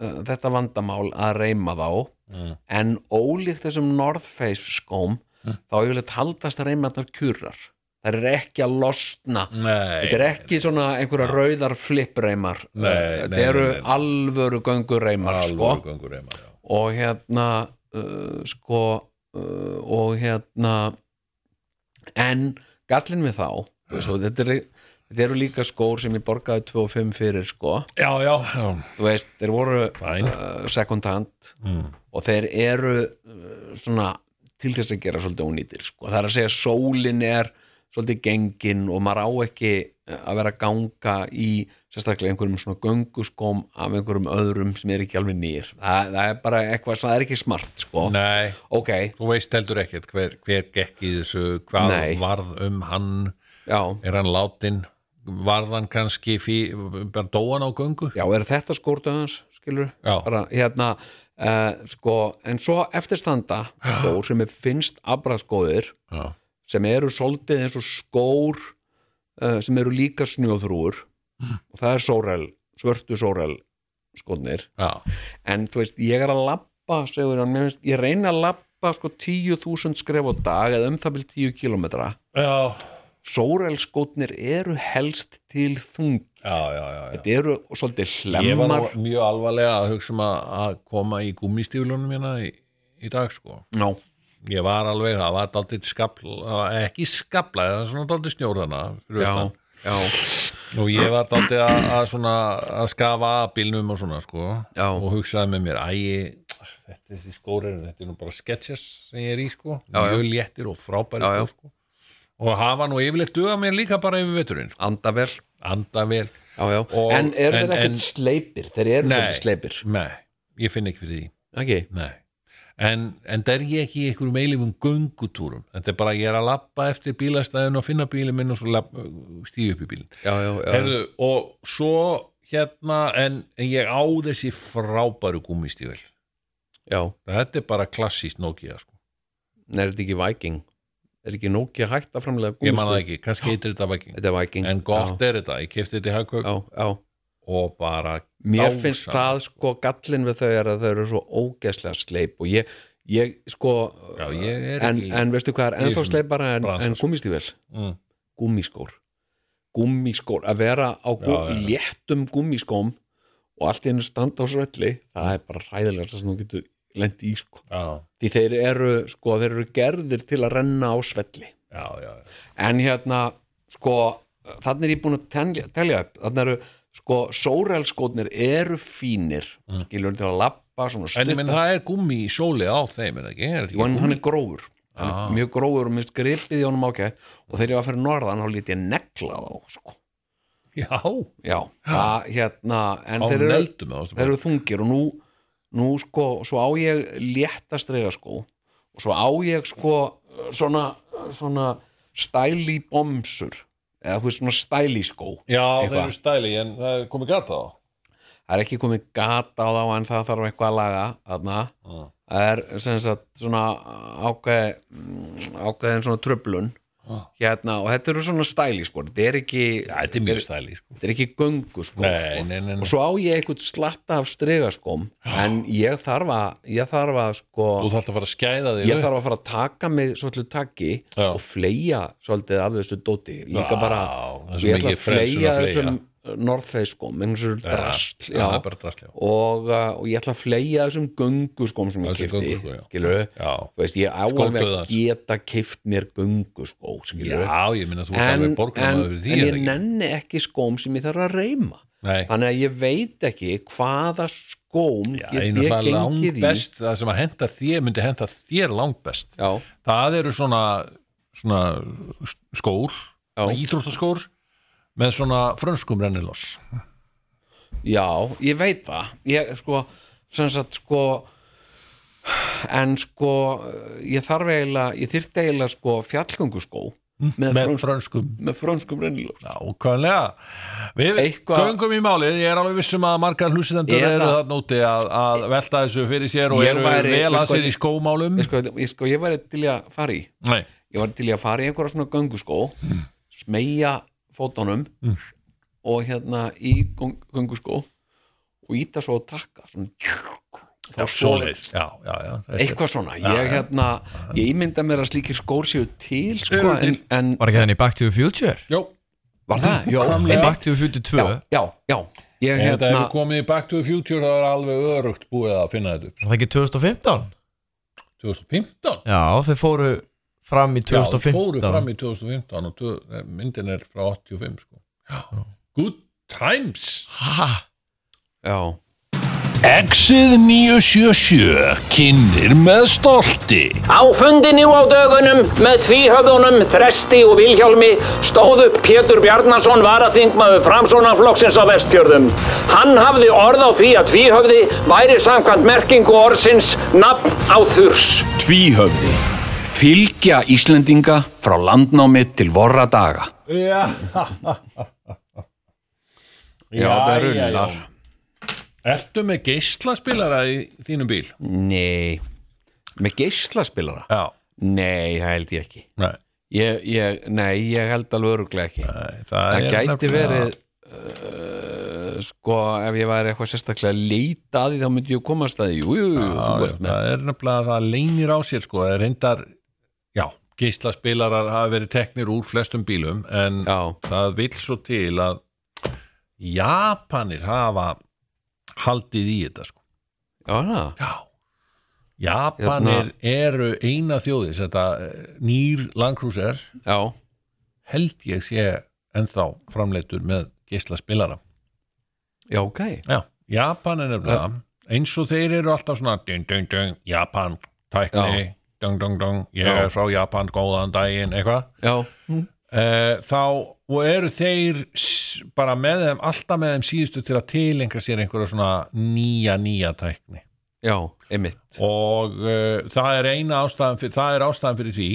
Speaker 3: uh, þetta vandamál að reyma þá
Speaker 2: Mm.
Speaker 3: en ólíkt þessum North Face skóm þá yfirleitt haldast að reyma þar kjurar það er ekki að
Speaker 2: Mm.
Speaker 3: losna
Speaker 2: nei
Speaker 3: Þetta er ekki svona einhverja rauðar flippreimar
Speaker 2: Nei,
Speaker 3: Þetta
Speaker 2: nei,
Speaker 3: eru
Speaker 2: nei, nei.
Speaker 3: alvöru göngureimar sko.
Speaker 2: alveg gangur reyma já.
Speaker 3: og hérna uh, sko uh, og hérna en gallin við þá svo, þetta, er, þetta eru líka skór sem ég borgaði 2.5 fyrir sko
Speaker 2: já, já, já,
Speaker 3: þú veist, þeir voru
Speaker 2: Fine.
Speaker 3: uh, second hand
Speaker 2: Mm.
Speaker 3: og þeir eru uh, svona til þess að gera svolítið ónýtir sko. það er að segja að sólin er svolítið gengin og maður á ekki uh, að vera að ganga í sérstaklega einhverjum svona gönguskóm af einhverjum öðrum sem er ekki alveg nýr það, það er bara eitthvað, það er ekki smart sko.
Speaker 2: nei
Speaker 3: ok,
Speaker 2: þú veist heldur ekkert hver, hver gekk í þessu hvað
Speaker 3: Nei.
Speaker 2: varð um hann
Speaker 3: já
Speaker 2: er hann látin varð hann kannski fí, bara dóan á göngu
Speaker 3: já, er þetta skórtu hans, skilur
Speaker 2: Já.
Speaker 3: bara hérna uh, sko, en svo eftirstanda skór sem er finnst abraskóðir
Speaker 2: já,
Speaker 3: sem eru soldið eins og skór uh, sem eru líka snjóþrúur og það er sórel, svörtu sórel skotnir,
Speaker 2: já,
Speaker 3: en þú veist ég er að labba, segur hann, mér finnst ég reyna að labba sko 10.000 skref á dag eða um það vil 10 kilometra
Speaker 2: já,
Speaker 3: sórel skotnir eru helst til þung,
Speaker 2: já, já, já, já.
Speaker 3: þetta eru svolítið
Speaker 2: ég var
Speaker 3: hlemmar
Speaker 2: nú mjög alvarlega að hugsa um að, að koma í gummistíflunum hérna í, í dag sko
Speaker 3: Ná,
Speaker 2: ég var alveg, það var dálítið skabla það var ekki skabla, það var svona dálítið snjórðana fyrir
Speaker 3: já,
Speaker 2: austan
Speaker 3: já,
Speaker 2: og ég var dálítið að, að svona að skafa að bílnum og svona sko
Speaker 3: Já.
Speaker 2: og hugsaði með mér, æ þetta er þessi skórir, þetta er nú bara sketches sem ég er í sko,
Speaker 3: já.
Speaker 2: mjög léttir og frábæri
Speaker 3: Já, já.
Speaker 2: skór sko og hafa nú yfirleitt duga mér líka bara yfir veturinn sko.
Speaker 3: anda vel
Speaker 2: anda vel,
Speaker 3: já, já.
Speaker 2: Og-
Speaker 3: en eru
Speaker 2: en-
Speaker 3: þeir
Speaker 2: en-
Speaker 3: ekkert sleipir þeir eru
Speaker 2: Nei.
Speaker 3: svolítið sleipir
Speaker 2: nei, ég finn ekki fyrir því
Speaker 3: okay.
Speaker 2: nei En, en það er ég ekki í einhverjum eilifum göngutúrum þetta er bara að ég er að labba eftir bílastæðin og finna bílinn minn og svo labba, stíu upp í bílinn
Speaker 3: já, já, já,
Speaker 2: Herðu, og svo hérna, en, en ég á þessi frábæru gúmmistível
Speaker 3: já.
Speaker 2: þetta er bara klassíst Nokia sko.
Speaker 3: Nei, er þetta ekki Viking? Er ekki Nokia hægt að framlega
Speaker 2: ég man það ekki, kannski heitir þetta Viking
Speaker 3: Þetta er Viking
Speaker 2: en gott er þetta, ég kefti þetta í
Speaker 3: Já,
Speaker 2: hagkaup
Speaker 3: já, já.
Speaker 2: og bara
Speaker 3: Mér
Speaker 2: dásamlegt.
Speaker 3: finnst það sko gallin við þau er að þau eru svo ógeðslega sleip og ég, ég sko
Speaker 2: Já, ég er
Speaker 3: en,
Speaker 2: ekki-
Speaker 3: en veistu hvað er
Speaker 2: Ég er
Speaker 3: ennþá
Speaker 2: svona
Speaker 3: sleipara en,
Speaker 2: bransa,
Speaker 3: en
Speaker 2: sko.
Speaker 3: gúmmistífel
Speaker 2: mm,
Speaker 3: gúmmiskór gúmmiskór, að vera á gú,
Speaker 2: Já, já, já.
Speaker 3: léttum gúmmiskóm og allt í hennu standa á svelli það er bara hræðilega sem þú getur lendi í sko,
Speaker 2: já,
Speaker 3: því þeir eru sko, þeir eru gerðir til að renna á svelli
Speaker 2: já, já, já.
Speaker 3: en hérna sko, þannig er ég búin að telja, telja upp þannig eru sko, sórelskotnir eru fínir mm. skilur til að lappa
Speaker 2: en
Speaker 3: svona
Speaker 2: ég
Speaker 3: stutt
Speaker 2: menn það er gúmmi í sóli á þeim er það ekki, er
Speaker 3: Jú,
Speaker 2: þetta
Speaker 3: en
Speaker 2: ekki
Speaker 3: hann er grófur hann
Speaker 2: Ah.
Speaker 3: er mjög grófur og minnst gripið í honum ákætt og þegar ég var fyrir norðan þá lítið negla þá sko.
Speaker 2: já,
Speaker 3: já, það, hérna
Speaker 2: á
Speaker 3: en þeir eru,
Speaker 2: neldum eða
Speaker 3: þeir
Speaker 2: varstu
Speaker 3: eru þungir og nú, nú sko, svo á ég létta strega sko og svo á ég sko svona, svona stæli bomsur eða hvað svona stæli skó
Speaker 2: bara- já, þeir
Speaker 3: Eitthvað.
Speaker 2: eru stæli, en það er komið gata á
Speaker 3: það er ekki komið gata á þá en það þarf eitthvað að laga þarna
Speaker 2: Mm.
Speaker 3: það er sem sagt svona ákveð ákveðin svona tröflun
Speaker 2: Ah.
Speaker 3: hérna, og þetta eru svona stæli sko. þetta er ekki,
Speaker 2: Ja, þetta er mjög stæli sko.
Speaker 3: þetta er ekki göngu sko,
Speaker 2: Nei,
Speaker 3: sko.
Speaker 2: nei, nei, nei.
Speaker 3: og svo á ég eitthvað slatta af stregaskóm en ég þarf að ég þarf að sko
Speaker 2: Þú þarft að fara að skæða þig
Speaker 3: ég
Speaker 2: upp.
Speaker 3: þarf að fara að taka mig svolítið takki
Speaker 2: Já.
Speaker 3: og fleia svolítið af þessu dóti líka
Speaker 2: Vá,
Speaker 3: bara,
Speaker 2: það er svo
Speaker 3: ég ætla
Speaker 2: mikið
Speaker 3: að
Speaker 2: frelsun
Speaker 3: fleia
Speaker 2: að fleygja.
Speaker 3: þessum sko, norðfeyskóm, þessu drast
Speaker 2: Já, það er bara drasl, já.
Speaker 3: og, uh, og ég ætla að fleia þessum gönguskóm sem ég
Speaker 2: Þessum
Speaker 3: kifti
Speaker 2: gönguskó, já.
Speaker 3: skilur
Speaker 2: Já.
Speaker 3: þú veist, ég á alveg að
Speaker 2: Skórdauðans.
Speaker 3: geta kift mér gönguskó, skilur
Speaker 2: Já, ég minna þú ert
Speaker 3: en,
Speaker 2: alveg
Speaker 3: en,
Speaker 2: borgunum
Speaker 3: en
Speaker 2: öður því er
Speaker 3: ég
Speaker 2: það ekki?
Speaker 3: nenni ekki skóm sem ég þarf að reyma
Speaker 2: Nei.
Speaker 3: þannig að ég veit ekki hvaða skóm
Speaker 2: Já,
Speaker 3: get
Speaker 2: einu
Speaker 3: ég
Speaker 2: það
Speaker 3: gengið í
Speaker 2: langbest það sem að henda þér myndi henda þér langbest
Speaker 3: Já.
Speaker 2: það eru svona, svona skór
Speaker 3: Já.
Speaker 2: íþróttaskór með svona frönskum renniloss
Speaker 3: Já, ég veit það ég sko, sem sagt sko en sko ég þarf eiginlega, ég þyrfti eiginlega sko fjallgönguskó með,
Speaker 2: Mm. með
Speaker 3: frönskum,
Speaker 2: frönskum
Speaker 3: með frönskum rennilós
Speaker 2: Nákvæmlega Við
Speaker 3: Eitthvað-
Speaker 2: göngum í málið, ég er alveg vissum að margar hlustendur
Speaker 3: Eða-
Speaker 2: eru þarna úti að, að velta þessu fyrir sér og
Speaker 3: Ég
Speaker 2: eru
Speaker 3: væri-
Speaker 2: vel að
Speaker 3: sko,
Speaker 2: sér í skómálum
Speaker 3: ég, sko, ég, sko, ég var til í að fara í
Speaker 2: Nei,
Speaker 3: ég var til í að fara í einhverja svona gönguskó
Speaker 2: Mm.
Speaker 3: smeygja fótunum og hérna í göng- gönguskó og íta svo að takka svona,
Speaker 2: já,
Speaker 3: Þá
Speaker 2: svoleiðis Já, já, já þetta er-
Speaker 3: eitthvað svona, ég hérna ég ímynda mér að slíkir skór séu til sko,
Speaker 2: Eru til.
Speaker 3: en, en
Speaker 4: Var ekki þannig Back to the Future?
Speaker 2: Jó,
Speaker 3: var það? Jó,
Speaker 4: Nei,
Speaker 3: einmitt.
Speaker 4: Back to the Future 2
Speaker 3: já, já, já ég
Speaker 2: en þetta
Speaker 3: hérna,
Speaker 2: hefur komið í Back to the Future það er alveg örugt búið að finna þetta upp
Speaker 4: Var það ekki 2015?
Speaker 2: 2015?
Speaker 4: Já, þau fóru fram í
Speaker 2: Já, fóru
Speaker 4: 2015
Speaker 2: fram í 2015 og tvö, eh, myndin er frá 85 sko. Good times
Speaker 4: Ha,
Speaker 3: já,
Speaker 2: Exið 977 kynir með stolti
Speaker 5: Á fundinu á dögunum með tvíhöfðunum, Þresti og Vilhjálmi stóð upp Pétur Bjarnason varaþingmaður framsónaflokksins á vestfjörðum. Hann hafði orð á því að tvíhöfði væri samkvæmt merkingu orðsins nafn á þurs.
Speaker 3: tvíhöfði fylgja Íslendinga frá landnámi til vorra daga
Speaker 2: Já
Speaker 3: já, það er rauninnar
Speaker 2: já. Ertu með geislaspilara í þínum bíl?
Speaker 3: nei, með geislaspilara
Speaker 2: Já
Speaker 3: nei, það held ég ekki
Speaker 2: Nei,
Speaker 3: ég, ég, nei, ég held alveg öruglega ekki
Speaker 2: það,
Speaker 3: það
Speaker 2: er
Speaker 3: gæti
Speaker 2: nefnilega-
Speaker 3: verið uh, sko, ef ég væri eitthvað sérstaklega að leita að því þá myndi ég komast að því jú, jú, jú,
Speaker 2: Já,
Speaker 3: þú
Speaker 2: já,
Speaker 3: ert með
Speaker 2: það er nefnilega að það leynir á sér sko, það er reyndar já, geislaspilarar hafa verið teknir úr flestum bílum en
Speaker 3: Já.
Speaker 2: það vill svo til að Japanir hafa haldið í þetta sko.
Speaker 3: já, það,
Speaker 2: Já
Speaker 3: Hérna-
Speaker 2: Japanir eru eina þjóðis þetta eh, nýr landkrúser
Speaker 3: já,
Speaker 2: held ég sé ennþá framleittur með geislaspilara
Speaker 3: já, ok
Speaker 2: Já, Japan er nefnilega eins og þeir eru alltaf svona dun, dun, dun, Japan, tækni
Speaker 3: Já.
Speaker 2: dung, dung, dung, ég
Speaker 3: Já.
Speaker 2: er frá Japan góðan daginn, eitthvað
Speaker 3: já,
Speaker 2: Eh, þá, og eru þeir s- bara með þeim, alltaf með þeim síðustu til að tilengra sér einhverja svona nýja, nýja tækni
Speaker 3: já, einmitt
Speaker 2: og uh, það er eina ástæðan fyrir, það er ástæðan fyrir því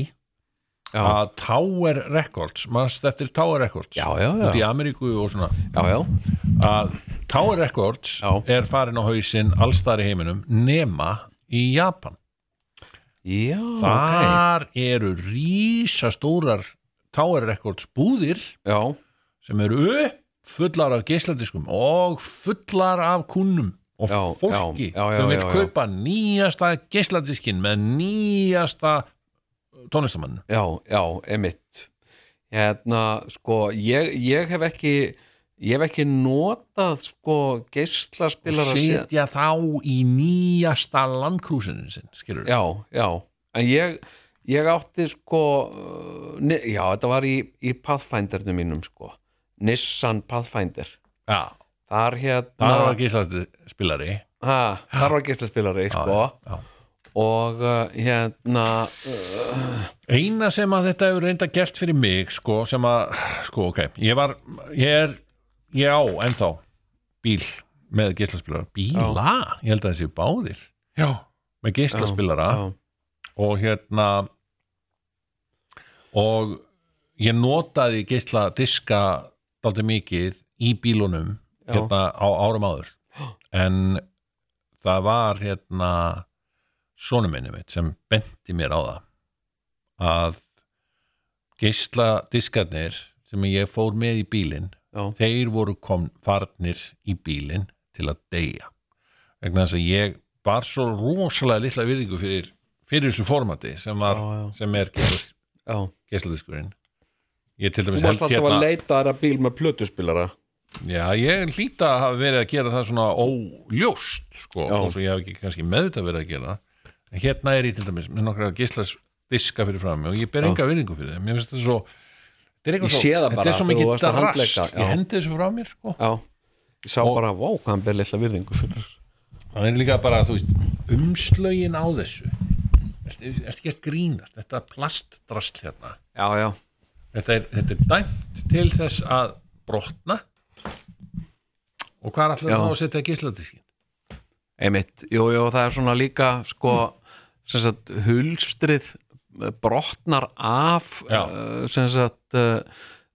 Speaker 3: Já.
Speaker 2: að Tower Records, mannst eftir Tower Records
Speaker 3: Já, já, já.
Speaker 2: út í Ameríku og svona
Speaker 3: já, já,
Speaker 2: að Tower Records
Speaker 3: Já.
Speaker 2: er farin á hausinn allstar í heiminum nema í Japan
Speaker 3: já, ok
Speaker 2: þar eru rísastórar Tower Records búðir
Speaker 3: já,
Speaker 2: sem eru upp fullar af geisladiskum og fullar af kunnum og
Speaker 3: Já,
Speaker 2: fólki
Speaker 3: já, já, já,
Speaker 2: sem vil
Speaker 3: já, já.
Speaker 2: kaupa nýjasta geisladiskin með nýjasta tónlistamann
Speaker 3: já, já, einmitt hérna, sko ég, ég hef ekki ég hef ekki notað sko geislaspilara síðan-
Speaker 2: setja þá í nýjasta landkrúsinu sinn, skilur
Speaker 3: já, já en ég, ég átti sko uh, ne, já, þetta var í, í Pathfindernu mínum sko Nissan Pathfinder
Speaker 2: já,
Speaker 3: þar hérna
Speaker 2: það var geisladispilari
Speaker 3: ha, þar var geislaspilari sko
Speaker 2: já.
Speaker 3: og uh, hérna uh,
Speaker 2: Eina sem að þetta hefur reynda gert fyrir mig sko, sem að, sko, ok ég var, ég er, ég á ennþá bíl með geislaspilara bíla, ég held að þessi báðir já, með geislaspilara
Speaker 3: já,
Speaker 2: og hérna og ég notaði geisladiska dálítið mikið í bílunum
Speaker 3: Já.
Speaker 2: hérna á árum áður en það var hérna sonum minni mitt sem benti mér á það að geisladiskarnir sem ég fór með í bílinn
Speaker 3: Já.
Speaker 2: þeir voru kom farnir í bílinn til að deyja vegna þess að ég var svo rosalega litla virðingu fyrir, fyrir þessu formati sem, var,
Speaker 3: Já, já.
Speaker 2: sem er geisladis-
Speaker 3: já. Þú
Speaker 2: geisladiskurinn ég til dæmis
Speaker 3: varst
Speaker 2: held
Speaker 3: alltaf
Speaker 2: hérna
Speaker 3: að leita þeirra bíl með plötuspilara
Speaker 2: já, ég hlýta að hafa verið að gera það svona óljóst sko,
Speaker 3: Já.
Speaker 2: og svo ég haf ekki kannski meðvitað verið að gera það. en hérna er ég til dæmis með nokkra geisladiska fyrir fram og ég ber enga virðingu fyrir þeim ég finnst þetta svo þetta er eitthvað
Speaker 3: Ég
Speaker 2: svo-
Speaker 3: sé það
Speaker 2: þetta
Speaker 3: bara
Speaker 2: er svo
Speaker 3: þegar þú
Speaker 2: mikið
Speaker 3: varst að
Speaker 2: drast
Speaker 3: handleggja, já.
Speaker 2: ég hendi þessu frá mér sko.
Speaker 3: Já, ég sá bara, vá, hvað hann ber litla virðingu fyrir
Speaker 2: Það er líka bara, þú veist, umslögin á þessu Ertu ert ekki að grínast, þetta plastdrasl hérna
Speaker 3: Já, já,
Speaker 2: þetta er, þetta er dæmt til þess að brotna og hvað er allir
Speaker 3: Já.
Speaker 2: þá að setja gísladiskin?
Speaker 3: einmitt Jú, jú, það er svona líka, sko sem sagt, hulstrið eh, brotnar af
Speaker 2: Já.
Speaker 3: eh, sem sagt uh,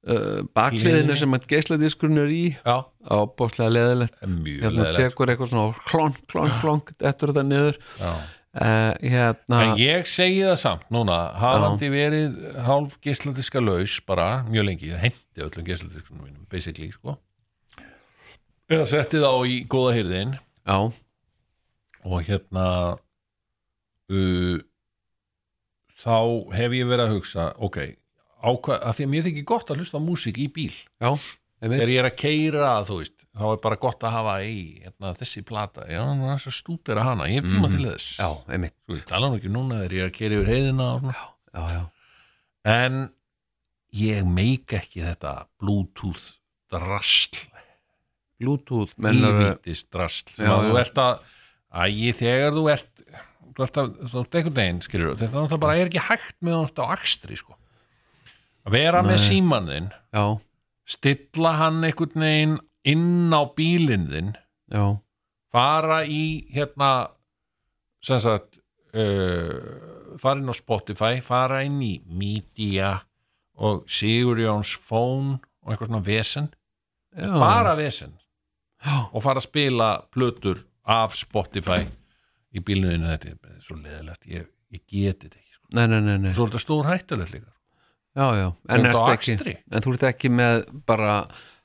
Speaker 3: uh, bakliðinu
Speaker 2: Hliðinni.
Speaker 3: sem að geisladiskurinn er í
Speaker 2: Já,
Speaker 3: á bóðslega leðilegt
Speaker 2: mjög
Speaker 3: hérna
Speaker 2: leðilegt
Speaker 3: tekur eitthvað svona klonk, klonk, klonk eftir þetta niður
Speaker 2: Já.
Speaker 3: uh, hérna,
Speaker 2: En ég segi það samt núna, hafandi verið hálf gísladiska laus bara, mjög lengi, ég hendi öllum gísladiskunum mínum, basically, sko eða setti þá í góða hyrðin
Speaker 3: já,
Speaker 2: og hérna uh, þá hef ég verið að hugsa ok, ákvað, að því að mér þykir gott að hlusta á músík í bíl
Speaker 3: já, einmitt
Speaker 2: þegar ég er að keira, þú veist þá er bara gott að hafa í hérna, þessi plata, já, það er svo stútir að hana ég hef tíma til þess
Speaker 3: Mhm. já, einmitt,
Speaker 2: Þú veist, tala nú ekki núna þegar ég er að keira yfir heiðina og svona
Speaker 3: já, já,
Speaker 2: en ég meik ekki þetta bluetooth drasl
Speaker 3: bluetooth mennur,
Speaker 2: ívítis drasl sem
Speaker 3: Já,
Speaker 2: að þú
Speaker 3: já.
Speaker 2: ert að ægi þegar þú ert þú ert að, þú ert einhvern veginn skilur þetta er náttúrulega bara er ekki hægt með þú ert á akstri sko. að vera með símann þinn
Speaker 3: já,
Speaker 2: stilla hann einhvern veginn inn á bílinn þinn
Speaker 3: já
Speaker 2: fara í hérna sem sagt uh, fara inn á Spotify fara inn í Media og Sigurjóns Phone og eitthvað svona vesen
Speaker 3: Já.
Speaker 2: bara vesen
Speaker 3: Já.
Speaker 2: og fara að spila plötur af Spotify í bílnuðinu þetta er svo leðilegt, ég, ég geti þetta ekki sko.
Speaker 3: Nei, nei, nei, nei.
Speaker 2: svo er þetta stór hættulegt líka
Speaker 3: Já, já,
Speaker 2: Þú
Speaker 3: en,
Speaker 2: ert á
Speaker 3: ertu ekki,
Speaker 2: akstri.
Speaker 3: en þú ert ekki með bara,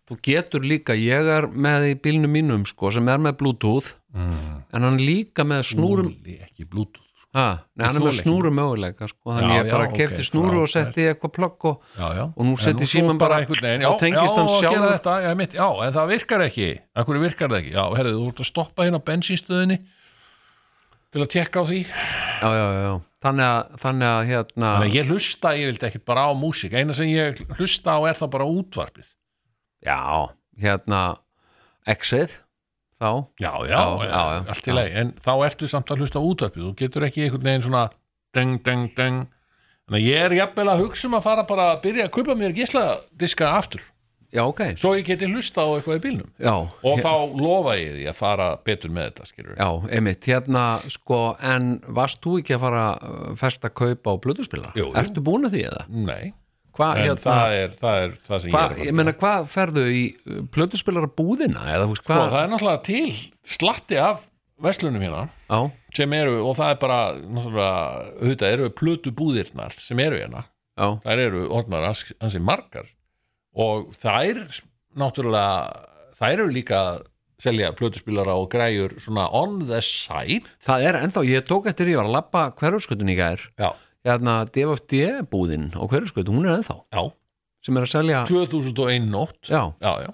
Speaker 3: þú getur líka ég er með í bílnum mínum sko, sem er með bluetooth
Speaker 2: mm.
Speaker 3: en hann er líka með snúrum
Speaker 2: Þoli ekki bluetooth sko.
Speaker 3: ha, nei, hann er með
Speaker 2: þoli ekki.
Speaker 3: snúrum möguleika sko, þannig
Speaker 2: Já,
Speaker 3: ég bara
Speaker 2: já,
Speaker 3: kefti
Speaker 2: ok,
Speaker 3: snúru og
Speaker 2: frábært.
Speaker 3: setti í eitthvað plögg og,
Speaker 2: já, já.
Speaker 3: og nú setti síman bara,
Speaker 2: veginn,
Speaker 3: þá
Speaker 2: já,
Speaker 3: tengist
Speaker 2: já,
Speaker 3: hann
Speaker 2: að gera
Speaker 3: sjálfur
Speaker 2: þetta, já, mitt, já, en það virkar ekki af hverju virkar það ekki, já, herrðu, þú ert að stoppa hérna á bensínstöðinni til að tekka á því
Speaker 3: já, já, já, já. Þannig, að, þannig að hérna
Speaker 2: Þannig að ég hlusta, ég vildi ekki bara á músík eina sem ég hlusta á er það bara útvarpið
Speaker 3: já, hérna exit þá,
Speaker 2: já, já,
Speaker 3: Já, já, já.
Speaker 2: allt í lagi en þá ertu samt að hlusta á útvarpið þú getur ekki einhvern veginn svona deng, deng, deng þannig að ég er jafnvel að hugsa um að fara bara að byrja að kaupa mér gísladiska aftur
Speaker 3: já, ok já,
Speaker 2: svo ég geti hlusta á eitthvað í bílnum og
Speaker 3: hér-
Speaker 2: þá lofa ég því að fara betur með þetta skilur
Speaker 3: Já, einmitt, hérna sko, en varst þú ekki að fara uh, festa kaupa á blöðuspilar?
Speaker 2: Jú, jú.
Speaker 3: Ertu búin að því eða?
Speaker 2: nei,
Speaker 3: Hvað,
Speaker 2: en
Speaker 3: hérna,
Speaker 2: það, er, það er það sem
Speaker 3: hvað,
Speaker 2: ég er að
Speaker 3: ég
Speaker 2: fara
Speaker 3: meina, hvað ferðu í blöðuspilara búðina? Eða, þú veist,
Speaker 2: og
Speaker 3: hvað,
Speaker 2: Sko, það er náttúrulega til slatti af verslunum hérna
Speaker 3: á,
Speaker 2: sem eru, og það er bara náttúrulega, auðvitað eru plötu búðirnar sem eru hérna
Speaker 3: á,
Speaker 2: þær eru orðnar ans- ansi margar og þær náttúrulega þær eru líka að selja plötuspilara og græjur svona on the side
Speaker 3: það er ennþá, ég tók eftir ég var að labba hverfurskutun í gær,
Speaker 2: já,
Speaker 3: hérna DFD búðin á hverfurskutun, hún er ennþá
Speaker 2: já.
Speaker 3: sem er að selja,
Speaker 2: 2001 nótt
Speaker 3: já,
Speaker 2: já, já,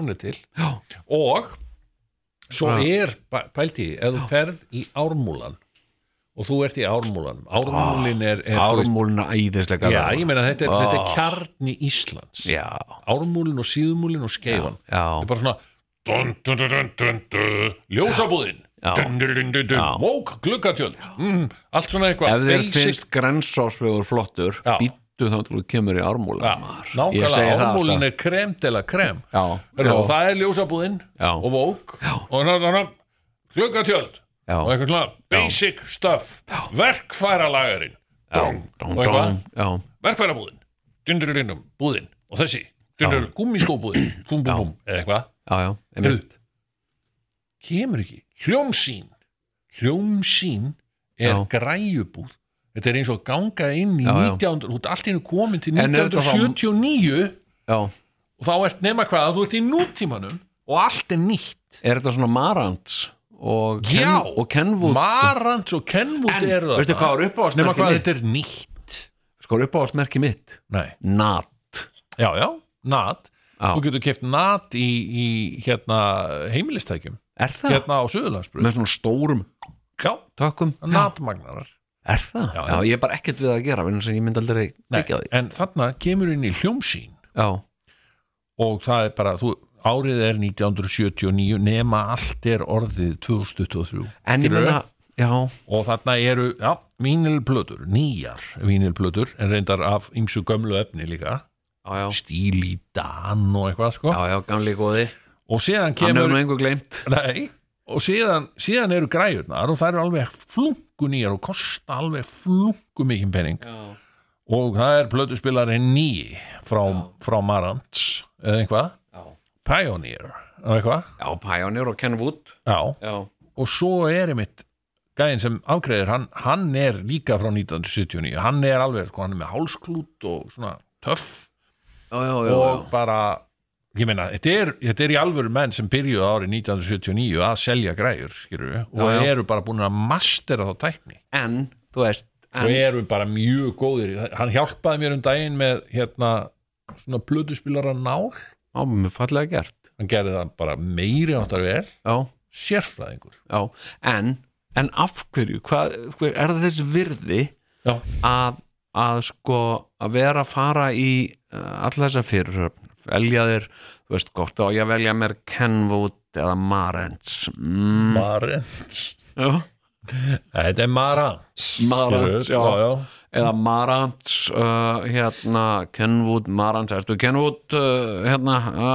Speaker 2: hún er til
Speaker 3: já,
Speaker 2: og svo
Speaker 3: Ah.
Speaker 2: er, bæ- pælti, því, ef þú ferð í ármúlan og þú ert í ármúlan
Speaker 3: Ah,
Speaker 2: ármúlin er, er þú veist-
Speaker 3: ármúluna æðislega
Speaker 2: já,
Speaker 3: verð.
Speaker 2: ég meina þetta er, þetta er kjarni Íslands
Speaker 3: Ah. já,
Speaker 2: ármúlin og síðmúlin og skeifan
Speaker 3: já,
Speaker 2: er bara svona dun, dun, dun, dun, dun, dun, ljósabúðin
Speaker 3: Já.
Speaker 2: Dun, dun, dun, dun, dun, mók gluggatjöld mm, allt svona
Speaker 3: ef
Speaker 2: eitthvað
Speaker 3: þér
Speaker 2: basic-
Speaker 3: finnst grensásvegur flottur,
Speaker 2: Já.
Speaker 3: býttu þá til þú kemur í ármúlan,
Speaker 2: Já, nákvæmlega, ármúlin er krem til að krem
Speaker 3: sko. Já,
Speaker 2: Hörðu,
Speaker 3: já.
Speaker 2: og það er ljósabúðin
Speaker 3: Já.
Speaker 2: og vók og ná, ná, ná, gluggatjöld
Speaker 3: Já.
Speaker 2: og eitthvað svona basic stuff verkfæralagarinn dong,
Speaker 3: dong,
Speaker 2: og eitthvað
Speaker 3: dong, já,
Speaker 2: verkfærabúðin, dundururinnum, búðin og þessi, dundur, gummiskóbúðin búm, búm, búm, eða eitthvað
Speaker 3: já, já, einmitt,
Speaker 2: kemur ekki hljómsýn hljómsýn er
Speaker 3: Já.
Speaker 2: græjubúð Þetta er eins og að ganga inn í
Speaker 3: Já, já.
Speaker 2: 19... Þú ert allt í einu komin til
Speaker 3: En er þetta þá-
Speaker 2: 1979
Speaker 3: já,
Speaker 2: og þá ert nema hvað, þú ert í nútímanum og allt er nýtt.
Speaker 3: er þetta svona marants og,
Speaker 2: Já.
Speaker 3: ken, og kenvúð
Speaker 2: Marant og Kenwood
Speaker 3: en,
Speaker 2: eru
Speaker 3: veistu hvað er
Speaker 2: Nema
Speaker 3: uppáhaldsmerki
Speaker 2: hvað,
Speaker 3: mitt
Speaker 2: þetta er nýtt.
Speaker 3: sko uppáhaldsmerki mitt
Speaker 2: Nei.
Speaker 3: nat
Speaker 2: Já, já, nat.
Speaker 3: Já.
Speaker 2: Þú getur keft nat í, í hérna heimilistækjum.
Speaker 3: er það?
Speaker 2: Hérna á Suðurlandsbrug.
Speaker 3: með svona stórum
Speaker 2: Já,
Speaker 3: tökum
Speaker 2: natmagnarar.
Speaker 3: er það?
Speaker 2: Já,
Speaker 3: Já,
Speaker 2: já.
Speaker 3: ég er bara ekkert við það að gera vegna sem ég myndi aldrei
Speaker 2: Nei,
Speaker 3: ekki á því
Speaker 2: en þarna kemur inn í hljómsýn
Speaker 3: já,
Speaker 2: og það er bara, þú, árið er 1979 nema allt er orðið 2023
Speaker 3: en ég
Speaker 2: Skilurðu?
Speaker 3: menna já,
Speaker 2: og þarna eru, já, vínilplötur nýjar vínilplötur en reyndar af ymsu gömlu efni líka
Speaker 3: já, já,
Speaker 2: stíl í Dan og eitthvað sko
Speaker 3: já, já gamli góði
Speaker 2: og síðan
Speaker 3: hann hefur
Speaker 2: kemur
Speaker 3: nú einhver gleymt
Speaker 2: nei, og síðan, síðan eru græjurnar og það eru alveg flungu nýjar og kosta alveg flungu mikið penning
Speaker 3: já,
Speaker 2: og það er plötuspilari nýji frá, frá Marantz eða eitthvað
Speaker 3: já,
Speaker 2: Pioneer og eitthvað
Speaker 3: já Pioneer og Kenwood
Speaker 2: Já,
Speaker 3: já,
Speaker 2: og svo er einmitt gæðin sem afgreðir, hann, hann er líka frá 1979, hann er alveg sko, hann er með hálsklút og svona töff
Speaker 3: já, já, já,
Speaker 2: og bara ég meina, þetta er, þetta er í alvöru menn sem byrjuðu árið 1979 að selja græjur, skilur við, og
Speaker 3: Já, já.
Speaker 2: eru bara búin að mastera þá tækni
Speaker 3: já. en, þú veist
Speaker 2: og
Speaker 3: en,
Speaker 2: eru bara mjög góðir í- hann hjálpaði mér um daginn með hérna, svona plötuspilara nál
Speaker 3: á, mér fallega gert
Speaker 2: hann gerði það bara meiri áttar vel
Speaker 3: já,
Speaker 2: sérfræðingur
Speaker 3: já, en en af hverju, hvað, hver, er það þess virði
Speaker 2: já,
Speaker 3: að, að sko að vera að fara í uh, alla þessa fyrirhöfn velja þér, þú veist gott og ég að velja mér Kenwood eða Marantz mm,
Speaker 2: marins
Speaker 3: já,
Speaker 2: Þetta er Marans Skilur,
Speaker 3: Marans, já.
Speaker 2: já,
Speaker 3: eða Marantz uh, hérna, Kenwood, Marantz ertu Kenwood uh, hérna já,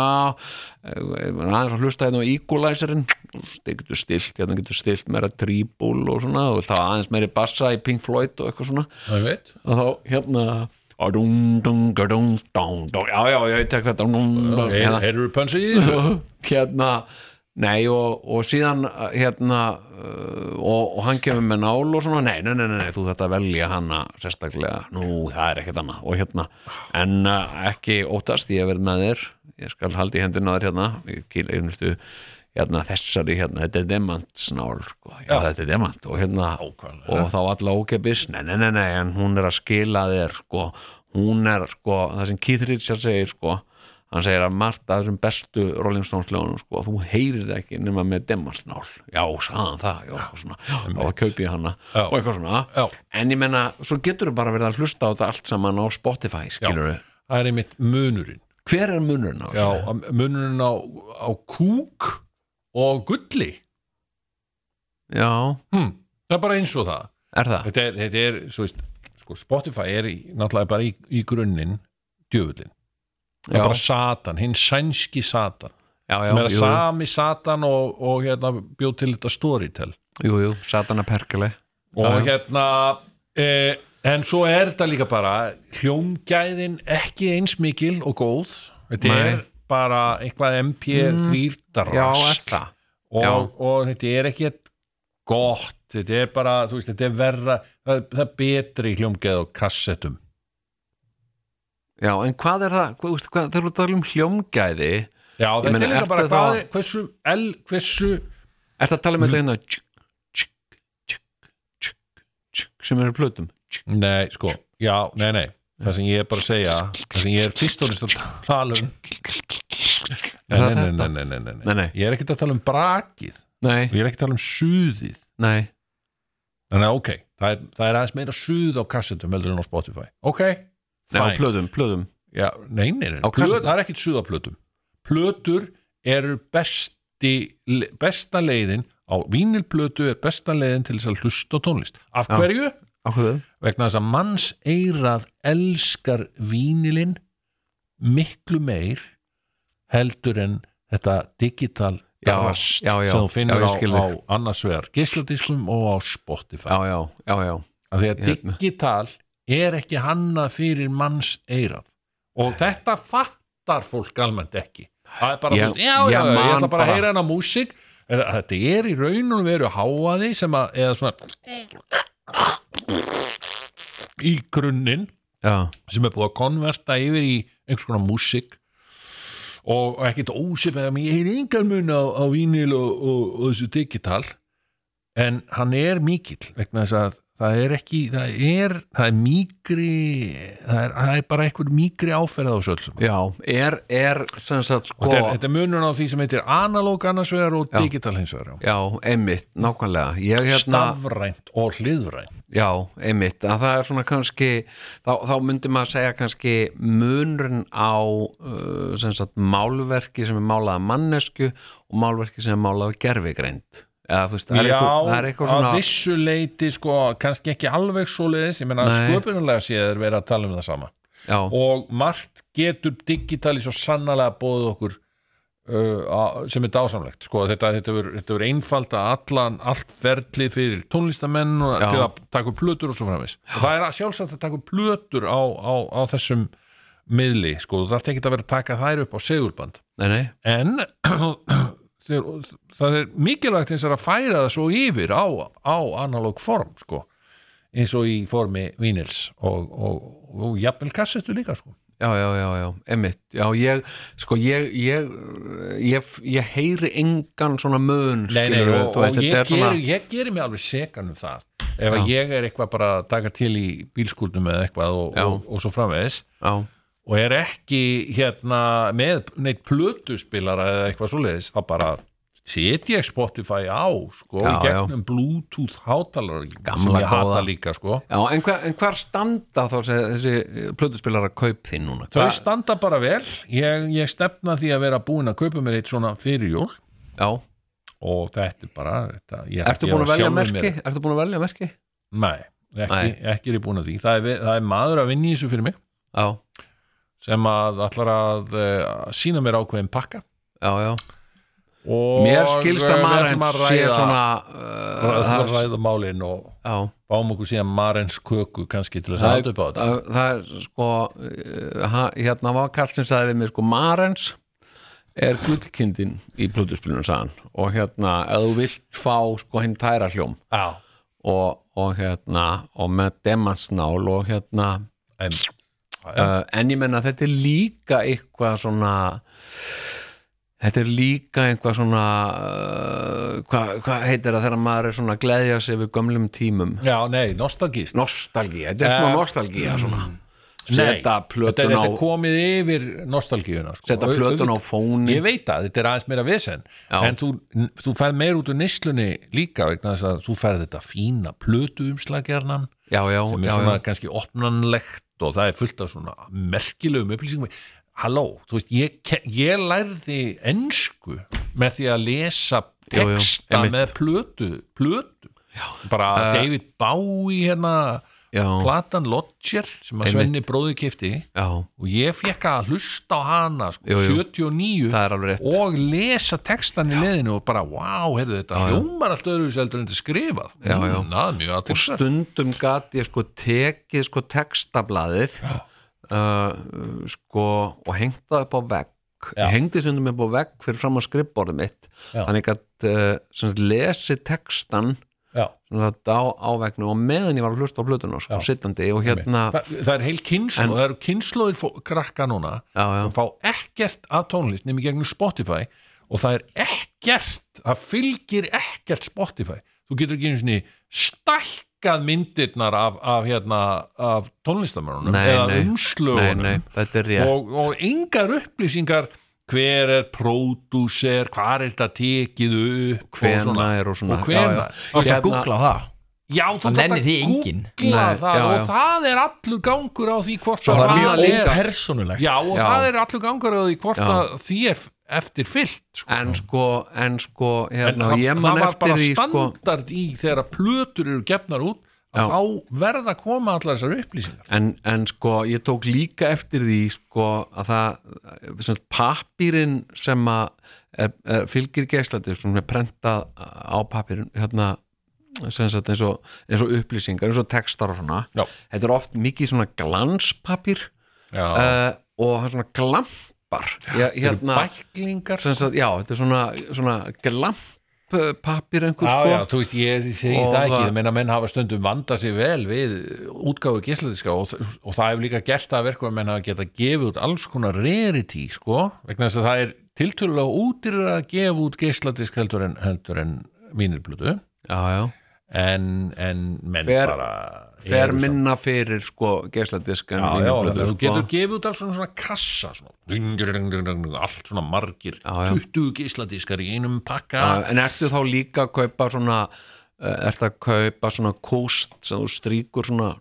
Speaker 3: eh, aðeins að hlusta hérna á Equalizerinn það getur stilt, hérna getur stilt meira tríbúl og svona, og það aðeins meiri bassa í Pink Floyd og eitthvað svona
Speaker 2: já, ég veit
Speaker 3: og þá hérna og dum, dum, ga, dum, dum, dum, já, já, já, ég tek þetta dum, dum, dum,
Speaker 2: Hey,
Speaker 3: hérna,
Speaker 2: Heyrðu pönsið í þessu
Speaker 3: hérna nei og, og síðan hérna uh, og, og hann kemur með nál og svona, nei, nei, nei, nei, nei þú þetta velja hana sérstaklega, nú, það er ekkert annað og hérna, en uh, ekki óttast, ég hef verið með þér ég skal haldi hendina á þér hérna ég kýla einhverstu hérna þessari hérna, þetta er demantsnál sko. já, þetta er demant og hérna
Speaker 2: Nákvæmlega.
Speaker 3: og þá alla ókepis, nei, nei, nei, nei en hún er að skila þér sko. hún er, sko, það sem Keith Richards segir sko, hann segir að margt að þessum bestu Rolling Stones lögunum, sko, þú heyrir það ekki nema með demantsnál já, sagðan það, já, og svona já, og það kaupi ég hana,
Speaker 2: Já.
Speaker 3: og eitthvað svona
Speaker 2: Já.
Speaker 3: en ég menna, svo getur þú bara verið að hlusta á þetta allt saman á Spotify, skilur
Speaker 2: Það er einmitt munurinn
Speaker 3: hver er munurinn á
Speaker 2: já,
Speaker 3: þessu?
Speaker 2: Munurinn á, á kúk og gulli
Speaker 3: já,
Speaker 2: hm, Það er bara eins og það
Speaker 3: er það?
Speaker 2: Þetta er, þetta er svo veist sko, Spotify er í, náttúrulega bara í, í grunninn djöfullin Það
Speaker 3: Já.
Speaker 2: er bara Satan, hinn sænski Satan
Speaker 3: Já, já,
Speaker 2: sem er að
Speaker 3: jú, jú,
Speaker 2: sami Satan og, og hérna, bjóð til þetta storytel
Speaker 3: jú, jú, satana perkele
Speaker 2: og
Speaker 3: Já, já.
Speaker 2: hérna eh, en svo er þetta líka bara hljómgæðin ekki eins mikil og góð þetta
Speaker 3: Nei. Mm,
Speaker 2: er bara eitthvað MP3
Speaker 3: Já, er
Speaker 2: drast
Speaker 3: það? Já.
Speaker 2: og, og þetta er ekki gott, þetta er bara þú veist, þetta er verra, það, það er betri hljómgæð og kassettum
Speaker 3: Já, en hvað er það, hvað, veistu, hvað, þegar þú tala um hljómgæði
Speaker 2: Já, þetta
Speaker 3: meina,
Speaker 2: er líka
Speaker 3: ertu
Speaker 2: bara
Speaker 3: þá-
Speaker 2: hvað, er- hversu, el, hversu
Speaker 3: Er það að tala um
Speaker 2: Mhm.
Speaker 3: þetta hérna tsk, tsk, tsk, tsk, tsk, sem eru plötum Tsk.
Speaker 2: Nei, sko, já, nei, nei það sem ég er bara að segja, það sem ég er fyrst og fyrst að tala um
Speaker 3: Er það
Speaker 2: nei, nei, nei,
Speaker 3: þetta?
Speaker 2: nei, nei, nei,
Speaker 3: Nei, nei.
Speaker 2: ég er ekkert að tala um brakið
Speaker 3: Nei,
Speaker 2: og ég er ekki að tala um suðið
Speaker 3: nei,
Speaker 2: þannig að ok, það er, það er aðeins meira suð á kassetum heldur en á Spotify ok,
Speaker 3: nei, á
Speaker 2: fine.
Speaker 3: plötum, plötum
Speaker 2: Já, nei, nei, nei.
Speaker 3: Á
Speaker 2: Plöt,
Speaker 3: kassettum?
Speaker 2: það er ekkit suð á plötum plötur eru besti le- besta leiðin á vínilplötu er besta leiðin til þess að hlusta á tónlist af
Speaker 3: Já.
Speaker 2: hverju?
Speaker 3: Á hverju?
Speaker 2: vegna þess að manns eirað elskar vínilinn miklu meir heldur en þetta digital
Speaker 3: Já,
Speaker 2: drast
Speaker 3: já, já.
Speaker 2: sem þú finnur
Speaker 3: Já, ég skil
Speaker 2: á, á
Speaker 3: þig.
Speaker 2: annarsvegar gísladískum og á Spotify
Speaker 3: Já, já, já, já,
Speaker 2: af því að
Speaker 3: Hérna.
Speaker 2: digital er ekki hanna fyrir manns eirað og þetta fattar fólk almennt ekki það er bara,
Speaker 3: Ég-
Speaker 2: þú veist, já, já, já,
Speaker 3: ég
Speaker 2: ég
Speaker 3: man
Speaker 2: ætla bara að
Speaker 3: bara-
Speaker 2: heyra hana músík Eða þetta er í raunum veru háaði sem að, eða svona í grunninn
Speaker 3: já,
Speaker 2: sem er búið að konverta yfir í einhvers konar músík og og ekkert ósip eða ég hef engan mun á, á vínil og, og, og þessu digital en hann er mikill vegna þess að það er ekki það er, það er mýgri það er, það er bara einhver mýgri áferð á þessu öll saman.
Speaker 3: já er, er sem
Speaker 2: Og þetta
Speaker 3: sagt
Speaker 2: er,
Speaker 3: sko,
Speaker 2: þetta er munur á því sem heitir analóg annars vegar og
Speaker 3: Já.
Speaker 2: digital hins vegar já.
Speaker 3: já, einmitt, nákvæmlega ég hérna,
Speaker 2: stafrænt og hliðrænt
Speaker 3: já, einmitt að það er svona kannski þá, þá myndi maður segja kannski munurinn á uh, sem sagt málverki sem er málað af mannesku og málverki sem er málað af gerfigreind eða þú veist, það er
Speaker 2: já,
Speaker 3: eitthvað, það er eitthvað svona
Speaker 2: að vissu leiti sko, kannski ekki alveg svo leiðis ég meina
Speaker 3: Nei.
Speaker 2: sköpunulega séð er verið að tala um það sama
Speaker 3: já,
Speaker 2: og margt getur digitali svo sannlega bóðið okkur uh, að- sem er dásamlegt sko, þetta, þetta, verður, þetta verður einfald að allan allt ferli fyrir tónlistamenn og,
Speaker 3: Já.
Speaker 2: til að taka upp plötur og svo framvis og það er að sjálfsagt að taka upp plötur á, á, á þessum miðli sko, þú þarft ekki að vera að taka þær upp á segurband
Speaker 3: nei, nei,
Speaker 2: en þegar, það er mikilvægt eins og að færa það svo yfir á, á analóg form sko eins og í formi vínils og, og, og, og jafnvel kassetu líka sko
Speaker 3: já, já, já, já, emitt já, ég, sko, ég ég, ég, ég heyri engan svona mun, skilur
Speaker 2: og,
Speaker 3: þú veist,
Speaker 2: og ég,
Speaker 3: þetta er svona
Speaker 2: geri, ég geri mig alveg sekan um það ef að ég er eitthvað bara að taka til í bílskúrnum eða eitthvað og,
Speaker 3: Já.
Speaker 2: og, og svo framvegis
Speaker 3: já,
Speaker 2: og er ekki hérna með neitt plötuspilara eða eitthvað svoleiðis, þá bara set ég Spotify á, sko
Speaker 3: Já,
Speaker 2: í gegnum bluetooth hátalar
Speaker 3: Gamla
Speaker 2: sem ég hata
Speaker 3: góða.
Speaker 2: líka, sko
Speaker 3: já en, hver, en hvar standa þá þessi, þessi plötuspilar að kaup þín núna
Speaker 2: þau
Speaker 3: Hva-
Speaker 2: standa bara vel ég, ég stefna því að vera búin að kaupa mér eitt svona fyrir jól
Speaker 3: já,
Speaker 2: og þetta er bara þetta, ég
Speaker 3: ertu
Speaker 2: ég á
Speaker 3: búin að velja
Speaker 2: sjálfum
Speaker 3: merki ertu búin að velja merki
Speaker 2: Nei, ekki,
Speaker 3: Nei.
Speaker 2: ekki er ég búin að því það er, ve- það er maður að vinna í þessu fyrir mig
Speaker 3: já,
Speaker 2: sem að allar að uh, sína mér ákveðin pakka
Speaker 3: já, já
Speaker 2: og
Speaker 3: mér skilst
Speaker 2: eh,
Speaker 3: að
Speaker 2: við
Speaker 3: maður
Speaker 2: ætlum að
Speaker 3: sé
Speaker 2: ræða-
Speaker 3: svona
Speaker 2: Það
Speaker 3: uh,
Speaker 2: er að
Speaker 3: það-
Speaker 2: ræða málin og
Speaker 3: já
Speaker 2: fáum okkur síðan marens köku kannski til þess að
Speaker 3: Það
Speaker 2: halda upp á þetta
Speaker 3: það- það er sko uh, ha- hérna var kall sem sagði við mér sko Marens er gullkindin í plötuspilunum sagðan og hérna ef þú vilt fá sko hinn tæra hljóm
Speaker 2: Já,
Speaker 3: og, og hérna og með demansnál og hérna
Speaker 2: en
Speaker 3: uh, en ég menna þetta er líka eitthvað svona þetta er líka eitthvað svona uh, hvað hva heitir það þegar maður er svona að gleðja sig við gömlum tímum
Speaker 2: Já, nei, nostalgist
Speaker 3: nostalgía, þetta er svona
Speaker 2: Eh,
Speaker 3: nostalgía svona
Speaker 2: Nei,
Speaker 3: seta
Speaker 2: þetta,
Speaker 3: plötun
Speaker 2: þetta er
Speaker 3: á
Speaker 2: komið yfir nostalgíuna sko.
Speaker 3: seta
Speaker 2: Au-
Speaker 3: plötun á
Speaker 2: auðvitað-
Speaker 3: fónin
Speaker 2: Ég veit að þetta er aðeins meira vesen
Speaker 3: Já.
Speaker 2: en þú, þú færð meir út úr nislunni líka vegna þess að þú færð þetta fína plötu umslagjarnan
Speaker 3: já, já,
Speaker 2: sem er
Speaker 3: já,
Speaker 2: svona
Speaker 3: já,
Speaker 2: kannski opnanlegt og það er fullt af svona merkilegum upplýsingum Halló, þú veist, ég, ke- ég lærði ensku með því að lesa
Speaker 3: Jú, jú,
Speaker 2: texta
Speaker 3: einmitt. Uh,
Speaker 2: með plötu, plötu. bara David Bowie hérna,
Speaker 3: já,
Speaker 2: platan Lodger sem að
Speaker 3: Einmitt.
Speaker 2: Svenni bróði kefti
Speaker 3: já,
Speaker 2: og ég fekk að hlusta á hana sko,
Speaker 3: Jú, jú.
Speaker 2: 79
Speaker 3: það er alveg rétt
Speaker 2: og lesa textan í leðinu og bara, wow, heyrðu þetta hljómar allt öðruvísi heldur en þetta er skrifað
Speaker 3: Já, já.
Speaker 2: Mm, það er mjög
Speaker 3: og
Speaker 2: athyglisvert.
Speaker 3: stundum gat ég sko tekið sko textablaðið uh, sko og hengt það upp á vegg
Speaker 2: Já.
Speaker 3: ég hengdi stundum upp á vegg fyrir fram á skrifborðið mitt
Speaker 2: Já.
Speaker 3: þannig að uh, sem sagt, lesið textan
Speaker 2: Já.
Speaker 3: sem sagt, á, á vegnu og meðan ég var að hlusta á plötuna sko, sittandi og hérna
Speaker 2: Þa, það er heil kynslu það eru kynsluðir fó- krakka núna
Speaker 3: Já, já.
Speaker 2: sem fá ekkert af tónlist nefnir gegnum Spotify og það er ekkert, það fylgir ekkert Spotify, þú getur ekki einu sinni stækkað myndirnar af, af, hérna, af tónlistamörunum
Speaker 3: Nei,
Speaker 2: eða
Speaker 3: nei. nei,
Speaker 2: umslögunum
Speaker 3: nei, þetta er rétt
Speaker 2: og, og engar upplýsingar hver er pródúser hvar er þetta tekið upp og svona,
Speaker 3: hvenær og svona
Speaker 2: og hvenær
Speaker 3: já,
Speaker 2: já,
Speaker 3: já.
Speaker 4: Þú ætla að
Speaker 3: Hérna-
Speaker 4: googla það
Speaker 2: þú
Speaker 4: Það
Speaker 2: þarft
Speaker 4: nennir
Speaker 2: að
Speaker 4: því enginn.
Speaker 2: googla
Speaker 3: Nei,
Speaker 2: það
Speaker 3: já,
Speaker 2: og
Speaker 3: já.
Speaker 2: það er allur gangur á því hvort
Speaker 4: Það
Speaker 2: að
Speaker 4: er
Speaker 2: það
Speaker 4: mjög ópersonulegt
Speaker 2: Já, og
Speaker 3: Já.
Speaker 2: það er allur gangur á því hvort
Speaker 3: Já.
Speaker 2: að því er f- eftir fyllt sko.
Speaker 3: en sko, en sko
Speaker 2: en
Speaker 3: hérna,
Speaker 2: það,
Speaker 3: ég
Speaker 2: það
Speaker 3: man
Speaker 2: var
Speaker 3: eftir
Speaker 2: bara
Speaker 3: því sko,
Speaker 2: standard í þegar að plötur eru gefnar út
Speaker 3: Já.
Speaker 2: að þá verða að koma allar þessar upplýsingar
Speaker 3: en, en sko, ég tók líka eftir því sko, að það sem pappirinn sem að er, er, fylgir geislandi sem er prentað á pappirinn hérna, sem sagt eins og, eins og upplýsingar, eins og textar og svona
Speaker 2: Já.
Speaker 3: þetta er oft mikið svona glanspappir
Speaker 2: Já,
Speaker 3: uh, og það er svona hérna, glampar Já,
Speaker 2: bæklingar
Speaker 3: sem sagt, já, þetta er svona, svona glamp eh, pappir einhver
Speaker 2: Já,
Speaker 3: sko
Speaker 2: já, þú veist, ég segi
Speaker 3: Og
Speaker 2: það ekki,
Speaker 3: það-
Speaker 2: ég meina menn hafa stundum vanda sig vel við útgáfu gísladiska og, og það hefur líka gert það að verku að menn hafa geta gefið út alls konar rarity, sko, vegna þess að það er tiltölulega útýrur að gefa út gísladisk heldur en, heldur en mínirblötu,
Speaker 3: já, já.
Speaker 2: en, en menn
Speaker 3: Fer-
Speaker 2: bara...
Speaker 3: fer
Speaker 2: eru samt-
Speaker 3: minna fyrir sko geisladisk en
Speaker 2: Já, já,
Speaker 3: vínarblöður,
Speaker 2: þú
Speaker 3: sko.
Speaker 2: getur gefið út alls svona, svona kassa svona, ring, ring, ring, ring, allt svona margir,
Speaker 3: Já, já.
Speaker 2: 20 gísladiskar í einum pakka
Speaker 3: Já, en ertu þá líka að kaupa svona eh, ertu að kaupa svona kúst sem þú stríkur svona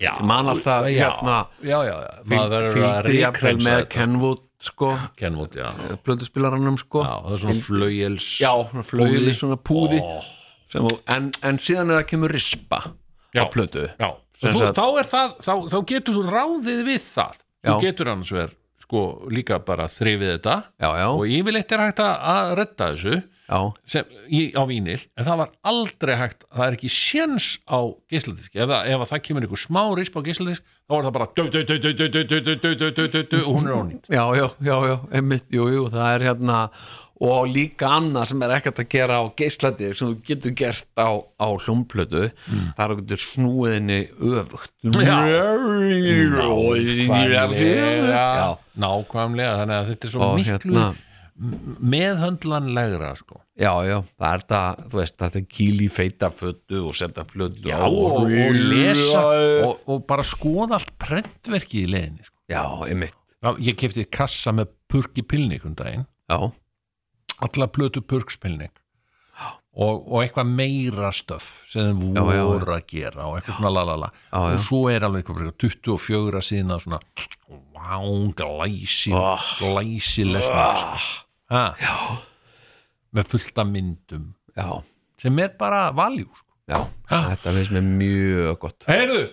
Speaker 2: Já,
Speaker 3: ég man alltaf það
Speaker 2: já,
Speaker 3: hérna
Speaker 2: já, já, já. maður
Speaker 3: fylg-
Speaker 2: verður að
Speaker 3: fylgdi jafnvel
Speaker 2: ríkrensa
Speaker 3: með
Speaker 2: þetta.
Speaker 3: Kenwood sko,
Speaker 2: Kenwood, já.
Speaker 3: plöðuspilaranum sko
Speaker 2: já það er svona flögils
Speaker 3: já, svona flögli, svona púði
Speaker 2: Ó.
Speaker 3: sem, þú- en, en síðan er það kemur rispa
Speaker 2: já,
Speaker 3: á plötu
Speaker 2: já.
Speaker 3: Sem
Speaker 2: Þú,
Speaker 3: sagt-
Speaker 2: þá, er það, þá, þá getur þú ráðið við það þú
Speaker 3: Já.
Speaker 2: getur annars verð sko, líka bara þrifið þetta
Speaker 3: já, já,
Speaker 2: og yfirleitt er hægt að- að redda þessu
Speaker 3: já,
Speaker 2: sem, í, á vínil en það var aldrei hægt, það er ekki séns á geisladisk, ef, það- ef að það kemur einhver smá risp á geisladisk þá er það bara dau, dau, dau, dau, dau, dau, dau, dau, dau, dau, dau, dau, og hún er ónýtt
Speaker 3: já, já, já, já einmitt, jú, jú, það er hérna og líka annað sem er ekkert að gera á geisladi sem þú getur gert á, á hljómplötu mm. það er að þú getur snúiðinni öfugt
Speaker 2: nákvæmlega,
Speaker 3: já,
Speaker 2: nákvæmlega þannig að þetta er svo
Speaker 3: Og
Speaker 2: miklu
Speaker 3: hérna-
Speaker 2: meðhöndlanlegra sko.
Speaker 3: já, já, það er það þú veist, þetta er kýl í feita fötu og setja plötu á
Speaker 2: og, og, lesa og, og bara skoða allt prentverkið í leiðinni sko.
Speaker 3: já, einmitt,
Speaker 2: Já, ég kefti kassa með purki pilnik um daginn
Speaker 3: já,
Speaker 2: alla plötu purkspilning og, og eitthvað meira stöf sem þeim
Speaker 3: Já, já, já.
Speaker 2: voru að gera og eitthvað svona lalala
Speaker 3: Já, já.
Speaker 2: og svo er alveg eitthvað bara 24 síðna svona vá, glæsi
Speaker 3: Ah.
Speaker 2: glæsi lesna oh. með fullt af myndum
Speaker 3: já,
Speaker 2: sem er bara valjú sko.
Speaker 3: já þetta finnst mér mjög gott
Speaker 2: Heyrðu, uh,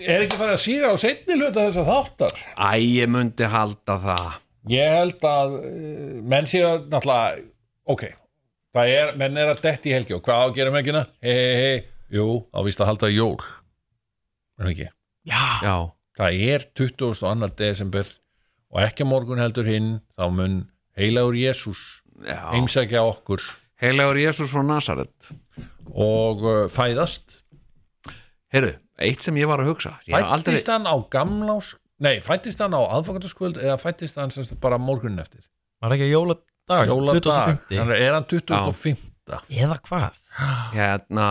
Speaker 2: er ekki farið að síga á setni hluta þess að þáttar?
Speaker 3: æ, ég myndi halda það
Speaker 2: Ég held að uh, menn séu að náttúrulega, ok, það er, menn er að detti í helgi og hvað á að gera um helgina? Hei, hei, hei, jú, þá víst að halda jól, en ekki. Ah.
Speaker 3: já,
Speaker 2: Það er 22. desember og ekki á morgun heldur hinn, þá mun heilagur Jésús
Speaker 3: já
Speaker 2: heimsækja okkur
Speaker 3: heilagur Jésús frá Nazaret
Speaker 2: og uh, fæðast.
Speaker 3: heyrðu, eitt sem ég var að hugsa ég hef aldrei,
Speaker 2: Fættist hann á gamlás, nei, fættist hann á aðfokkataskvöld eða fættist hann semst bara morgunin eftir?
Speaker 4: Var ekki jóladag,
Speaker 2: Jóladag,
Speaker 4: 2050
Speaker 2: er hann 2005
Speaker 4: Eða hvað?
Speaker 3: hérna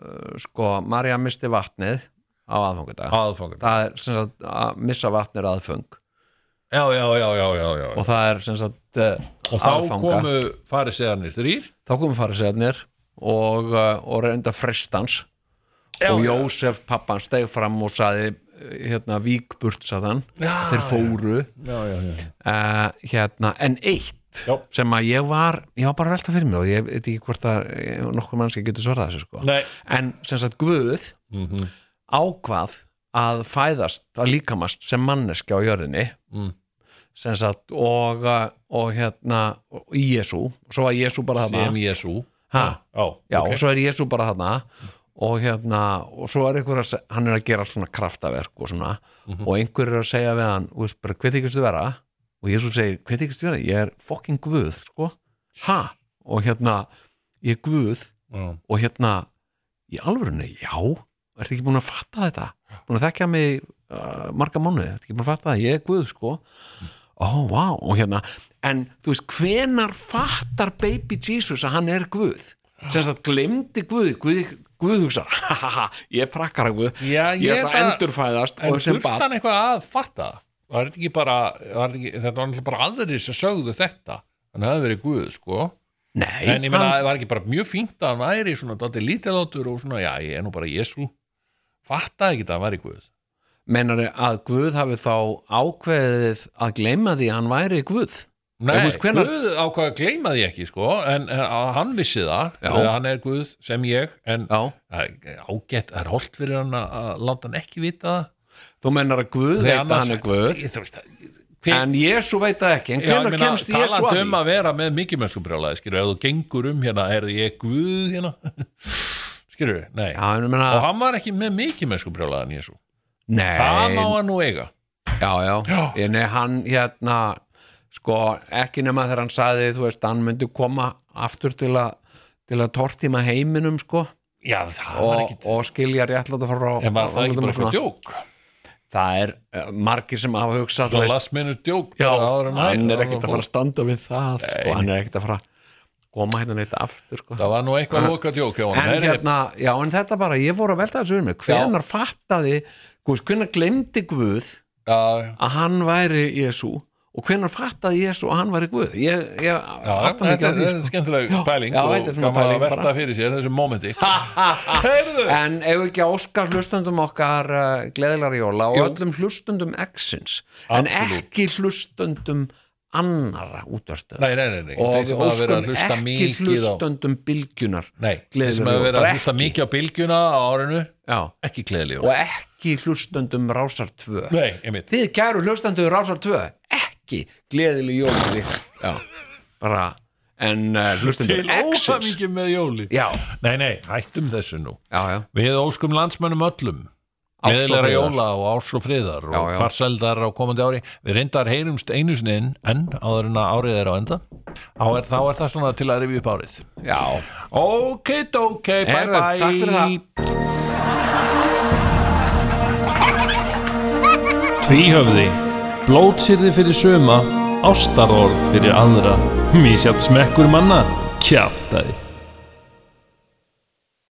Speaker 3: uh, sko, Marja misti vatnið á aðfangadag
Speaker 2: aðfangur
Speaker 3: það er sem sagt að missa vatnið er aðföng
Speaker 2: já, já, já, já, já, já.
Speaker 3: og það er sem sagt uh,
Speaker 2: og þá komu farið séðanir þrýr
Speaker 3: þá komu fariseðnir og, uh, og reynda frestans og Jósef pappan steig fram og saði eh, hérna víkburt saðan já, þeir fóru já, já, já. hérna, en eitt
Speaker 2: Já.
Speaker 3: sem að ég var, ég var bara að velta fyrir mig og ég veit ekki hvort að eh, nokkur mannski getur svarað þessu sko
Speaker 2: Nei.
Speaker 3: en sem sagt Guð Mhm. ákvað að fæðast að líkamast sem manneski á jörðinni sem sagt og, eh, og hérna og í Jesú, svo að Jesú bara þarna
Speaker 2: sem Jésu
Speaker 3: Ha? Já,
Speaker 2: ok.
Speaker 3: og svo er Jésu bara þarna og hérna, og svo er einhver að se- hann er að gera svona kraftaverk og svona og einhver er að segja við hann þú veist, bara, hvað þykist þú vera? og Jésu segir, hvað þykist þú vera? Ég er fucking guð sko, ha? og hérna, ég er guð
Speaker 2: Já.
Speaker 3: og hérna, í alvörunni já, ertu ekki búin að fatta þetta búin að þekkja mig uh, marga mánuði, ertu ekki búin að fatta það, ég er guð sko
Speaker 2: Mm.
Speaker 3: ó, vá, og hérna en þú veist, hvenar fattar baby Jesus að hann er Guð sem sagt, glemdi Guð Guð, guð hugsar, ha ha ha ég prakkar að Guð,
Speaker 2: Já,
Speaker 3: ég,
Speaker 2: ég
Speaker 3: ætla að
Speaker 2: ætla-
Speaker 3: endurfæðast
Speaker 2: en
Speaker 3: og sem
Speaker 2: þurfti
Speaker 3: bara,
Speaker 2: hann eitthvað að fatta það? var þetta ekki bara var þetta ekki, þetta var náttúrulega bara aðrir sem sögðu þetta hann hafði verið guð sko
Speaker 3: nei,
Speaker 2: en ég meina
Speaker 3: hann-
Speaker 2: það var ekki bara mjög fínt að hann væri svona dáttir lítilátur og svona já ég er nú bara Jésu fattaði ekki að hann væri guð
Speaker 3: meinar að Guð hafi þá ákveðið að gleyma því að hann væri Guð
Speaker 2: Nei,
Speaker 3: þú veist, hvenær-
Speaker 2: Guð ákvað að gleyma því ekki sko, en, en að hann vissi það
Speaker 3: Já.
Speaker 2: að hann er Guð sem ég en
Speaker 3: já,
Speaker 2: það er ágætt, það er holdt fyrir hann að- að láta hann ekki vita það
Speaker 3: þú meinar að Guð veit að hann er Guð
Speaker 2: Ég- þú veist það hver-
Speaker 3: en Jésu veit það ekki, en
Speaker 2: Já, ég
Speaker 3: hvenar
Speaker 2: meina,
Speaker 3: kemst Jésu að
Speaker 2: talandi
Speaker 3: því
Speaker 2: um að vera með mikið mennskubrjálaði skilur, ef þú gengur um hérna, er ég Guð hérna skilur, nei
Speaker 3: já, en ég meina,
Speaker 2: og hann var ekki með mikið mennskubrjálaði en Jésu, það
Speaker 3: nei,
Speaker 2: má hann nú eiga
Speaker 3: já, já, já. Nei, hann hérna sko, ekki nema þegar hann saði þú veist, hann myndi koma aftur til að til að tortíma heiminum sko
Speaker 2: já, það var
Speaker 3: og,
Speaker 2: ekkit
Speaker 3: og skilja réttlátt að fara á,
Speaker 2: en var
Speaker 3: á-
Speaker 2: það ekki
Speaker 3: á-
Speaker 2: bara eitthvað
Speaker 3: svona.
Speaker 2: djók
Speaker 3: það er uh, margir sem hafa hugsað þú
Speaker 2: svona
Speaker 3: veist,
Speaker 2: last minute djók
Speaker 3: já,
Speaker 2: bara áður en
Speaker 3: hann
Speaker 2: áður
Speaker 3: er
Speaker 2: en
Speaker 3: ekkert að
Speaker 2: fór.
Speaker 3: fara að standa við það sko, hann er ekkert að fara að koma hérna neitt aftur sko.
Speaker 2: það var nú eitthvað loka djók hjá honum.
Speaker 3: en
Speaker 2: Herri,
Speaker 3: hérna, já en þetta bara ég voru að velta þessu um mig, hvenar fattaði hvers, hvenar glemdi Guð
Speaker 2: já, já.
Speaker 3: að hann væri Jésu og hvenar fattaði Jésu að hann væri Guð ég, ég
Speaker 2: Já,
Speaker 3: átta mig
Speaker 2: þetta
Speaker 3: ekki
Speaker 2: er,
Speaker 3: að því
Speaker 2: er
Speaker 3: sko.
Speaker 2: skemmtileg
Speaker 3: Já,
Speaker 2: pæling
Speaker 3: já,
Speaker 2: og
Speaker 3: þetta er svona
Speaker 2: gaman að
Speaker 3: pæling
Speaker 2: velta
Speaker 3: bara.
Speaker 2: fyrir sér þessu momenti Heyrðu
Speaker 3: En ef við ekki áskar hlustundum okkar uh, gleðilega jóla og öllum hlustundum exins en
Speaker 2: Absolutt.
Speaker 3: ekki hlustundum annara útvarstöð
Speaker 2: Nei, nei, nei, nei.
Speaker 3: og
Speaker 2: þeir
Speaker 3: við
Speaker 2: sem hafa verið að
Speaker 3: óskum
Speaker 2: hlusta
Speaker 3: ekki
Speaker 2: mikið á
Speaker 3: hlustundum bylgjunar
Speaker 2: Nei, þeir sem
Speaker 3: Gleðileg
Speaker 2: hafa
Speaker 3: jól.
Speaker 2: verið að
Speaker 3: Bara
Speaker 2: hlusta
Speaker 3: ekki.
Speaker 2: mikið á bylgjuna á árinu
Speaker 3: Já.
Speaker 2: ekki gleðileg
Speaker 3: og
Speaker 2: jól
Speaker 3: ekki hlustundum rásar 2
Speaker 2: Nei, einmitt
Speaker 3: þið kæru hlustandur rásar 2 ekki gleðileg jóla við ykkur. Já, bara en uh,
Speaker 2: Til
Speaker 3: hlustundur exins
Speaker 2: óhamingi með jóli
Speaker 3: Já,
Speaker 2: Nei, nei, hættum þessu nú
Speaker 3: já, já
Speaker 2: Við óskum landsmönnum öllum
Speaker 3: Ást og
Speaker 2: Gleðilegra
Speaker 3: friðar.
Speaker 2: jóla og ás og friðar og
Speaker 3: Já, já.
Speaker 2: farseldar á komandi ári Við reyndar heyrumst einu sinni inn enn áður en að árið er á enda Á er, Þá er það svona til að rifja upp árið
Speaker 3: Já,
Speaker 2: Ok, ok, bye
Speaker 3: Heyrðu,
Speaker 2: bye
Speaker 3: takk fyrir það.
Speaker 6: Tvíhöfði Blótsýrði fyrir suma Ástarorð fyrir aðra Mísjátt smekkur manna Kjaftaði